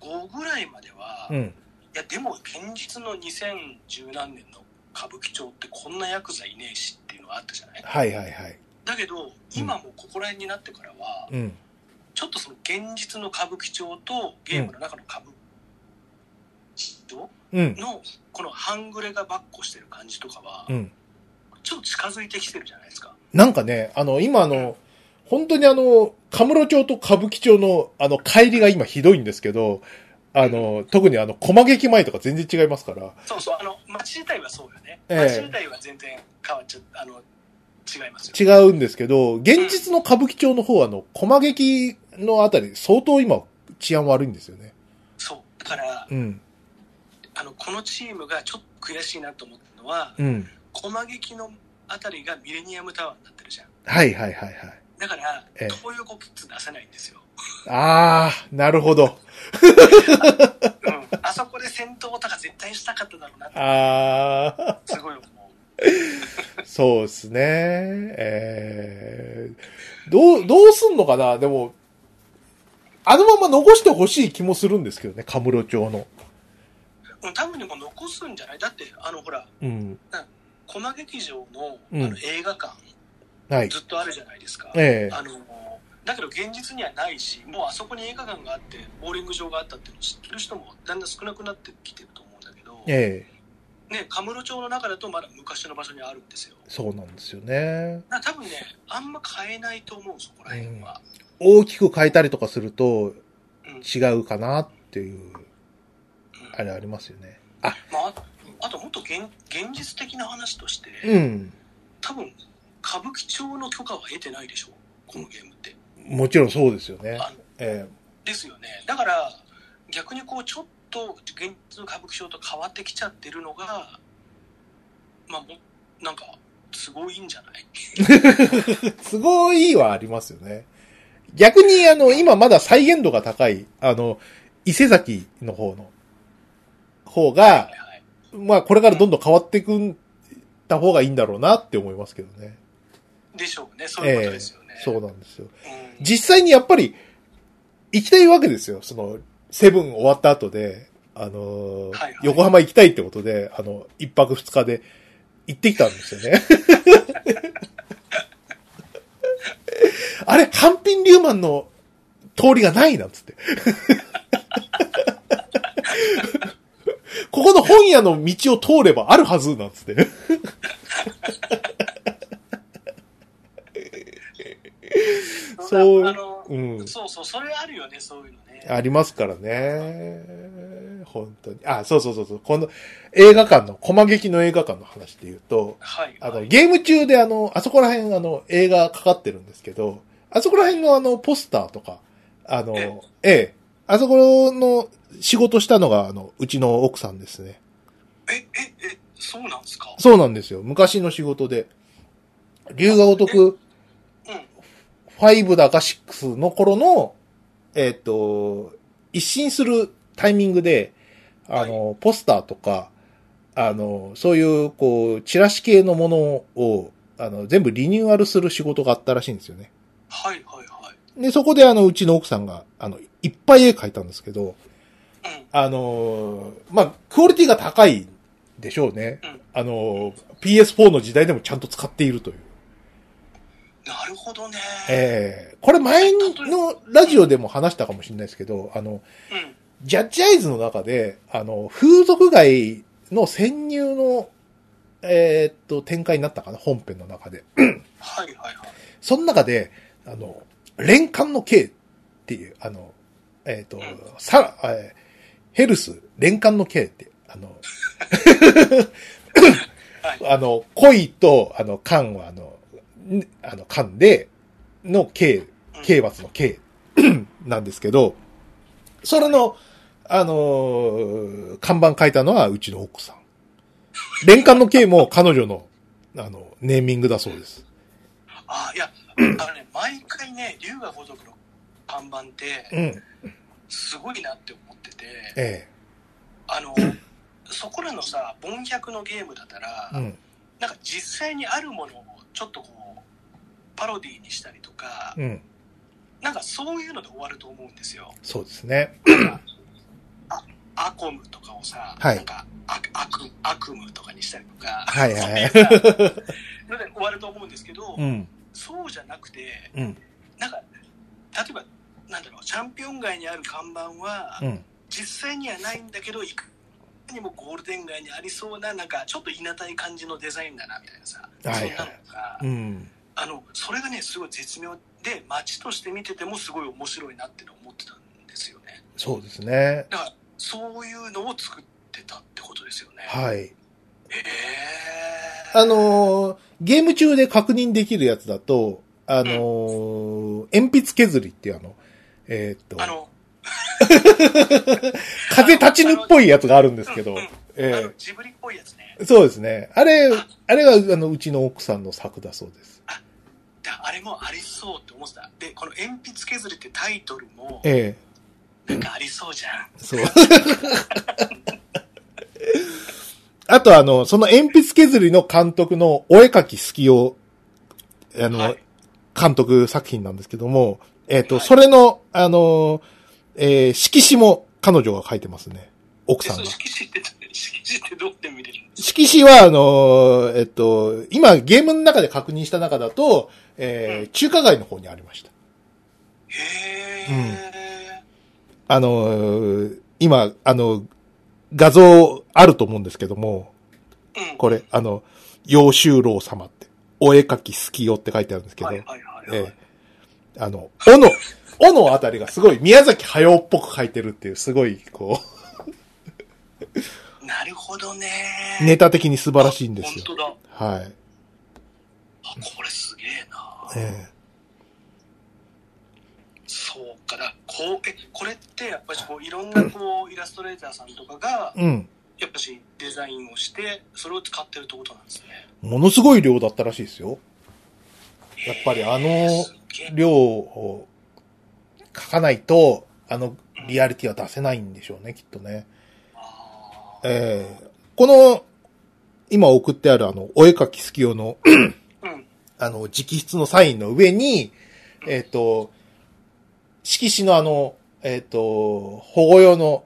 S2: 65ぐらいまでは、
S1: うん。うん。
S2: いやでも現実の2010何年の歌舞伎町ってこんなヤクザいねえしっていうのがあったじゃない
S1: はいはいはい。
S2: だけど今もここら辺になってからは、
S1: うん。
S2: ちょっとその現実の歌舞伎町とゲームの中の歌舞伎町
S1: うん。
S2: のこの半グレがばっこしてる感じとかは、
S1: うん。
S2: ちょっと近づいてきてるじゃないですか。
S1: なんかね、あの、今あの、本当にあの、カムロ町と歌舞伎町の、あの、帰りが今ひどいんですけど、あの、特にあの、駒劇前とか全然違いますから。
S2: そうそう、あの、街自体はそうよね。
S1: ええ
S2: 街自体は全然変わっちゃあの、違いますよ。
S1: 違うんですけど、現実の歌舞伎町の方はあの、駒劇のあたり、相当今、治安悪いんですよね。
S2: そう。だから、
S1: うん。
S2: あの、このチームがちょっと悔しいなと思ったのは、
S1: うん。
S2: 駒劇のあたりがミレニアムタワーになってるじゃん。
S1: はいはいはいはい。
S2: だから、
S1: ええ
S2: 東横キッズ出せないんですよ。
S1: あー、なるほど。
S2: うん。あそこで戦闘とか絶対したかっただろうなって、
S1: あー。
S2: すごい思う。
S1: そうですね。えー、どう、どうすんのかなでも、あのまま残してほしい気もするんですけどね、カムロ町の。
S2: うん多分でも残すんじゃないだって、あの、ほら、
S1: うん。
S2: 駒劇場の
S1: うん
S2: あの映画館、
S1: はい。
S2: ずっとあるじゃないですか。
S1: ええ
S2: あのだけど現実にはないし、もうあそこに映画館があって、ボーリング場があったっていうのを知ってる人もだんだん少なくなってきてると思うんだけど、
S1: ええ
S2: ね、カムロ町の中だとまだ昔の場所にあるんですよ。
S1: そうなんですよね。
S2: だから多分ね、あんま変えないと思う、そこら辺は。
S1: 大きく変えたりとかすると
S2: うん
S1: 違うかなっていう、
S2: うん
S1: あれありますよね。
S2: まあ、ああともっと現現実的な話として、
S1: うん。
S2: 多分歌舞伎町の許可は得てないでしょう、このゲームって。
S1: もちろんそうですよね。
S2: あの
S1: え
S2: ですよね。だから逆にこうちょっと現実の歌舞伎町と変わってきちゃってるのが、まあもうなんかすごいんじゃない？
S1: えすごいはありますよね。逆に、あの、今まだ再現度が高い、あの、伊勢崎の方の、方が、
S2: はい
S1: まあ、これからどんどん変わっていくった方がいいんだろうなって思いますけどね。
S2: でしょうね。そういうことですよね。
S1: そうなんですよ。
S2: うん
S1: 実際にやっぱり、行きたいわけですよ。その、セブン終わった後で、あのー
S2: はいはい
S1: 横浜行きたいってことで、あの、一泊二日で行ってきたんですよね。 (laughs) あれ、ハンピン・リューマンの通りがないな、つって。 (laughs) ここの本屋の道を通ればあるはず、なんつって。そう
S2: あの、
S1: うん。
S2: そうそうそれあるよねそういうのね。
S1: ありますからね。本当に。あ、そうそうそうそう。この映画館の、駒劇の映画館の話で言うと、
S2: はい。
S1: あ
S2: は
S1: の、
S2: い
S1: ゲーム中であの、あそこら辺あの、映画かかってるんですけど、あそこら辺のあの、ポスターとか、あの、
S2: え
S1: ええ、あそこの仕事したのが、あの、うちの奥さんですね。
S2: えええそうなんですか。
S1: そうなんですよ。昔の仕事で。龍が如く
S2: うん。
S1: 5だか6の頃の、えっ、と、一新するタイミングで、あの、ポスターとか、あの、そういう、こう、チラシ系のものを、あの、全部リニューアルする仕事があったらしいんですよね。
S2: はいはい
S1: で、そこであの、うちの奥さんが、あの、いっぱい絵描いたんですけど、
S2: はい。うん。
S1: あの、まあ、クオリティが高いでしょうね。
S2: うん
S1: あの、PS4 の時代でもちゃんと使っているという。
S2: なるほどね。
S1: ええこれ前のラジオでも話したかもしれないですけど、あの、
S2: うん。
S1: ジャッジアイズの中で、あの、風俗街の潜入の、えーっと、展開になったかな、本編の中で。
S2: はいはいはい。
S1: その中で、あの、連環の刑っていう、あの、えーっと
S2: ん、
S1: さ、えーヘルス、連環の刑って、あの、
S2: はい。
S1: あの、恋と、あの、勘は、あの、んあの、勘で、の刑
S2: うん
S1: 刑罰の刑 (coughs) なんですけど、それの、あのー看板書いたのはうちの奥さん。連環の刑も彼女の、あの、ネーミングだそうです。
S2: あいやあのね毎回ね龍が如くの看板って。
S1: うん。
S2: すごいなって思ってて、
S1: え
S2: あの、そこらのさ、凡客のゲームだったら、
S1: え。うん。
S2: なんか実際にあるものをちょっとこうパロディーにしたりとか
S1: うん。
S2: なんかそういうので終わると思うんですよ。
S1: そうですね。
S2: アコムとかをさ、
S1: はい
S2: なんかアクアクアクムとかにしたりとか、
S1: はいはい
S2: (laughs)
S1: はい
S2: そういうさので終わると思うんですけど、
S1: うん。
S2: そうじゃなくて、
S1: うん。
S2: なんか例えばなんだろうチャンピオン街にある看板は、
S1: うん。
S2: 実際にはないんだけどいかにもゴールデン街にありそうななんかちょっといなたい感じのデザインだなみたいなさ、
S1: はいはい
S2: そんなのとか、
S1: うん。
S2: あのそれがねすごい絶妙で街として見ててもすごい面白いなっていうのを思ってたんですよね
S1: そうですね。
S2: だからそういうのを作ってたってことですよね
S1: はい。
S2: へえ
S1: あのーゲーム中で確認できるやつだと、あのー鉛筆削りっていうあの、えーっと、
S2: あの
S1: 風立ちぬっぽいやつがあるんですけど
S2: うんうん、あの
S1: え
S2: ジブリっぽいやつね
S1: えそうですね。あれ、あれが、あの、うちの奥さんの作だそうです。
S2: だあれもありそうって思ってたでこの「鉛筆削り」ってタイトルも
S1: ええ
S2: なんかありそうじゃん
S1: そう。 (laughs) あと、あの、その鉛筆削りの監督のお絵描き好きを、あの、
S2: はい
S1: 監督作品なんですけども、えっ、と、
S2: はい
S1: それの、あの、えー色紙も彼女が書いてますね。奥
S2: で
S1: さんが
S2: その。色紙って色紙ってどうやって見れるんですか
S1: 色紙は、あの、えっと、今、ゲームの中で確認した中だと、えー
S2: うん
S1: 中華街の方にありました。
S2: へえ、
S1: あの、今、あの、画像あると思うんですけども、
S2: うん
S1: これ、あの、陽州郎様って、お絵描き好きよって書いてあるんですけど、
S2: はいはいはいはい、
S1: ええあの、おの、おのあたりがすごい宮崎駿っぽく書いてるっていう、すごい、こ
S2: なるほどね (laughs)
S1: う、ネタ的に素晴らしいんですよ。
S2: 本当だ
S1: はい。
S2: あこれすげえな、
S1: え
S2: そうかだこうえこれってやっぱしこういろんなこうイラストレーターさんとかが
S1: えうん。
S2: やっぱしデザインをしてそれを使ってるってことなんですね
S1: ものすごい量だったらしいですよ。やっぱりあの
S2: へーすげえ
S1: 量を書かないと、あの、リアリティは出せないんでしょうね、きっとね。
S2: あー
S1: ええこの、今送ってあるあの、お絵描き好き用の
S2: うん
S1: あの、直筆のサインの上に、えっ、と、色紙のあの、えっ、と、保護用の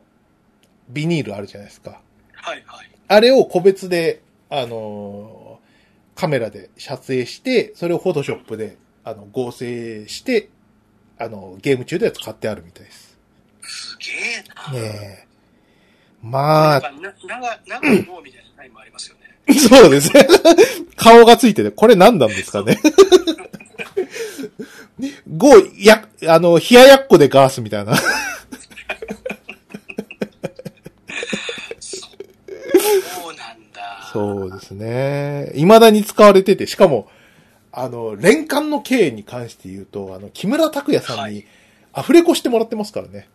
S1: ビニールあるじゃないですか。
S2: はいはい
S1: あれを個別で、あのーカメラで撮影して、それをフォトショップで、あの、合成して、あの、ゲーム中では使ってあるみたいです。
S2: すげえな
S1: ねえ。
S2: な
S1: ま
S2: んか
S1: あ、
S2: な長長い棒みたいなタイもありますよね
S1: (laughs) そうですね。顔がついてて、これ何なんですかね。 (laughs) ゴー、や、あの、冷ややっこでガースみたいな。 (laughs)
S2: そうそうなんだ
S1: そうですね。未だに使われてて、しかも、あの、連環の経営に関して言うと、あの、木村拓哉さ
S2: は
S1: ん
S2: い
S1: にアフレコしてもらってますからね。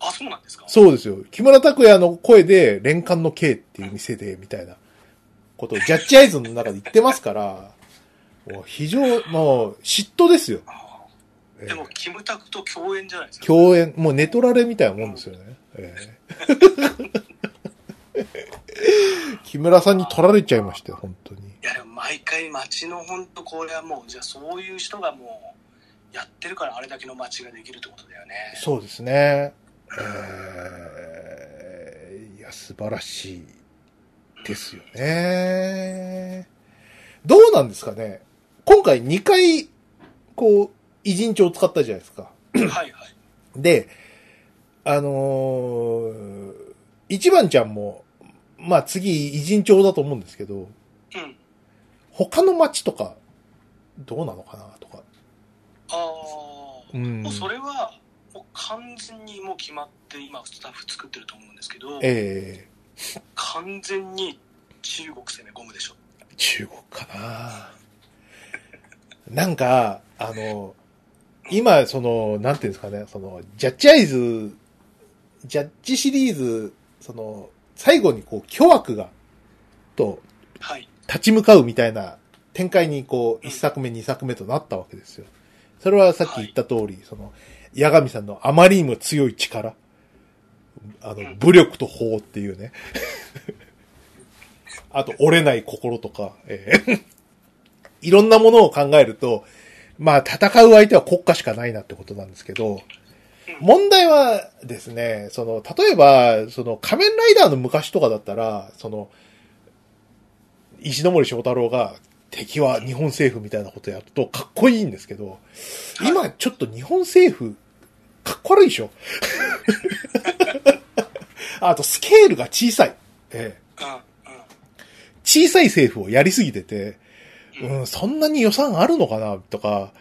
S2: あそうなんですか
S1: そうですよ。木村拓哉の声で、連環の経営っていう店で、みたいなことをジャッジアイズの中で言ってますから、もう非常、もう嫉妬ですよ。
S2: あー
S1: え
S2: でも
S1: え
S2: キムタクと共演じゃないですか
S1: 共演、もうネトラレみたいなもんですよね。え (laughs) え木村さんに取られちゃいましたよ、本当に。
S2: いや、でも毎回街の本当これはもう、じゃあそういう人がもう、やってるからあれだけの街ができるってことだよね。
S1: そうですね。えーいや、素晴らしいですよね。どうなんですかね今回2回、こう、偉人帳を使ったじゃないですか。
S2: はいはい。
S1: で、あのー一番ちゃんも、まあ次偉人帳だと思うんですけど、
S2: うん。
S1: 他の町とか、どうなのかなとか。
S2: ああ、
S1: うん
S2: もうそれは、もう完全にもう決まって、今スタッフ作ってると思うんですけど、
S1: え
S2: 完全に中国攻め込むでしょ。
S1: ー、中国かななんか、あの、今、その、なんていうんですかね、その、ジャッジアイズ、ジャッジシリーズ、その、最後にこう、巨悪が、と、
S2: はい。
S1: 立ち向かうみたいな展開にこう、一作目、二作目となったわけですよ。それはさっき言った通り、その、八神さんのあまりにも強い力。あ
S2: う
S1: の、
S2: ん
S1: 武力と法っていうね。 (laughs) あと折れない心とか、えー (laughs) いろんなものを考えると、まあ戦う相手は国家しかないなってことなんですけど、問題はですね、その、例えば、その仮面ライダーの昔とかだったら、その、石ノ森章太郎が敵は日本政府みたいなことやるとかっこいいんですけど、今ちょっと日本政府、かっこ悪いでしょあとスケールが小さい。ええ小さい政府をやりすぎてて、
S2: うん、うん、
S1: うん、そんなに予算あるのかなとか、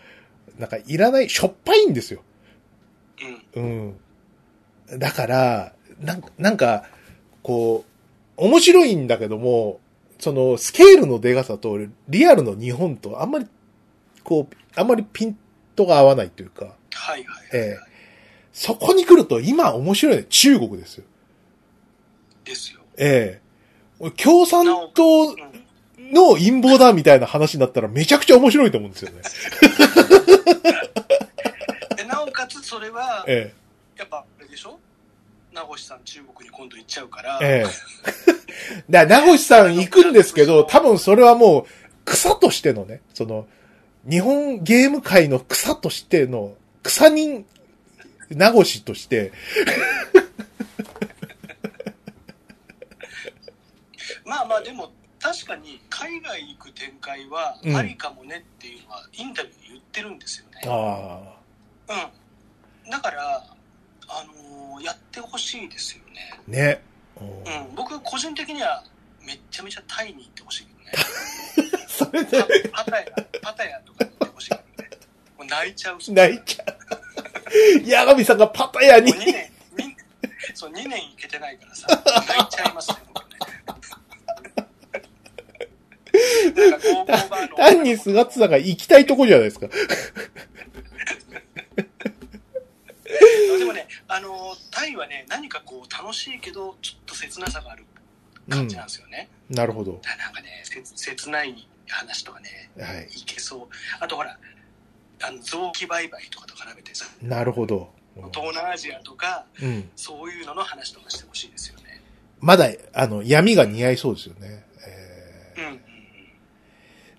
S1: なんかいらない、しょっぱいんですよ。
S2: う
S1: う
S2: ん、
S1: ん。だから、なんか、なんか、こう、面白いんだけども、その、スケールのでかさと、リアルの日本と、あんまり、こう、あんまりピントが合わないというか、
S2: はいはい。
S1: ええそこに来ると、今面白いのは中国ですよ。
S2: ですよ。
S1: ええ共産党
S2: うん
S1: の陰謀だみたいな話になったらめちゃくちゃ面白いと思うんですよね。
S2: でなおかつそれは、
S1: え
S2: やっぱあれでしょ名越さん中国に今度行っちゃうから、
S1: え。ええ。だから名越さん行くんですけど、多分それはもう草としてのね、その、日本ゲーム界の草としての、草人、名越として、
S2: まあまあでも確かに海外に行く展開は
S1: うん
S2: ありかもねっていうのはインタビューで言ってるんですよね。
S1: ああ、
S2: うん、だから、あのーやってほしいですよね、
S1: ね。う
S2: うんん、僕個人的にはめっちゃめちゃタイに行ってほしいけどね
S1: (laughs) それで、
S2: パパタヤパタヤとか行ってほしいけどねもう泣いちゃうし
S1: 泣いちゃう。矢神さんがパタヤに
S2: (laughs) もう2年にそう2年行けてないからさ泣いちゃいますね僕
S1: (laughs)
S2: ねなんかゴーゴーバーの
S1: 単に菅津さんが行きたいとこじゃないですか。
S2: でもね、あのタイはね、何かこう楽しいけど、ちょっと切なさがある感じなんですよね。
S1: なるほど。
S2: だからなんかね、切切ない話とかね、
S1: はい。
S2: いけそう。あとほら、あの臓器売買とかと絡めてさ、
S1: なるほど。
S2: 東南アジアとか、
S1: うん。
S2: そういうのの話とかしてほしいですよね。
S1: まだ、あの、闇が似合いそうですよね。え
S2: う
S1: ー
S2: んうんうん。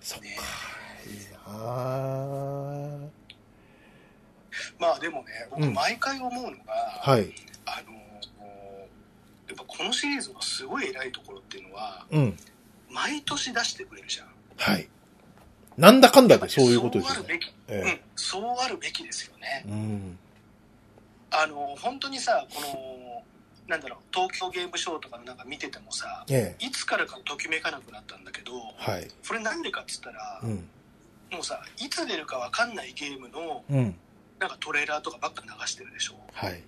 S1: そっか、い
S2: ね
S1: いなぁ
S2: まあでもね、
S1: う
S2: 僕
S1: ん
S2: 毎回思うのが、
S1: はい。
S2: あのやっぱこのシリーズのすごい偉いところっていうのは、
S1: うん。
S2: 毎年出してくれるじゃん。
S1: はい。なんだかんだでそういうことです
S2: そ
S1: よ
S2: うあるべ
S1: ね。
S2: き
S1: え
S2: うん、そうあるべきですよね
S1: え。うん。
S2: あの本当にさこのなんだろう東京ゲームショウとかのなんか見ててもさ
S1: ええ。
S2: いつからかときめかなくなったんだけど
S1: はい。
S2: それなんでかっつったら、
S1: うん。
S2: もうさいつ出るかわかんないゲームの
S1: うん。
S2: なんかトレーラーとかばっか流してるでしょ
S1: はい。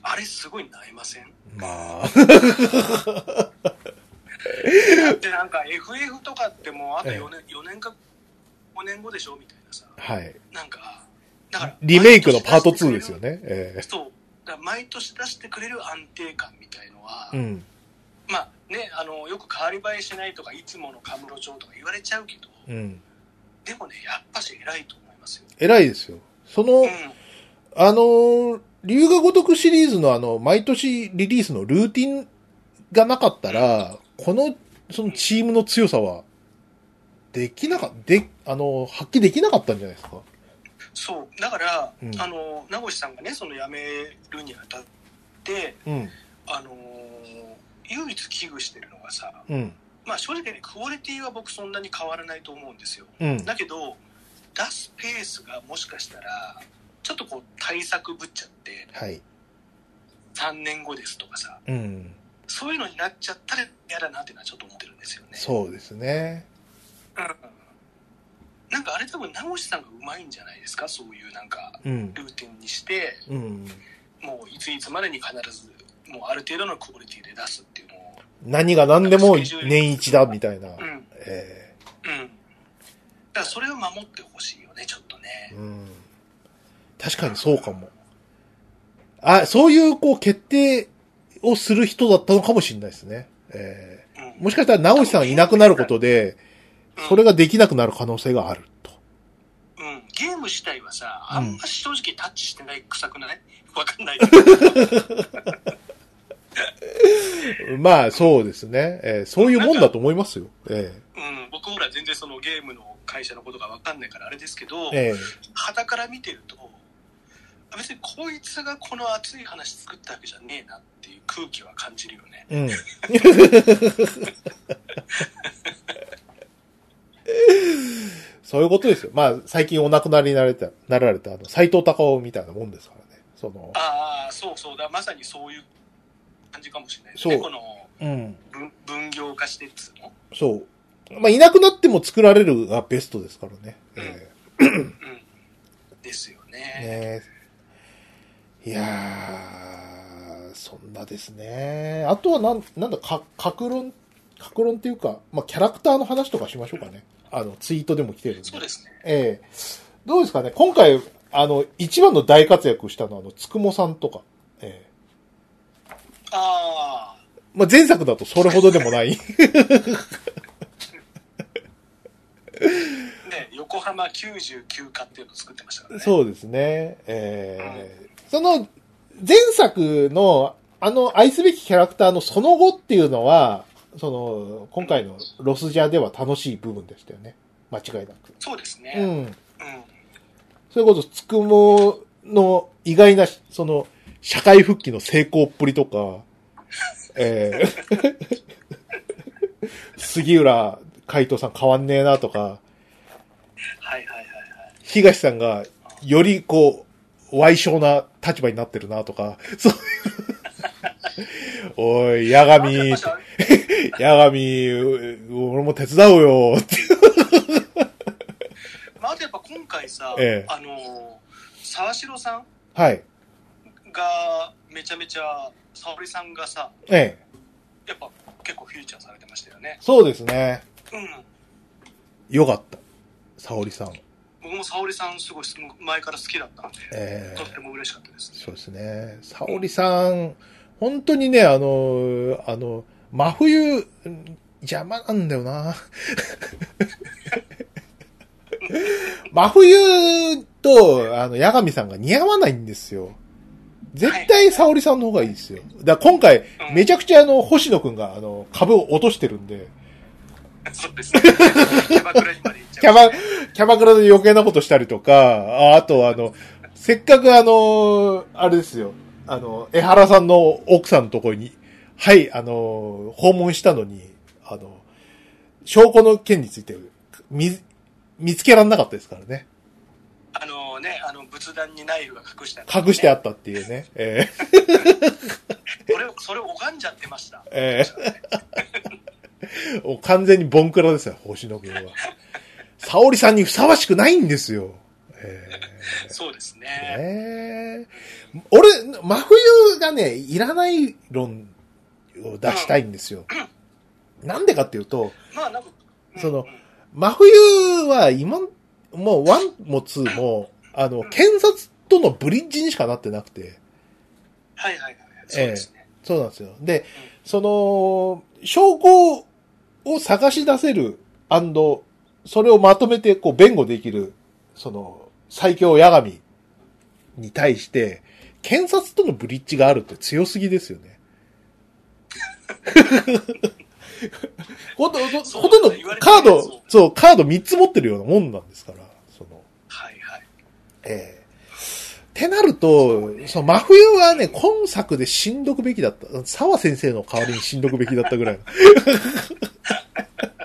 S2: あれすごいなえません
S1: まあ、 (laughs)
S2: だってなんか FF とかってもうあと
S1: ええ
S2: 4年四年か5年後でしょみたいなさ
S1: はい。
S2: なんかだから
S1: リメイクのパート2ですよ
S2: ね
S1: ね。え
S2: そうだから毎年出してくれる安定感みたいのは、
S1: え。うん。
S2: まあね、あのよく変わり映えしないとかいつものカムロ町とか言われちゃうけど、
S1: うん。
S2: でもねやっぱし偉いと思いますよ。
S1: 偉いですよ。その、
S2: うん、
S1: あのー、龍が如くシリーズのあの、毎年リリースのルーティンがなかったら、この、そのチームの強さは、できなか、で、あの、発揮できなかったんじゃないですか。
S2: そうだから、
S1: うん
S2: あの名越さんがねその辞めるにあたって
S1: うん。
S2: あの唯一危惧してるのがさ、
S1: うん。
S2: まあ、正直ねクオリティは僕そんなに変わらないと思うんですよ。
S1: うん。
S2: だけど出すペースがもしかしたらちょっとこう対策ぶっちゃって
S1: はい。
S2: 3年後ですとかさ
S1: うん。
S2: そういうのになっちゃったら嫌だなっていうのはちょっと思ってるんですよね。
S1: そうですね。
S2: うんなんかあれ多分名越さんがうまいんじゃないですかそういうなんか
S1: うん。
S2: ルーティンにして
S1: うん。
S2: もういついつまでに必ずもうある程度のクオリティで出すっていうのを
S1: 何が何でも年一だ、みたいな。
S2: うんうん
S1: え
S2: だからそれを守ってほしいよねちょっと
S1: え
S2: ね
S1: うん。確かにそうかも。あ、そういう、こう、決定をする人だったのかもしれないですね。ええ
S2: うん
S1: もしかしたら直しさんがいなくなることで、
S2: うん
S1: それができなくなる可能性があると。
S2: うんゲーム自体はさ
S1: うん
S2: あ (laughs) んま正直タッチしてない臭くないわかんないけど
S1: まあ、そうですね。えーそういうもんだと思いますよ。え
S2: うん、僕ほら全然そのゲームの会社のことが分かんないからあれですけど、
S1: えええ
S2: 肌から見てるとあ別にこいつがこの熱い話作ったわけじゃねえなっていう空気は感じるよね
S1: うん。 (laughs) そういうことですよ。まあ、最近お亡くなりになられた、なられた、あの、斎藤隆夫みたいなもんですからね。その、
S2: ああそうそうだまさにそういう感じかもしれないです
S1: そ
S2: ね
S1: う
S2: この
S1: うん。
S2: 分分業化してっつうの、
S1: そう。まあ、いなくなっても作られるがベストですからね。ええ
S2: うん、ですよね
S1: ねえいやー、そんなですね。あとはなん、なんだ、か、格論、格論っていうか、まあ、キャラクターの話とかしましょうかね。あの、ツイートでも来てるんで
S2: そう。ですね
S1: ええどうですかね今回、あの、一番の大活躍したのは、あの、つくもさんとか。ええ
S2: ああ
S1: まあ、前作だとそれほどでもない。
S2: ね横浜99課っていうのを作ってましたからね
S1: そうですね。えーその、前作の、あの、愛すべきキャラクターのその後っていうのは、その、今回のロスジャーでは楽しい部分でしたよね。間違いなく。
S2: そうです
S1: う
S2: ね
S1: ん。
S2: うん、
S1: それこそ、つくもの意外な、その、社会復帰の成功っぷりとか、
S2: (laughs)
S1: えー (laughs) 杉浦海斗さん変わんねえなとか、
S2: はいはいはい
S1: 東さんがよりこう、歪小な立場になってるなとか、 (laughs) そういう。おい、八
S2: あや
S1: 神
S2: っ、ぱ
S1: 八神、う俺も手伝おうよって。
S2: まあ、あとやっぱ今回さ、
S1: ええ
S2: あのー沢城さ
S1: はい。
S2: んがめちゃめちゃ沙織さんがさ
S1: ええ。
S2: やっぱ結構フィーチャーされてましたよね
S1: そうですね。
S2: うん
S1: よかった。沙織さん。
S2: 僕も沙織さんすごい前から好きだったんで、
S1: ええ
S2: とっても嬉しかったですね (laughs)
S1: そうですね。沙織さん、本当にね、あの、あの、真冬、ん邪魔なんだよな。 (laughs) 真冬と、あの、八神さんが似合わないんですよ。絶対沙織さんの方がいいですよ。だから今回、
S2: うん
S1: めちゃくちゃあの、星野くんが、あの、株を落としてるんで、
S2: そうですね (laughs) キャバクラにまで行っち
S1: キ
S2: ゃ
S1: ャ
S2: う
S1: バ、キャバクラで余計なことしたりとか、ああとはあの、せっかくあの、あれですよ、あの、江原さんの奥さんのところに、はい、あの、訪問したのに、あの、証拠の件について、見、見つけられなかったですからね。
S2: あのねあの仏壇にナイフが隠してあったね、
S1: 隠してあったっていうね。えー
S2: 俺それ拝んじゃってました
S1: えー (laughs) もう完全にボンクラですよ、星野君は。沙織さんにふさわしくないんですよ。えー
S2: そうですね
S1: ねえ俺、真冬がね、いらない論を出したいんですよ。なんでかっていうと、
S2: まあなんか、うん
S1: その
S2: うん
S1: 真冬は今、もう1も2も、あの、検察とのブリッジにしかなってなくて、
S2: はいはいはいそうですね、
S1: そうなんですよ。で、その、証拠を探し出せる、それをまとめて、こう、弁護できる、その、最強八神に対して、検察とのブリッジがあるって強すぎですよ (laughs) ね。ほとほとほとんどカード、そう、カード3つ持ってるようなもんなんですから、その、
S2: はいはい
S1: ええってなると、その真冬はね、今作でしんどくべきだった。沢先生の代わりにしんどくべきだったぐらいの。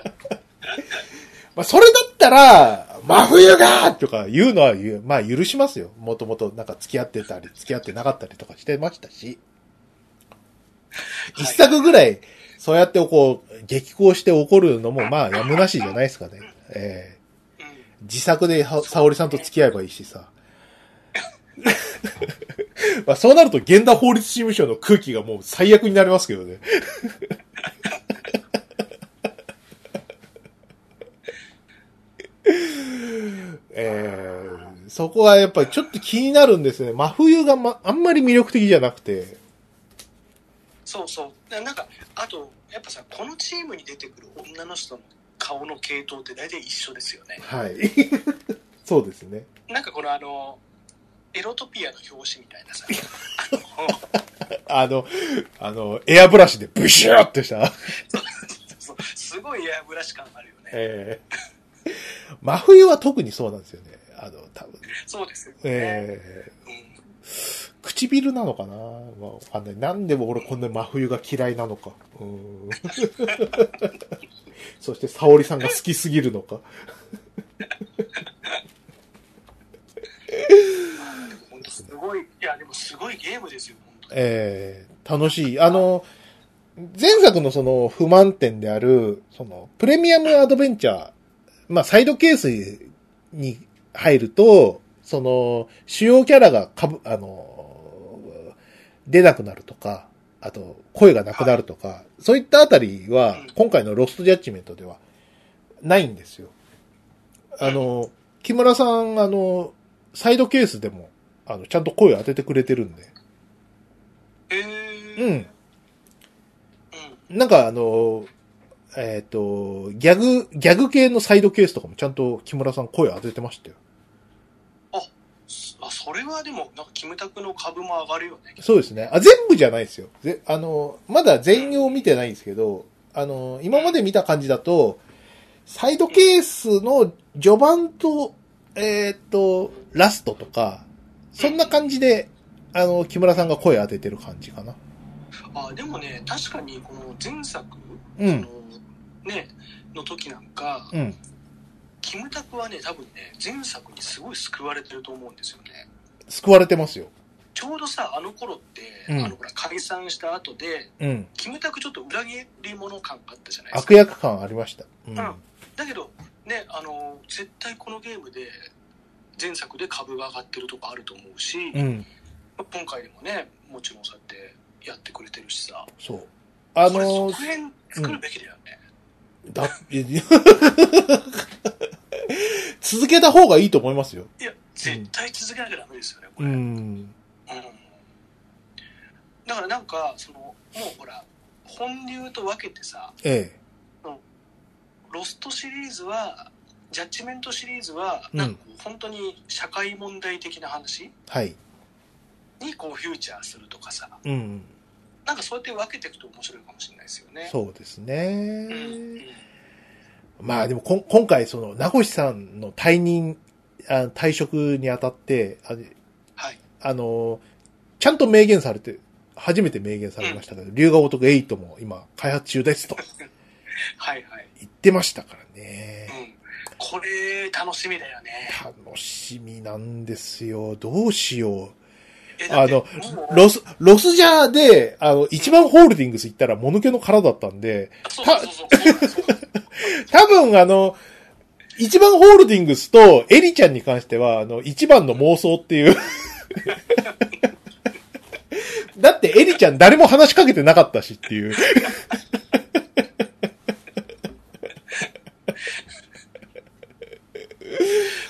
S1: (laughs) まあ、それだったら、真冬がとか言うのは言う、まあ許しますよ。もともとなんか付き合ってたり、付き合ってなかったりとかしてましたし。一作ぐらい、そうやってこう、激高して怒るのも、まあやむなしじゃないですかね。ええ
S2: うん
S1: 自作では沙織さんと付き合えばいいしさ。 (laughs) まあそうなると、現代法律事務所の空気がもう最悪になりますけどね。 (laughs) えーそこはやっぱりちょっと気になるんですね。真冬が、ま、あんまり魅力的じゃなくて。
S2: そうそうでなんかあとやっぱさこのチームに出てくる女の人の顔の系統って大体一緒ですよね
S1: (laughs) はい。そうですね。
S2: なんかこのあのエロトピアの表紙みたい
S1: (laughs)
S2: なさ、
S1: あの、あの、エアブラシでブシューってした。
S2: そうすごいエアブラシ感あるよね。
S1: ええ (laughs) 真冬は特にそうなんですよね。あの、多分。
S2: そうですよね。
S1: ええ
S2: うん
S1: 唇なのかなまあ、わかんない。なんでも俺こんな真冬が嫌いなのか。うーん (laughs) そして、沙織さんが好きすぎるのか。
S2: でも本当すごい、いや、でもすごいゲームですよ、本当に。
S1: ええ楽しい。あの、前作のその不満点である、そのプレミアムアドベンチャー、まあサイドケースに入ると、その主要キャラがかぶ、あの、出なくなるとか、あと声がなくなるとか、そういったあたりは
S2: うん
S1: 今回のロストジャッジメントではないんですよ。あの、木村さん、あの、サイドケースでも、あの、ちゃんと声を当ててくれてるんで。
S2: えー、
S1: うん。なんかあの、えっ、と、ギャグ、ギャグ系のサイドケースとかもちゃんと木村さん声当ててましたよ。
S2: あそれはでも、なんか、キムタクの株も上がるよね。
S1: そうですね。あ、全部じゃないですよ。ぜあの、まだ全容見てないんですけど、あの、今まで見た感じだと、サイドケースの序盤と、えっ、と、ラストとか、そんな感じで、あの、木村さんが声当ててる感じかな。
S2: あでもね、確かに、この前作、
S1: う
S2: あの
S1: ん、
S2: ね、の時なんか、
S1: うん。
S2: キムタクはね、多分ね、前作にすごい救われてると思うんですよね。
S1: 救われてますよ。
S2: ちょうどさ、あの頃って、
S1: うん
S2: あの、ほら、解散した後で、
S1: うん。
S2: キムタクちょっと裏切り者感があったじゃないです
S1: 悪
S2: か。
S1: 役感ありました。うん。
S2: うんだけど、ね、あの、絶対このゲームで、前作で株が上がってるとかあると思うし、
S1: うん。
S2: まあ今回でもね、もちろんそうやってやってくれてるしさ、
S1: そう。あ
S2: これ
S1: の
S2: 続編作るべきだよね。
S1: だ、 (laughs) いや続けた方がいいと思いますよ。
S2: いや、絶対続けなきゃダメですよね、こ
S1: う
S2: れ。
S1: ん。
S2: うんだからなんかそのもうほら本流と分けてさ
S1: え
S2: ロストシリーズはジャッジメントシリーズはなんかこう本当に社会問題的な話
S1: え。はい。
S2: にこうフューチャーするとかさ
S1: うん。
S2: なんかそうやって分けていくと面白いかもしれないですよね。
S1: そうです
S2: うんうん
S1: ね。まあでもこん、今回、その、名越さんの退任、あ退職にあたって、あ
S2: はい
S1: あの、ちゃんと明言されて、初めて明言されましたけど、龍河如エイトも今、開発中ですと
S2: はいはい、
S1: 言ってましたからね。
S2: うん、これ楽しみだよね。
S1: 楽しみなんですよ。どうしよう。
S2: え
S1: あの
S2: だってもう
S1: ロス、ロスジャーで、あの、一番ホールディングス行ったら、もぬけの殻だったんで、
S2: そうそうそうそう
S1: 多分あの、一番ホールディングスとエリちゃんに関しては、あの、一番の妄想っていう。だってエリちゃん誰も話しかけてなかったしっていう。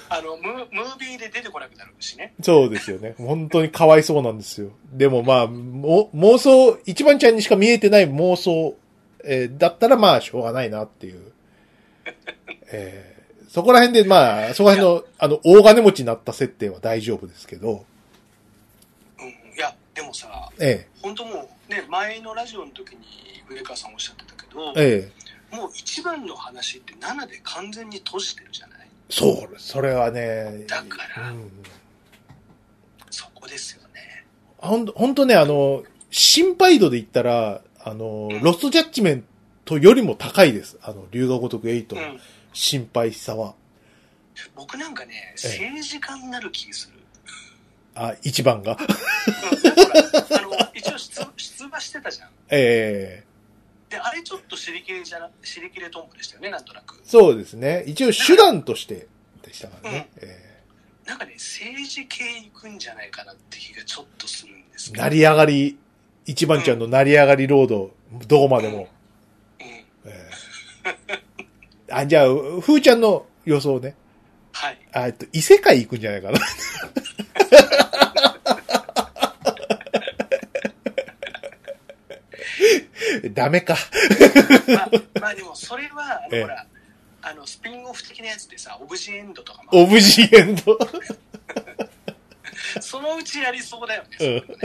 S2: あのムームービーで出てこなくなるしね。
S1: そうですよね。本当にかわいそうなんですよ。でもまあ、も妄想、一番ちゃんにしか見えてない妄想、えーだったらまあ、しょうがないなっていう。えーそこら辺でまあ、そこら辺の、あの、大金持ちになった設定は大丈夫ですけど、
S2: うん、いやでもさ
S1: え
S2: 本当もうね前のラジオの時に上川さんおっしゃってたけど
S1: え、ええ
S2: もう一番の話って7で完全に閉じてるじゃない
S1: そう、それはね、
S2: だから
S1: うん、
S2: そこですよね
S1: ほんと、ほんとね、あの、心配度で言ったら、あの、
S2: うん
S1: ロストジャッジメントよりも高いです。あの、龍河如く8
S2: う
S1: の
S2: ん
S1: 心配さは。
S2: 僕なんかね政治家になる気
S1: (laughs)
S2: する、
S1: あ、一番が。
S2: うん、ほらあの一応出出馬してたじゃん
S1: ええ
S2: であれちょっと尻切れじゃな尻切れトンボでしたよねなんとなく
S1: そうですね。一応手段としてでしたからね。え
S2: なんかね政治系行くんじゃないかなって気がちょっとするんです
S1: え
S2: けど
S1: 成り上がり、一番ちゃんの成り上がりロード、どこまでも。
S2: うん、
S1: ええあ、じゃあ、ふーちゃんの予想ね。
S2: はい
S1: あえっと、異世界行くんじゃないか (laughs) な。ダメか。
S2: まあ、まあでもそれはあ
S1: え
S2: の
S1: え
S2: ほら、あのスピンオフ的なやつでさオブジェエンドとかも
S1: オブジエンド。
S2: そのうちやりそうだよね。
S1: うん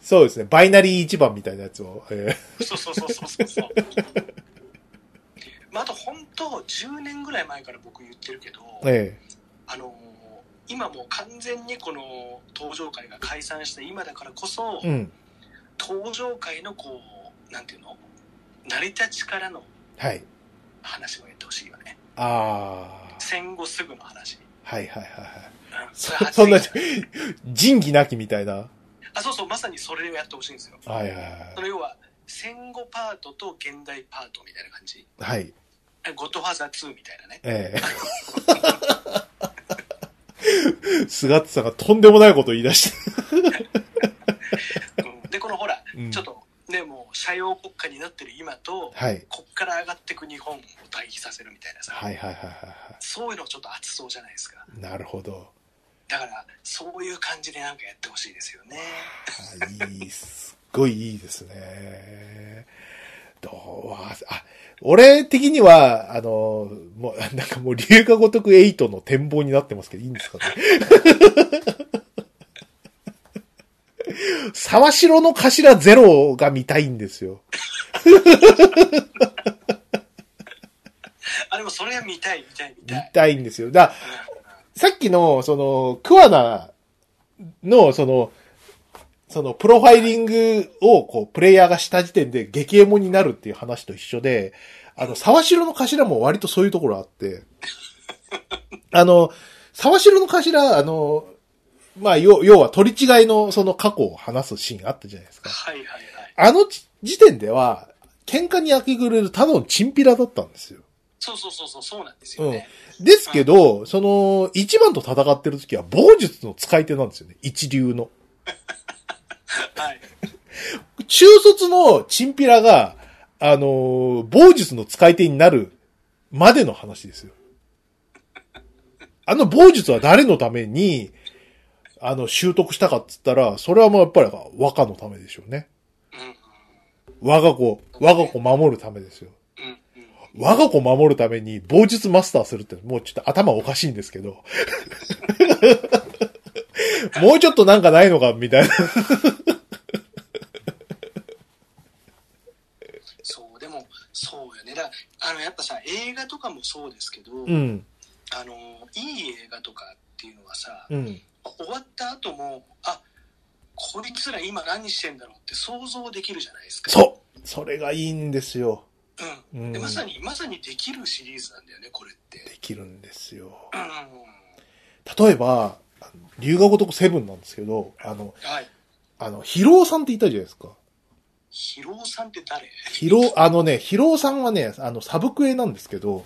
S1: そうですね。バイナリー一番みたいなやつを。え
S2: そうそうそうそうそうそう。まあ、あと本当10年ぐらい前から僕言ってるけど、
S1: ーえ
S2: あのー今もう完全にこの登場会が解散した今だからこそ、
S1: ーうん。
S2: 登場会のこうなんていうの成り立ちからの
S1: はい。
S2: 話をやってほしいよね
S1: ああ。
S2: 戦後すぐの話、
S1: はいはいはいはい。
S2: うん
S1: そ
S2: れ
S1: そんな
S2: 初めて、
S1: 仁義なきみたいな。
S2: あそうそうまさにそれをやってほしいんですよ
S1: はいはい
S2: その要は戦後パートと現代パートみたいな感じ
S1: はい。はい。
S2: ゴッドファーザー2みたい
S1: (laughs)
S2: なね
S1: ええ菅田さんがとんでもないことを言い出して。
S2: うんでこのほら、
S1: うん
S2: ちょっとねもう社用国家になってる今と
S1: はい。
S2: こっから上がってく日本を対比させるみたいなさ、
S1: はいはいはいはいは
S2: そういうのちょっと熱そうじゃないですか
S1: い。なるほど。
S2: だからそういう感じでなんかやってほしいですよ
S1: (laughs)
S2: ね
S1: あいい、すっごいいいですね。どうわあ、俺的には、あの、もう、なんかもう、龍が如く8の展望になってますけど、いいんですかね。沢城の頭ゼロが見たいんですよ。
S2: あでもそれは見たい見たい見
S1: 見
S2: たい、
S1: たいんですよ。だ
S2: うん
S1: さっきの、その、桑名の、その、その、プロファイリングを、こう、プレイヤーがした時点で、激エモになるっていう話と一緒で、あの、沢城の頭も割とそういうところあって、あの、沢城の頭、あの、まあ、要要は取り違いの、その過去を話すシーンあったじゃないですか。
S2: はいはいはい
S1: あのち時点では、喧嘩に明け暮れるただのチンピラだったんですよ。
S2: そうそうそうそうそうなんですよね、
S1: ですけど、その、一番と戦ってる時は、傍術の使い手なんですよね。一流の。
S2: はい
S1: 中卒のチンピラが、あのー、傍術の使い手になるまでの話ですよ。あの傍術は誰のために、あの、習得したかっつったら、それはまあやっぱり和歌のためでしょうね。
S2: う
S1: 我が子、我が子守るためですよ。
S2: んうんうんうん
S1: 我が子守るために傍術マスターするって、もうちょっと頭おかしいんですけど。 (laughs) もうちょっとなんかないのか、みたいな。
S2: そうでもそうよねだからあのやっぱさ映画とかもそうですけど、
S1: うん。
S2: あのいい映画とかっていうのはさ、
S1: うん。
S2: 終わった後もあこいつら今何してんだろうって想像できるじゃないですか
S1: そうそれがいいんですよ。
S2: う、、
S1: うんん。
S2: で
S1: で
S2: まさにまさにできるシリーズなんだよねこれって
S1: きるんですよ。
S2: うん
S1: 例えば、あの龍河如くセブンなんですけど、あの、
S2: はい
S1: あの、ヒロさんっていたじゃないですか。
S2: ヒロウさんって誰
S1: ヒロ、あのね、ヒロさんはね、あの、サブクエなんですけど、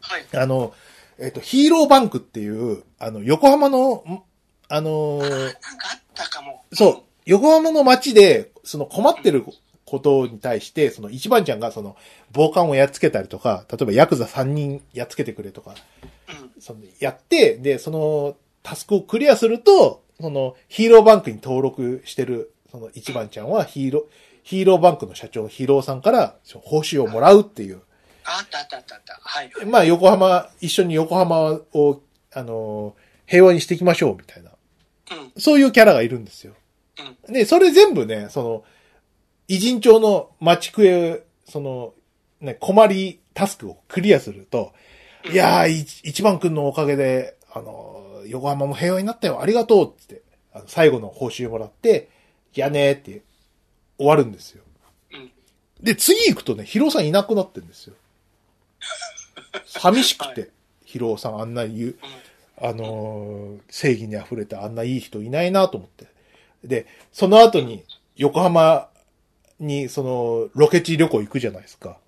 S2: はい
S1: あの、えっと、ヒーローバンクっていう、あの、横浜の、んあの
S2: あー
S1: ー
S2: なんかあったかも
S1: そう、横浜の街で、その困ってることに対して、その一番ちゃんがその暴漢をやっつけたりとか、例えばヤクザ3人やっつけてくれとか、
S2: うん
S1: そのやって、で、そのタスクをクリアすると、そのヒーローバンクに登録してる、その一番ちゃんはヒーロー、ヒーローバンクの社長、ヒーローさんからその報酬をもらうっていう。
S2: あったあったあったあったはいはい
S1: まあ、横浜、一緒に横浜を、あのー平和にしていきましょう、みたいな。
S2: うんうん
S1: そういうキャラがいるんですよ。で、それ全部ね、その、偉人町の町クエ、その、ね、困りタスクをクリアすると、
S2: うん
S1: いやー、い一番くんのおかげで、あの、横浜も平和になったよ、ありがとうっつって、あの最後の報酬もらって、いやねーって終わるんですよ。
S2: うん
S1: で、次行くとね、ヒロさんいなくなってんです
S2: (laughs)
S1: よ。寂しく
S2: は
S1: て、ヒロさんあんな言う、
S2: うん
S1: あのー正義に溢れてあんないい人いないなと思って。で、その後に横浜にそのロケ地旅行行くじゃないですか。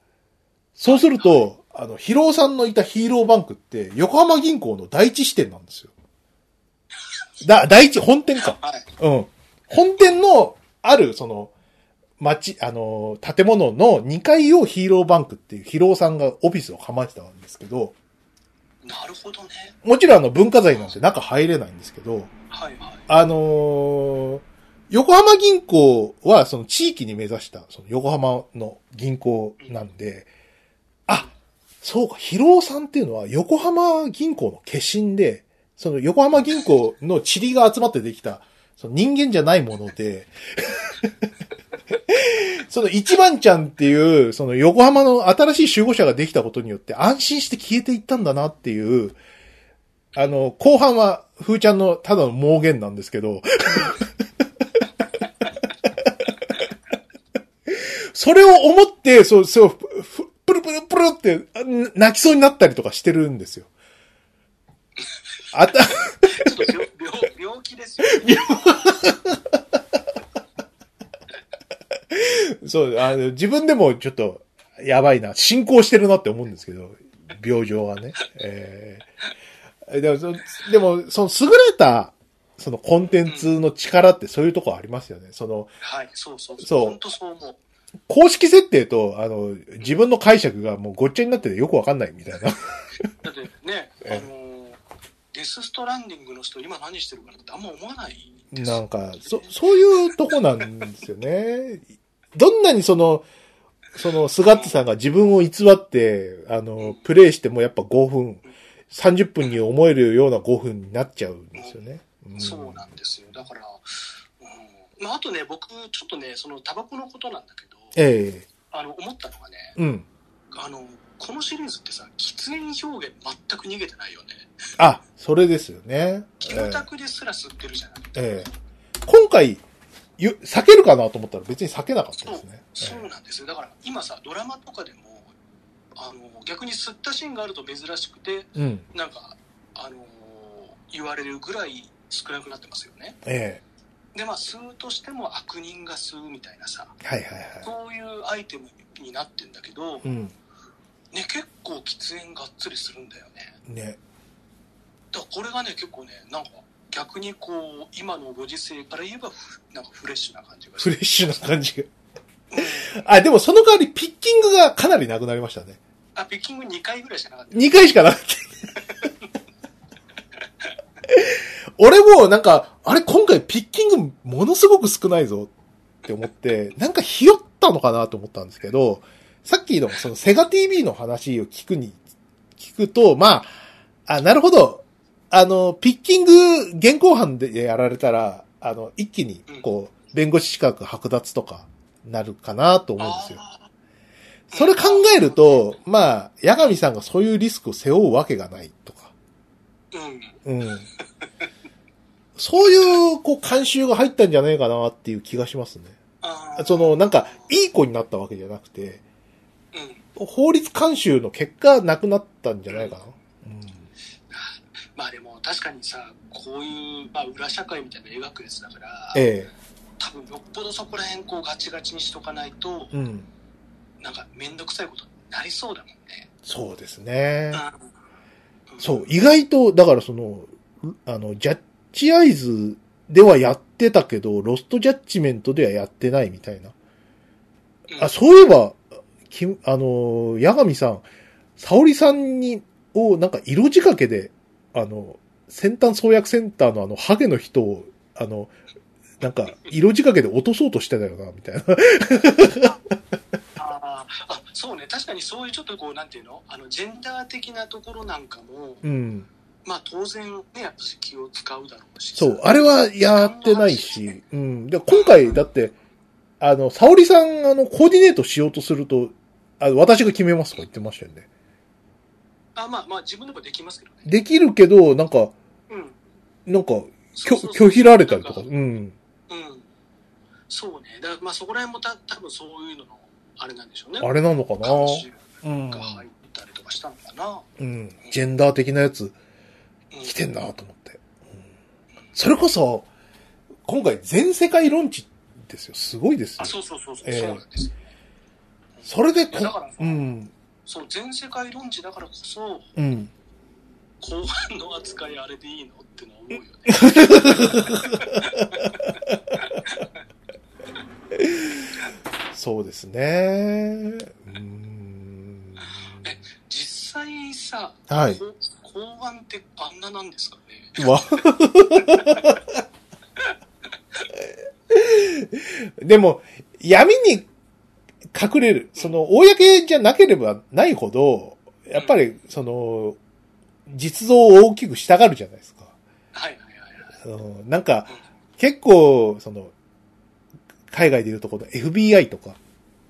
S1: そうすると、あの、ヒロさんのいたヒーローバンクって横浜銀行の第一支店なんですよ。だ、第一本店か。
S2: はい
S1: うん。本店のある、その、町、あのー、建物の2階をヒーローバンクっていうヒロさんがオフィスを構えてたんですけど、
S2: なるほどね
S1: もちろんあの文化財なんて中入れないんですけど、
S2: はいはい
S1: あのー横浜銀行はその地域に目指した、その横浜の銀行なんで、あ、そうか、広尾さんっていうのは横浜銀行の化身で、その横浜銀行の塵が集まってできた、その人間じゃないもので、 (laughs) その一番ちゃんっていう、その横浜の新しい集合者ができたことによって安心して消えていったんだなっていう、あの、後半は、ふーちゃんのただの盲言なんですけど、それを思って、そう、そう、ふふプルプルプルってあな泣きそうになったりとかしてるんですよ。あた、
S2: ちょっと病病病気ですよ。
S1: そう、あの、自分でもちょっと、やばいな、進行してるなって思うんですけど、病状がね。えーでもそ、でも、その優れた、そのコンテンツの力ってそういうとこありますよね。その、
S2: はい、そうそう
S1: そう
S2: 本当そう思う。
S1: 公式設定と、あの、自分の解釈がもうごっちゃになっててよくわかんないみたいな。
S2: だってね、あ
S1: ええ
S2: のーデス・ストランディングの人、今何してるかなってあんま思わない (laughs) です。
S1: なんか、そ、そういうとこなんですよね。どんなにその、その、スガッツさんが自分を偽って、あの、プレイしてもやっぱ5分、30分に思えるような5分になっちゃうんですよね。ん
S2: そうなんですよ。だから、うんまあ、あとね、僕、ちょっとね、そのタバコのことなんだけど、
S1: え
S2: あの思ったのがね、
S1: えうん。
S2: あのこのシリーズってさ、喫煙表現全く逃げてないよね。
S1: あ、それですよね。え
S2: 住宅ですら吸ってるじゃない。
S1: えええ今回、ゆ避けるかなと思ったら別に避けなかったですね。
S2: そうなんですよ。だから今さ、ドラマとかでも、あの逆に吸ったシーンがあると珍しくて、
S1: ええうん。
S2: なんか、あの言われるぐらい少なくなってますよね。
S1: え
S2: で、まあ、吸うとしても悪人が吸うみたいなさ、
S1: えはいはいはい。
S2: そういうアイテムになってんだけど、
S1: うん。
S2: ね、結構喫煙がっつりするんだよね。
S1: ね。
S2: だからこれがね、結構ね、なんか逆にこう、今のご時世から言えば、ふなんかフレッシュな感じがす
S1: フ
S2: る。
S1: レッシュな感じが。あ、でもその代わりピッキングがかなりなくなりましたね。
S2: あ、ピッキング2回ぐらいしかなかった。
S1: 2回しかなくて。俺もなんか、あれ今回ピッキングものすごく少ないぞって思って、なんかひよったのかなと思ったんですけど、さっきのそのセガ TV の話を聞くに、聞くと、まあ、あ、なるほど。あの、ピッキング現行犯でやられたら、あの、一気にこう、弁護士資格剥奪とかなるかなと思うんですよ。
S2: あー
S1: それ考えると、まあ、八神さんがそういうリスクを背負うわけがないとか。
S2: うん。
S1: うん。そういう、こう、慣習が入ったんじゃないかなっていう気がしますね。
S2: あー
S1: その、なんか、いい子になったわけじゃなくて、
S2: うん。
S1: 法律慣習の結果なくなったんじゃないかな。
S2: まあでも確かにさ、こういう、まあ、裏社会みたいなの描くやつだから、
S1: え
S2: 多分よっぽどそこら辺こうガチガチにしとかないと、
S1: え。うん。
S2: なんかめんどくさいことになりそうだもんね。
S1: そうですね。
S2: うんん
S1: そう、意外と、だからその、あの、ジャッジアイズではやってたけど、ロストジャッジメントではやってないみたいな。
S2: うん
S1: あ、そういえば、きあのー、八神さん、沙織さんに、を、なんか色仕掛けで、あの、先端創薬センターのあの、ハゲの人を、あの、なんか、色仕掛けで落とそうとしてたよな、みたいな。
S2: あーあそうね確かにそういうちょっとこうなんていうのあのジェンダー的なところなんかも、
S1: うん。
S2: まあ当然ねやっぱし気を使うだろうし
S1: そう、あれはやってないし、うん。で、今回、だって、あの、沙織さん、あの、コーディネートしようとすると、あの、私が決めますとか言ってましたよね。
S2: あまあまあ自分でもできますけどね
S1: できるけど、なんか、
S2: うん
S1: なんか、
S2: そうそうそ
S1: 拒
S2: う
S1: 拒否られたりとか、
S2: な
S1: うんん。
S2: うんそうねだからまあそこら辺もた多分そういうののあれなんでしょうね
S1: あれなのか
S2: 慣
S1: な
S2: 習
S1: うん
S2: が。入ったりとかしたのかな、
S1: うん。ジェンダー的なやつ
S2: うん、
S1: 来てんなと思って。うんそれこそ、今回全世界論知ですよ。すごいです
S2: あ
S1: よ。
S2: そうそうそうそう、
S1: ええ
S2: そうなんですよね
S1: それでこ
S2: いやだから、
S1: うん。
S2: そう全世界論知だからこそ
S1: うん。
S2: 後半の扱いあれでいいのってのは思うよね
S1: そうですね。うん。
S2: 実際さ、
S1: はい
S2: こ公安ってあんななんですかね
S1: わ。 (laughs) でも、闇に隠れる、その、公じゃなければないほど、やっぱり、その、実像を大きくしたがるじゃないですか。
S2: はいはいはいはい。
S1: あのなんか、結構、その、海外でいうとこの FBI とか、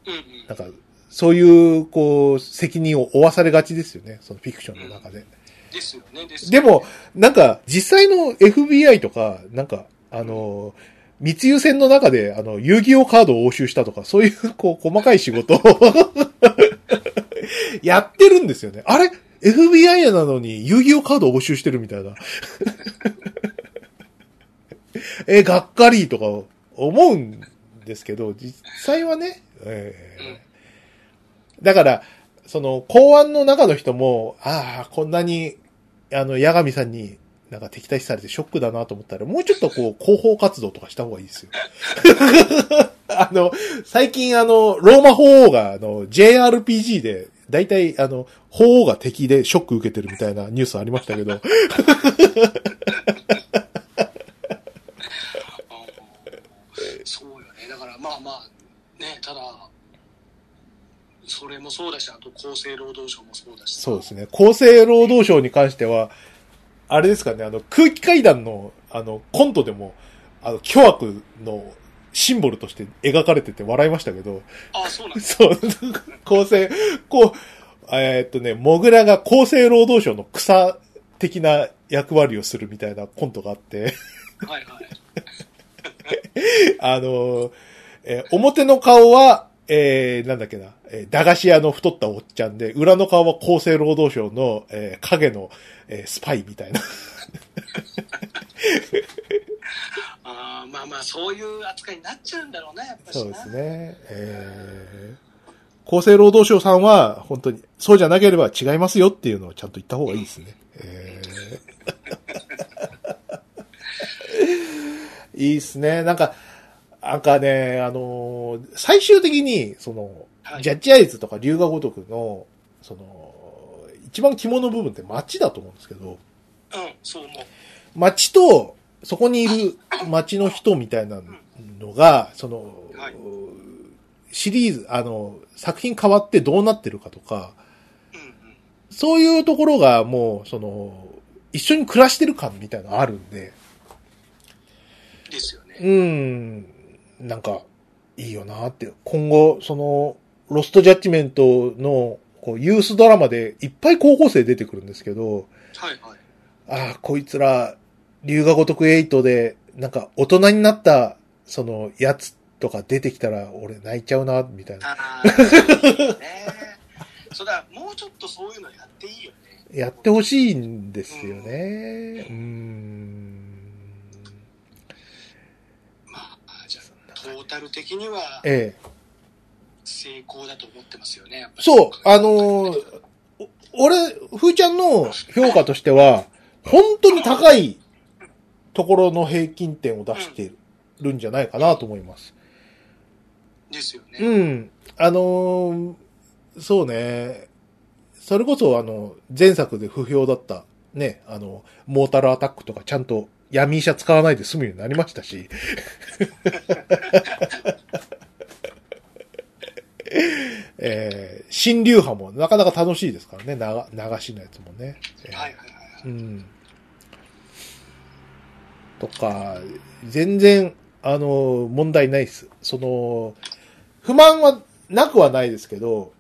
S2: うんうん。
S1: なんか、そういう、こう、責任を負わされがちですよね。そのフィクションの中で。
S2: ですよね、ですよね
S1: でも、、なんか、実際の FBI とか、なんか、あの、密輸船の中で、あの、遊戯王カードを押収したとか、そういう、こう、細かい仕事を、 (laughs) やってるんですよね。あれ ?FBI なのに、遊戯王カードを押収してるみたいな。 (laughs) え、がっかりとか、思うんですけど、実際はね、えー
S2: うん
S1: だから、その、公安の中の人も、ああ、こんなに、あの、八神さんに、なんか敵対視されてショックだなと思ったら、もうちょっとこう、広報活動とかした方がいいですよ。 (laughs) あの、最近あの、ローマ法王が、あの、JRPG で、大体、あの、法王が敵でショック受けてるみたいなニュースありましたけど、
S2: あーそうよね、だからまあまあ、ね、ただ、それもそうだし、あと厚生労働省もそうだし、
S1: そうですね。厚生労働省に関しては、あれですかね、あの、空気階段の、あの、コントでも、あの、巨悪のシンボルとして描かれてて笑いましたけど、
S2: ああ、そうなん
S1: (laughs)
S2: だ、
S1: そう、厚生、こう、えーっとね、モグラが厚生労働省の草的な役割をするみたいなコントがあって、 (laughs)
S2: はいはい、
S1: あの、えー表の顔は、えー、なんだっけな、えー駄菓子屋の太ったおっちゃんで、裏の顔は厚生労働省の、えー影の、えースパイみたいな。
S2: あーまあまあ、そういう扱いになっちゃうんだろうな、やっぱしな。
S1: そうですね。えー、厚生労働省さんは、本当に、そうじゃなければ違いますよっていうのをちゃんと言った方がいいですね。えー (laughs) いいですね。なんか、なんかね、あのー最終的に、その、
S2: はい
S1: ジャッジアイズとか龍河如くの、その、一番肝の部分って街だと思うんですけど、
S2: うん、そう思う。
S1: 街と、そこにいる街の人みたいなのが、その、
S2: はい
S1: シリーズ、あの、作品変わってどうなってるかとか、
S2: うんうん、
S1: そういうところがもう、その、一緒に暮らしてる感みたいなのあるんで、
S2: ですよ
S1: う
S2: ね。
S1: ん、なんか、いいよなって。今後、その、ロストジャッジメントの、こう、ユースドラマでいっぱい高校生出てくるんですけど、
S2: はいはい。
S1: ああ、こいつら、龍が如く8で、なんか大人になった、その、やつとか出てきたら、俺泣いちゃうな、みたいな。
S2: ああ、そうよね。そうだ、もうちょっとそういうのやっていいよね。
S1: やってほしいんですよね。うーん。
S2: まあ、じゃあ、トータル的には
S1: ええ。
S2: 成功だと思ってますよね、やっぱり
S1: そう、あのーお俺、ふーちゃんの評価としては、本当に高いところの平均点を出してるんじゃないかなと思います。
S2: ですよね。
S1: うん。あのーそうね。それこそ、あの、前作で不評だった、ね、あの、モータルアタックとかちゃんと闇医者使わないで済むようになりましたし。 (laughs) えー新流派もなかなか楽しいですからね、なが流しのやつもね。えー
S2: はいはいはいはい。
S1: うん。とか、全然、あの、問題ないです。その、不満はなくはないですけど、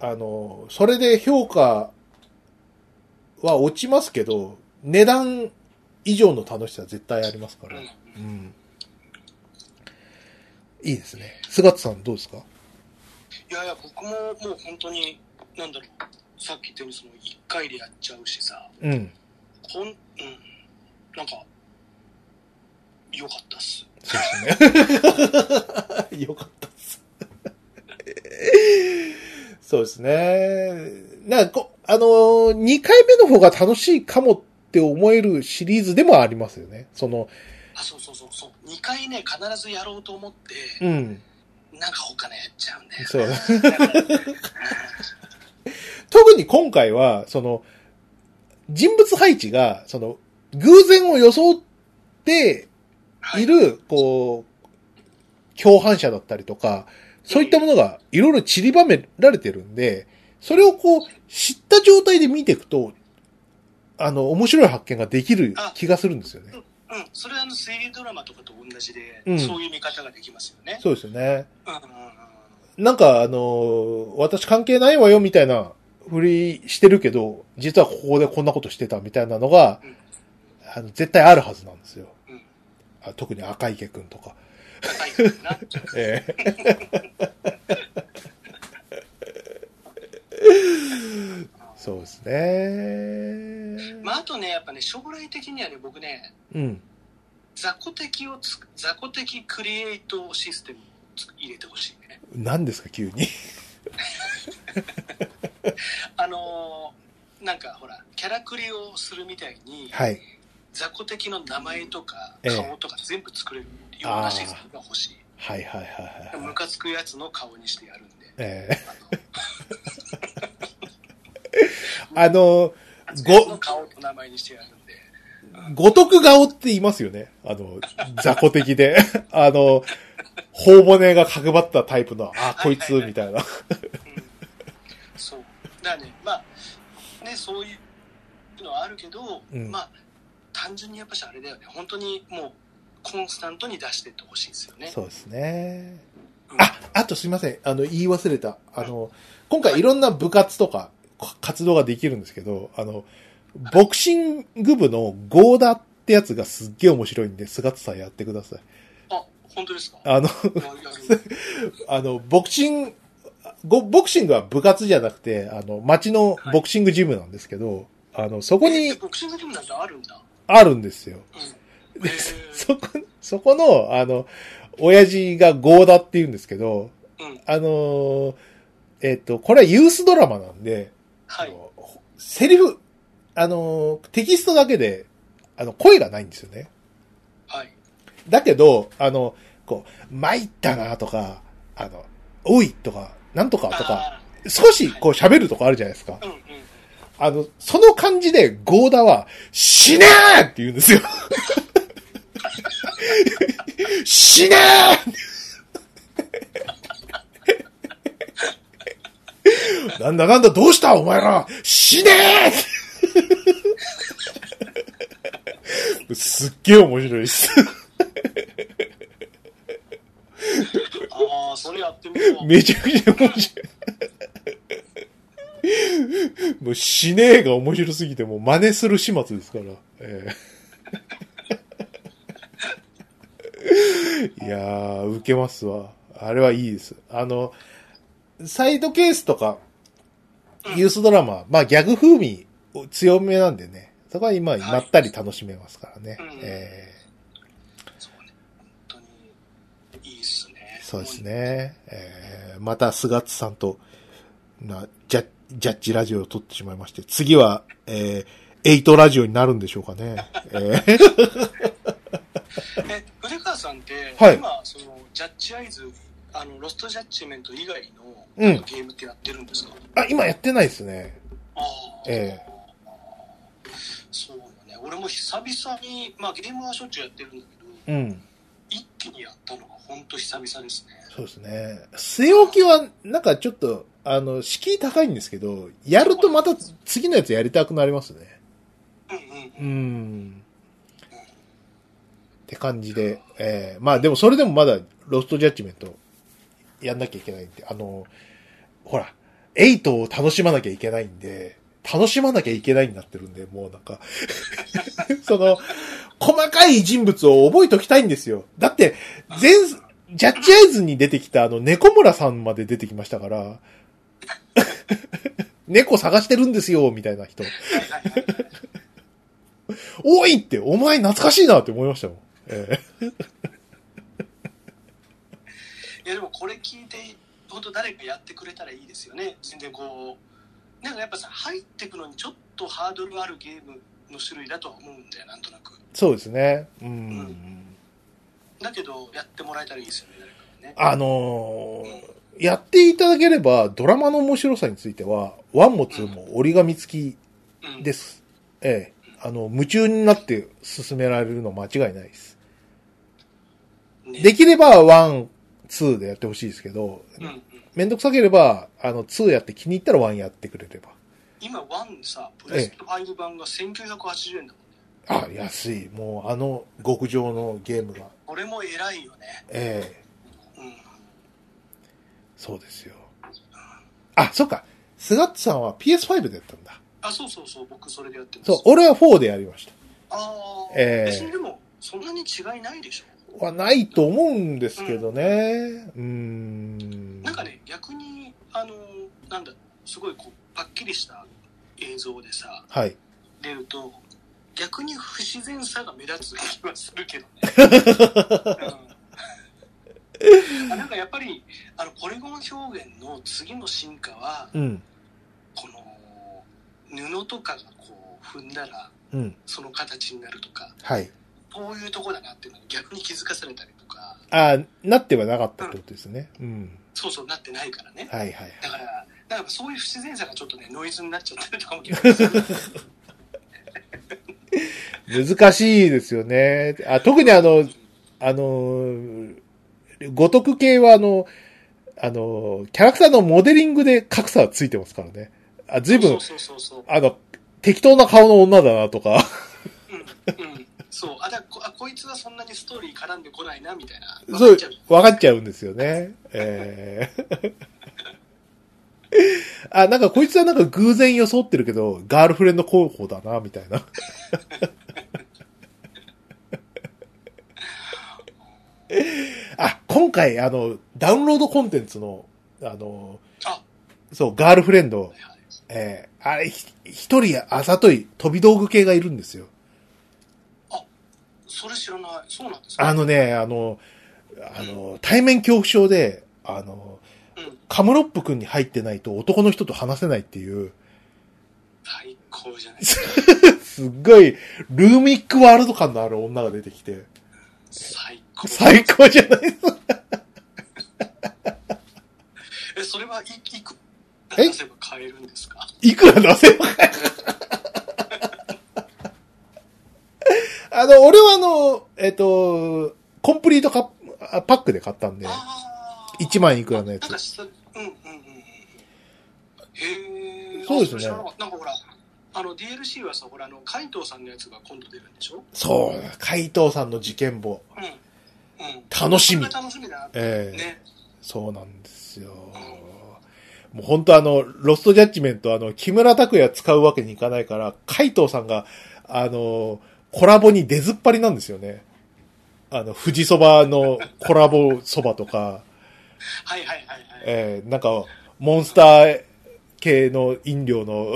S1: あの、それで評価は落ちますけど、値段以上の楽しさは絶対ありますから。
S2: う
S1: うんん。いいですね。菅田さんどうですか
S2: いやいや、僕ももう本当に、なんだろう、さっき言ったように、その1回でやっちゃうしさ、
S1: うん。
S2: ほん、うん、なんか、良かったっす。
S1: そうです (laughs) ね。よかったです。そうですね。なんかこ、あのー、2回目の方が楽しいかもって思えるシリーズでもありますよね。その、
S2: あ、そうそうそうそう、2回ね、必ずやろうと思って、
S1: うん。
S2: なんか他のやっちゃうんだよ。
S1: そう。
S2: だから
S1: 特に今回は、その、人物配置が、その、偶然を装って
S2: はい
S1: る、こう、共犯者だったりとか、そういったものがいろいろ散りばめられてるんで、それをこう、知った状態で見ていくと、あの、面白い発見ができる気がするんですよね。
S2: うん、それはあの推理ドラマとかと同じで、
S1: うん
S2: そういう見方ができますよね。
S1: そうですよね。
S2: うんうんうん
S1: なんか、あの、私関係ないわよみたいなふりしてるけど、実はここでこんなことしてたみたいなのが、
S2: うん
S1: あの絶対あるはずなんですよ。
S2: うん
S1: あ特に赤池くんとか。
S2: 高いけどな
S1: ええそうですね。
S2: まあ、あとね、やっぱね、将来的にはね、僕ね、
S1: うん。
S2: 雑魚的をつく、雑魚的クリエイトシステムをつく入れてほしいね。
S1: 何ですか、急に。
S2: あのーなんかほら、キャラクリをするみたいに、
S1: はい。
S2: 雑魚的の名前とか
S1: ええ
S2: 顔とか全部作れるようなシステムが欲しい。
S1: はいはいはいは
S2: ム
S1: い。
S2: カつくやつの顔にしてやるんで。
S1: え
S2: あ
S1: え
S2: の
S1: あの、
S2: の顔と名前にしてやるんで。
S1: 五徳顔って言いますよね。あの、雑魚的で。 (laughs) あの、頬骨が角張ったタイプの、あ、こいつ、みたいな。
S2: うんそう。だからね、まあ、ね、そういうのはあるけど、
S1: うん
S2: まあ、単純にやっぱしあれだよね、本当にもう、コンスタントに出してってほしいですよね。
S1: そうですね。
S2: うん
S1: あ、あとすいません。あの、言い忘れた。あの、今回いろんな部活とかか活動ができるんですけど、あの、ボクシング部のゴーダってやつがすっげえ面白いんで、菅田さんやってください。
S2: あ、本当ですか
S1: あの、
S2: やる
S1: あの、ボクシング、ごボクシングは部活じゃなくて、あの、町のボクシングジムなんですけど、あの、そこ
S2: え
S1: に
S2: ボクシングジムなんてあるんだ。
S1: あるんですよ。
S2: うん。
S1: で
S2: へー
S1: そこ、そこの、あの、親父がゴーダって言うんですけど、
S2: うん。
S1: あのーえっ、と、これはユースドラマなんで、
S2: は
S1: あ
S2: い。
S1: のセリフ、あのーテキストだけで、あの、声がないんですよね。
S2: はい。
S1: だけど、あの、こう、参ったなとか、あの、おいとか、なんとかとか、
S2: あ
S1: 少しこう喋るとこあるじゃないですか
S2: ー。うんうん。
S1: あの、その感じで、ゴーダは、死ねーって言うんですよ。死ねーなんだなんだ、どうしたお前ら死ねーすっげえ面白いです。
S2: ああ、それやってみよう。
S1: めちゃくちゃ面白い。もう死ねえが面白すぎて、もう真似する始末ですから。ええいやー、受けますわ。あれはいいです。あの、サイドケースとか、ユースドラマ、まあギャグ風味強めなんでね、そこは今、まったり楽しめますからね。
S2: うん
S1: え
S2: そうね。本当に、いいっすね
S1: え。そうです。ね。ええまた、菅津さんと、な、ジャッ、ジャッジラジオを撮ってしまいまして、次は、ええエイトラジオになるんでしょうかね。ええ
S2: え、古川さんって、
S1: はい
S2: 今、その、ジャッジアイズ、あの、ロストジャッジメント以外の、
S1: うん
S2: ゲームってやってるんですか
S1: (laughs) あ、今やってないですね。
S2: ああ。
S1: ええ
S2: そうよね。俺も久々に、まあ、ゲームはしょっちゅうやってるんだけど、
S1: うん。
S2: 一気にやったのが本当久々ですね。
S1: そうですね。据え置きは、なんかちょっと、あの、敷居高いんですけど、やるとまた次のやつやりたくなりますね。
S2: うんう
S1: う。
S2: ん
S1: ん。って感じで、ええまあでもそれでもまだロストジャッジメントやんなきゃいけないんで、あの、ほら、エイトを楽しまなきゃいけないんで、楽しまなきゃいけないになってるんで、もうなんか、 (laughs) その、細かい人物を覚えときたいんですよ。だって、全、ジャッジアイズに出てきたあの、猫村さんまで出てきましたから、 (laughs) 猫探してるんですよ、みたいな人。
S2: はいはいはいはい。
S1: おいって、お前懐かしいなって思いましたもん。え
S2: いやでもこれ聞いて本当誰かやってくれたらいいですよね全然こうなんかやっぱさ入ってくのにちょっとハードルあるゲームの種類だとは思うんだよなんとなく
S1: えそうですね。うん。
S2: だけどやってもらえたらいいですよね誰かがね
S1: あのーやっていただければ、ドラマの面白さについては、ワンもツーも折り紙付き
S2: うん
S1: です。ええ。あの、夢中になって進められるの間違いないです。
S2: ね
S1: できれば、ワン、ツーでやってほしいですけど、
S2: うんうん
S1: めんどくさければ、あの、ツーやって気に入ったらワンやってくれれば。
S2: 今、ワンさ、プレステ5版が1980円だもんね。
S1: あ、安い。もうあの極上のゲームが。
S2: これも偉いよね。
S1: ええ
S2: うん。
S1: そうですよ。あ、そっか。スガッツさんは PS5 でやったんだ。
S2: あ、そうそうそう、僕それでやってます。
S1: そう、俺は4でやりました。
S2: ああ、
S1: ええ
S2: 別にでも、そんなに違いないでしょ。
S1: はないと思うんですけどね。うーん。
S2: なんかね、逆に、あの、なんだ、すごいこう、パッキリした映像でさ、
S1: はい。
S2: 出ると、逆に不自然さが目立つ気はするけどね。うん、あなんかやっぱり、あの、ポリゴン表現の次の進化は、
S1: うん。
S2: この、布とかがこう、踏んだら、
S1: うん。
S2: その形になるとか、
S1: はい。
S2: こういうとこだなっていうのに逆に気づかされたりとか、
S1: あなってはなかったってことですね。うん。
S2: そうそうなってないからね。
S1: はいはい。
S2: だから、なんかそういう不自然さがちょっとね、ノイズになっちゃってるとかも聞こえまする。
S1: 難しいですよね。あ特にあの、あの、ごとく系はあの、あの、キャラクターのモデリングで格差はついてますからね。あ、 (laughs) 随分、
S2: そうそうそうそう。
S1: あの、適当な顔の女だなとか。
S2: うん。うん。そう。あ、だこあこいつはそんなにストーリー絡んでこないな、みたいな。
S1: そ
S2: わか
S1: う
S2: っちゃ、
S1: わかっちゃうんですよね。えー (laughs) あ、なんかこいつはなんか偶然装ってるけど、ガールフレンド候補だな、みたいな。 (laughs) あ、今回、あの、ダウンロードコンテンツの、あの、
S2: あ
S1: そう、ガールフレンド
S2: は、いはい
S1: えーあれ、ひ一人あざとい飛び道具系がいるんですよ。
S2: それ知らない。そうなんですか。
S1: あのね、あの、あの、対面恐怖症で、あの、
S2: うん。
S1: カムロップ君に入ってないと男の人と話せないっていう、
S2: 最高
S1: (laughs)
S2: じゃないですか。
S1: すっごい、ルーミックワールド感のある女が出てきて、
S2: 最高。
S1: 最高じゃない (laughs) ですか。
S2: え、それはい、いくら
S1: え
S2: 出せば買えるんですか
S1: いくら出せば (laughs) あの、俺はあの、えっ、と、コンプリートカップあパックで買ったんで、
S2: ああ。
S1: 1万いくらのや
S2: なんか
S1: つ。
S2: した、うんうんうんうんうん。へえ。
S1: そうですね
S2: あ知らなかったなんかほら、あの DLC はさ、ほら、あの、海藤さんのやつが今度出るんでしょ
S1: そう、海藤さんの事件簿。
S2: うん。うん。
S1: 楽しみ
S2: これが楽しみだな。
S1: ええ
S2: ね。
S1: そうなんですよ。もう本当あの、ロストジャッジメントあの、木村拓哉使うわけにいかないから、海藤さんが、あの、コラボに出ずっぱりなんですよね。あの、富士そばのコラボそばとか、
S2: はいはいはいはい。
S1: えーなんか、モンスター系の飲料の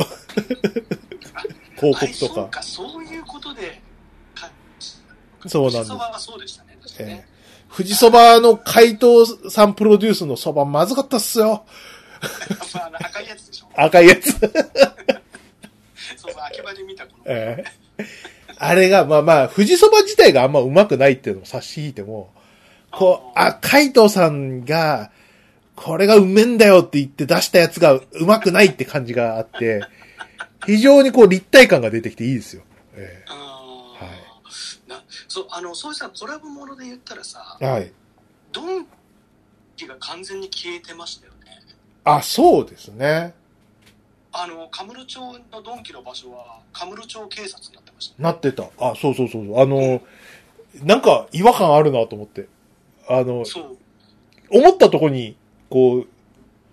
S1: 広告と
S2: あそう
S1: か。
S2: か、そういうことで、か
S1: そうなんです
S2: 富士そばはそうでしたね。確か
S1: え
S2: ね
S1: ー、富士そばの海藤さんプロデュースのそばまずかったっすよ。
S2: やっぱあの赤いやつでしょ。
S1: 赤いやつ。
S2: そうそう、秋葉で見たこの。
S1: ええあれが、まあまあ、富士そば自体があんまうまくないっていうのを差し引いても、こう、あ、海藤さんが、これがうめんだよって言って出したやつがうまくないって感じがあって、非常にこう立体感が出てきていいですよ。え
S2: あー
S1: は
S2: なそう、あの、そうしたコラボもので言ったらさ
S1: え、はい。
S2: ドンキが完全に消えてましたよね。
S1: あ、そうですね。
S2: あの、カムロ町のドンキの場所は、カムロ町警察になってましたね。
S1: なってた。あ、そうそうそうそう。あの、なんか違和感あるなと思って。あの、
S2: そう。
S1: 思ったとこに、こう、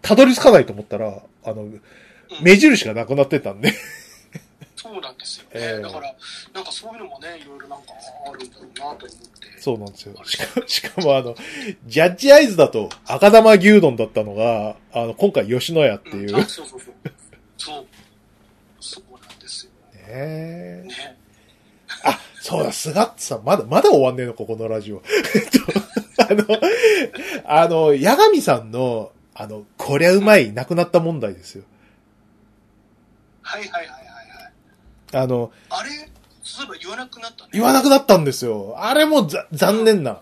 S1: たどり着かないと思ったら、あの、目印がなくなってたんで。
S2: そうなんですよね。
S1: ええ
S2: だから、なんかそういうのもね、いろいろなんかあるんだろうなと思って。
S1: そうなんですよ。しか (laughs) しかもあの、ジャッジアイズだと赤玉牛丼だったのが、あの、今回吉野家っていう。
S2: んあ
S1: ね
S2: そうそうそう。 (laughs) そう。そうなんですよ。
S1: え
S2: ね。
S1: あ、そうだ、スガッツさん、まだ、まだ終わんねえのか、このラジオ。 (laughs) えっとあの、あの、ヤガミさんの、あの、こりゃうまい、なくなった問題ですよ。
S2: はいはいはいはいはい。
S1: あの、
S2: あれ、そういえば言わなくなったね。
S1: 言わなくなったんですよ。あれもざ残念な、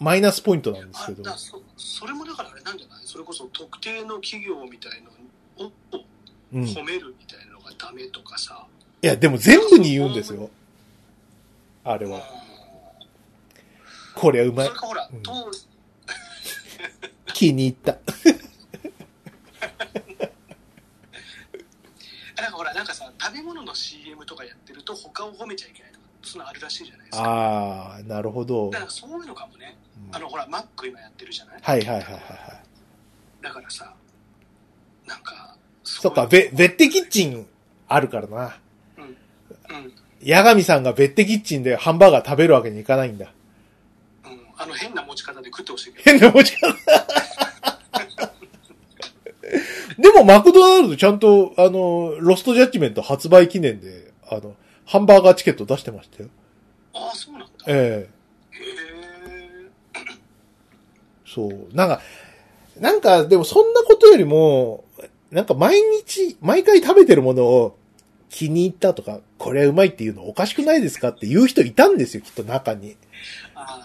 S1: マイナスポイントなんです
S2: あ
S1: け
S2: だ
S1: ど
S2: か。らそそれもだからあれなんじゃないそれこそ特定の企業みたいのを
S1: うん。い
S2: 褒めるみたいなのがダメとかさ。
S1: や、でも全部に言うんですよ。あれ
S2: うん
S1: は。こりゃうまい
S2: それ。かほら、
S1: うん
S2: 当
S1: 気に入った。
S2: なんかほらなんかさ食べ物の CM とかやってると他を褒めちゃいけないとかそんなのあるらしいじゃないですか
S1: ああ、なるほど。うん
S2: だからそういうのかもねあのほらマック今やってるじゃない
S1: はいはいはいはいはい。
S2: だからさなんか
S1: そっか、べ、別手キッチンあるからな。
S2: うん、うん、
S1: 八神さんが別手キッチンでハンバーガー食べるわけにいかないんだ。
S2: あの変な持ち方で食ってほしいけど
S1: 変な持ち方。でも、マクドナルドちゃんと、あの、ロストジャッジメント発売記念で、あの、ハンバーガーチケット出してましたよ。
S2: ああそうなんだ
S1: ええ
S2: へえ
S1: そう。なんか、なんか、でもそんなことよりも、なんか毎日、毎回食べてるものを気に入ったとか、これはうまいっていうのおかしくないですかって言う人いたんですよ、きっと中に。
S2: ああ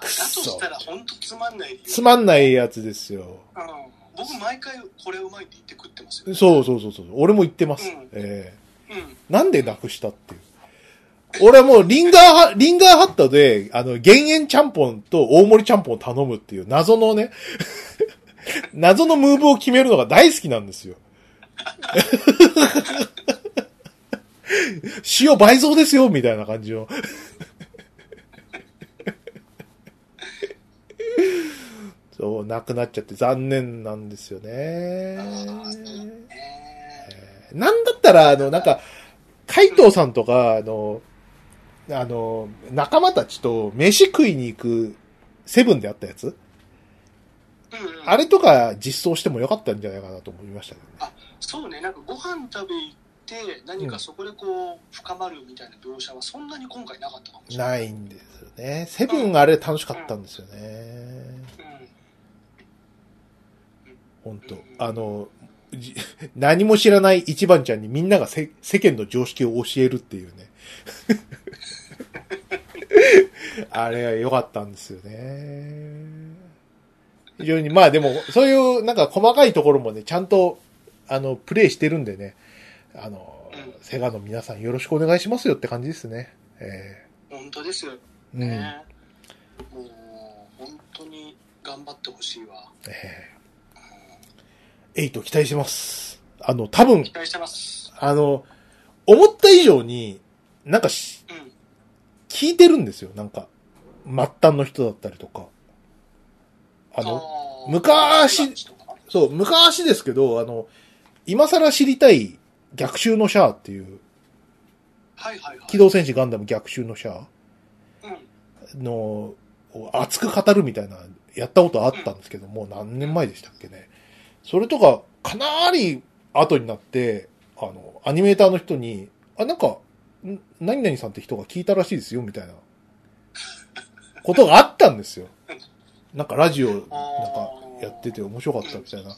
S2: だ
S1: く
S2: と
S1: っそ
S2: したら本当つまんない理由
S1: つまんないやつですよ。
S2: うん僕毎回これうまいって言って食ってますよ、
S1: そうそうそうそう。俺も言ってます。
S2: うん
S1: え
S2: うん
S1: えなんでなくしたっていう。俺はもうリンガーハ、リンガーハットで、あの、減塩ちゃんぽんと大盛りちゃんぽんを頼むっていう謎のね、 (laughs) 謎のムーブを決めるのが大好きなんですよ。 (laughs) 塩倍増ですよ、みたいな感じの。 (laughs) そう、なくなっちゃって残念なんですよね。
S2: え
S1: なんだったら、あの、なんか、海藤さんとか、あの、あの、仲間たちと飯食いに行くセブンであったやつ
S2: ーうんうん
S1: あれとか実装してもよかったんじゃないかなと思いましたけどね。
S2: そうねなんかご飯食べ行って何かそこでこう深まるみたいな描写はそんなに今回なかったかもしれない、
S1: ないんですよね。セブンがあれ楽しかったんですよね。本当あの、じ (laughs) 何も知らない一番ちゃんにみんながせ世間の常識を教えるっていうね。 (laughs) あれは良かったんですよね。非常に、まあでも、そういうなんか細かいところもね、ちゃんと、あの、プレイしてるんでね、あの、
S2: うん
S1: セガの皆さんよろしくお願いしますよって感じですね。え
S2: うん、本当ですよ
S1: えうん。え
S2: ね、もう本当に頑張ってほしいわ
S1: えエイト期待してます。あの、多分
S2: 期、待してます
S1: あの、思った以上に、なんかし
S2: うん
S1: 聞いてるんですよ、なんか。末端の人だったりとか。あの、
S2: の
S1: 昔そう、昔ですけど、あの、今更知りたい逆襲のシャアっていう、
S2: はいはいはい
S1: 機動戦士ガンダム逆襲のシャ
S2: うん
S1: アの、を熱く語るみたいな、やったことあったんですけど、もう何年前でしたっけね。それとか、かなり後になって、あの、アニメーターの人に、あ、なんか、ん何々さんって人が聞いたらしいですよ、みたいな、ことがあったんですよ。なんかラジオ、なんかやってて面白かったみたいな。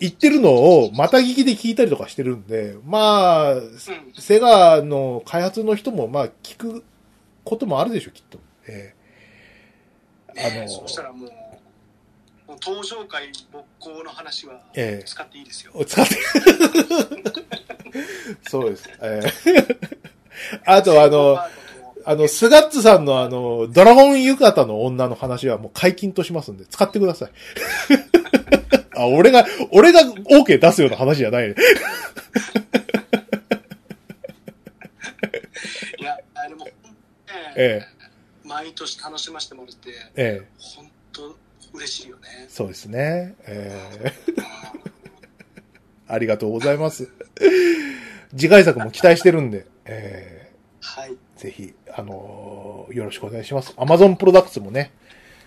S1: 言ってるのを、また聞きで聞いたりとかしてるんで、まあ、
S2: うんうん
S1: セガの開発の人も、まあ、聞くこともあるでしょ、きっと。ええあ
S2: ね
S1: の
S2: そしたらもうもう登場会勃興の話は
S1: ええ
S2: 使っていいですよ、
S1: 使って。 (laughs) そうです。ええあと、あの、あの、スガッツさんのあの、ドラゴン浴衣の女の話はもう解禁としますんで、使ってください。 (laughs) あ、俺が、俺が OK 出すような話じゃないね。
S2: いやあれもね
S1: ええ
S2: 毎年楽しませてもらって
S1: ええ
S2: 本当嬉しいよ
S1: (laughs)
S2: ね
S1: そうですね。ええ
S2: うん
S1: ありがとうございます。 (laughs) 次回作も期待してるんで、え
S2: はい
S1: ーぜひ、あのーよろしくお願いします。Amazon プロダクツもね、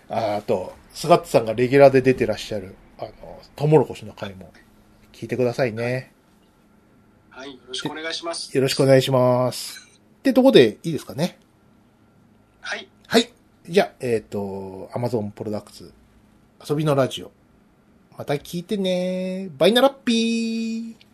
S1: ああと、スガッツさんがレギュラーで出てらっしゃる、あの、トウモロコシの回も聞いてくださいね。
S2: はいよろしくお願いします
S1: よろしくお願いします。ってとこでいいですかね。
S2: はい
S1: はい。じゃあ、えっ、と、Amazon プロダクツ、遊びのラジオ。また聞いてね。バイナラッピー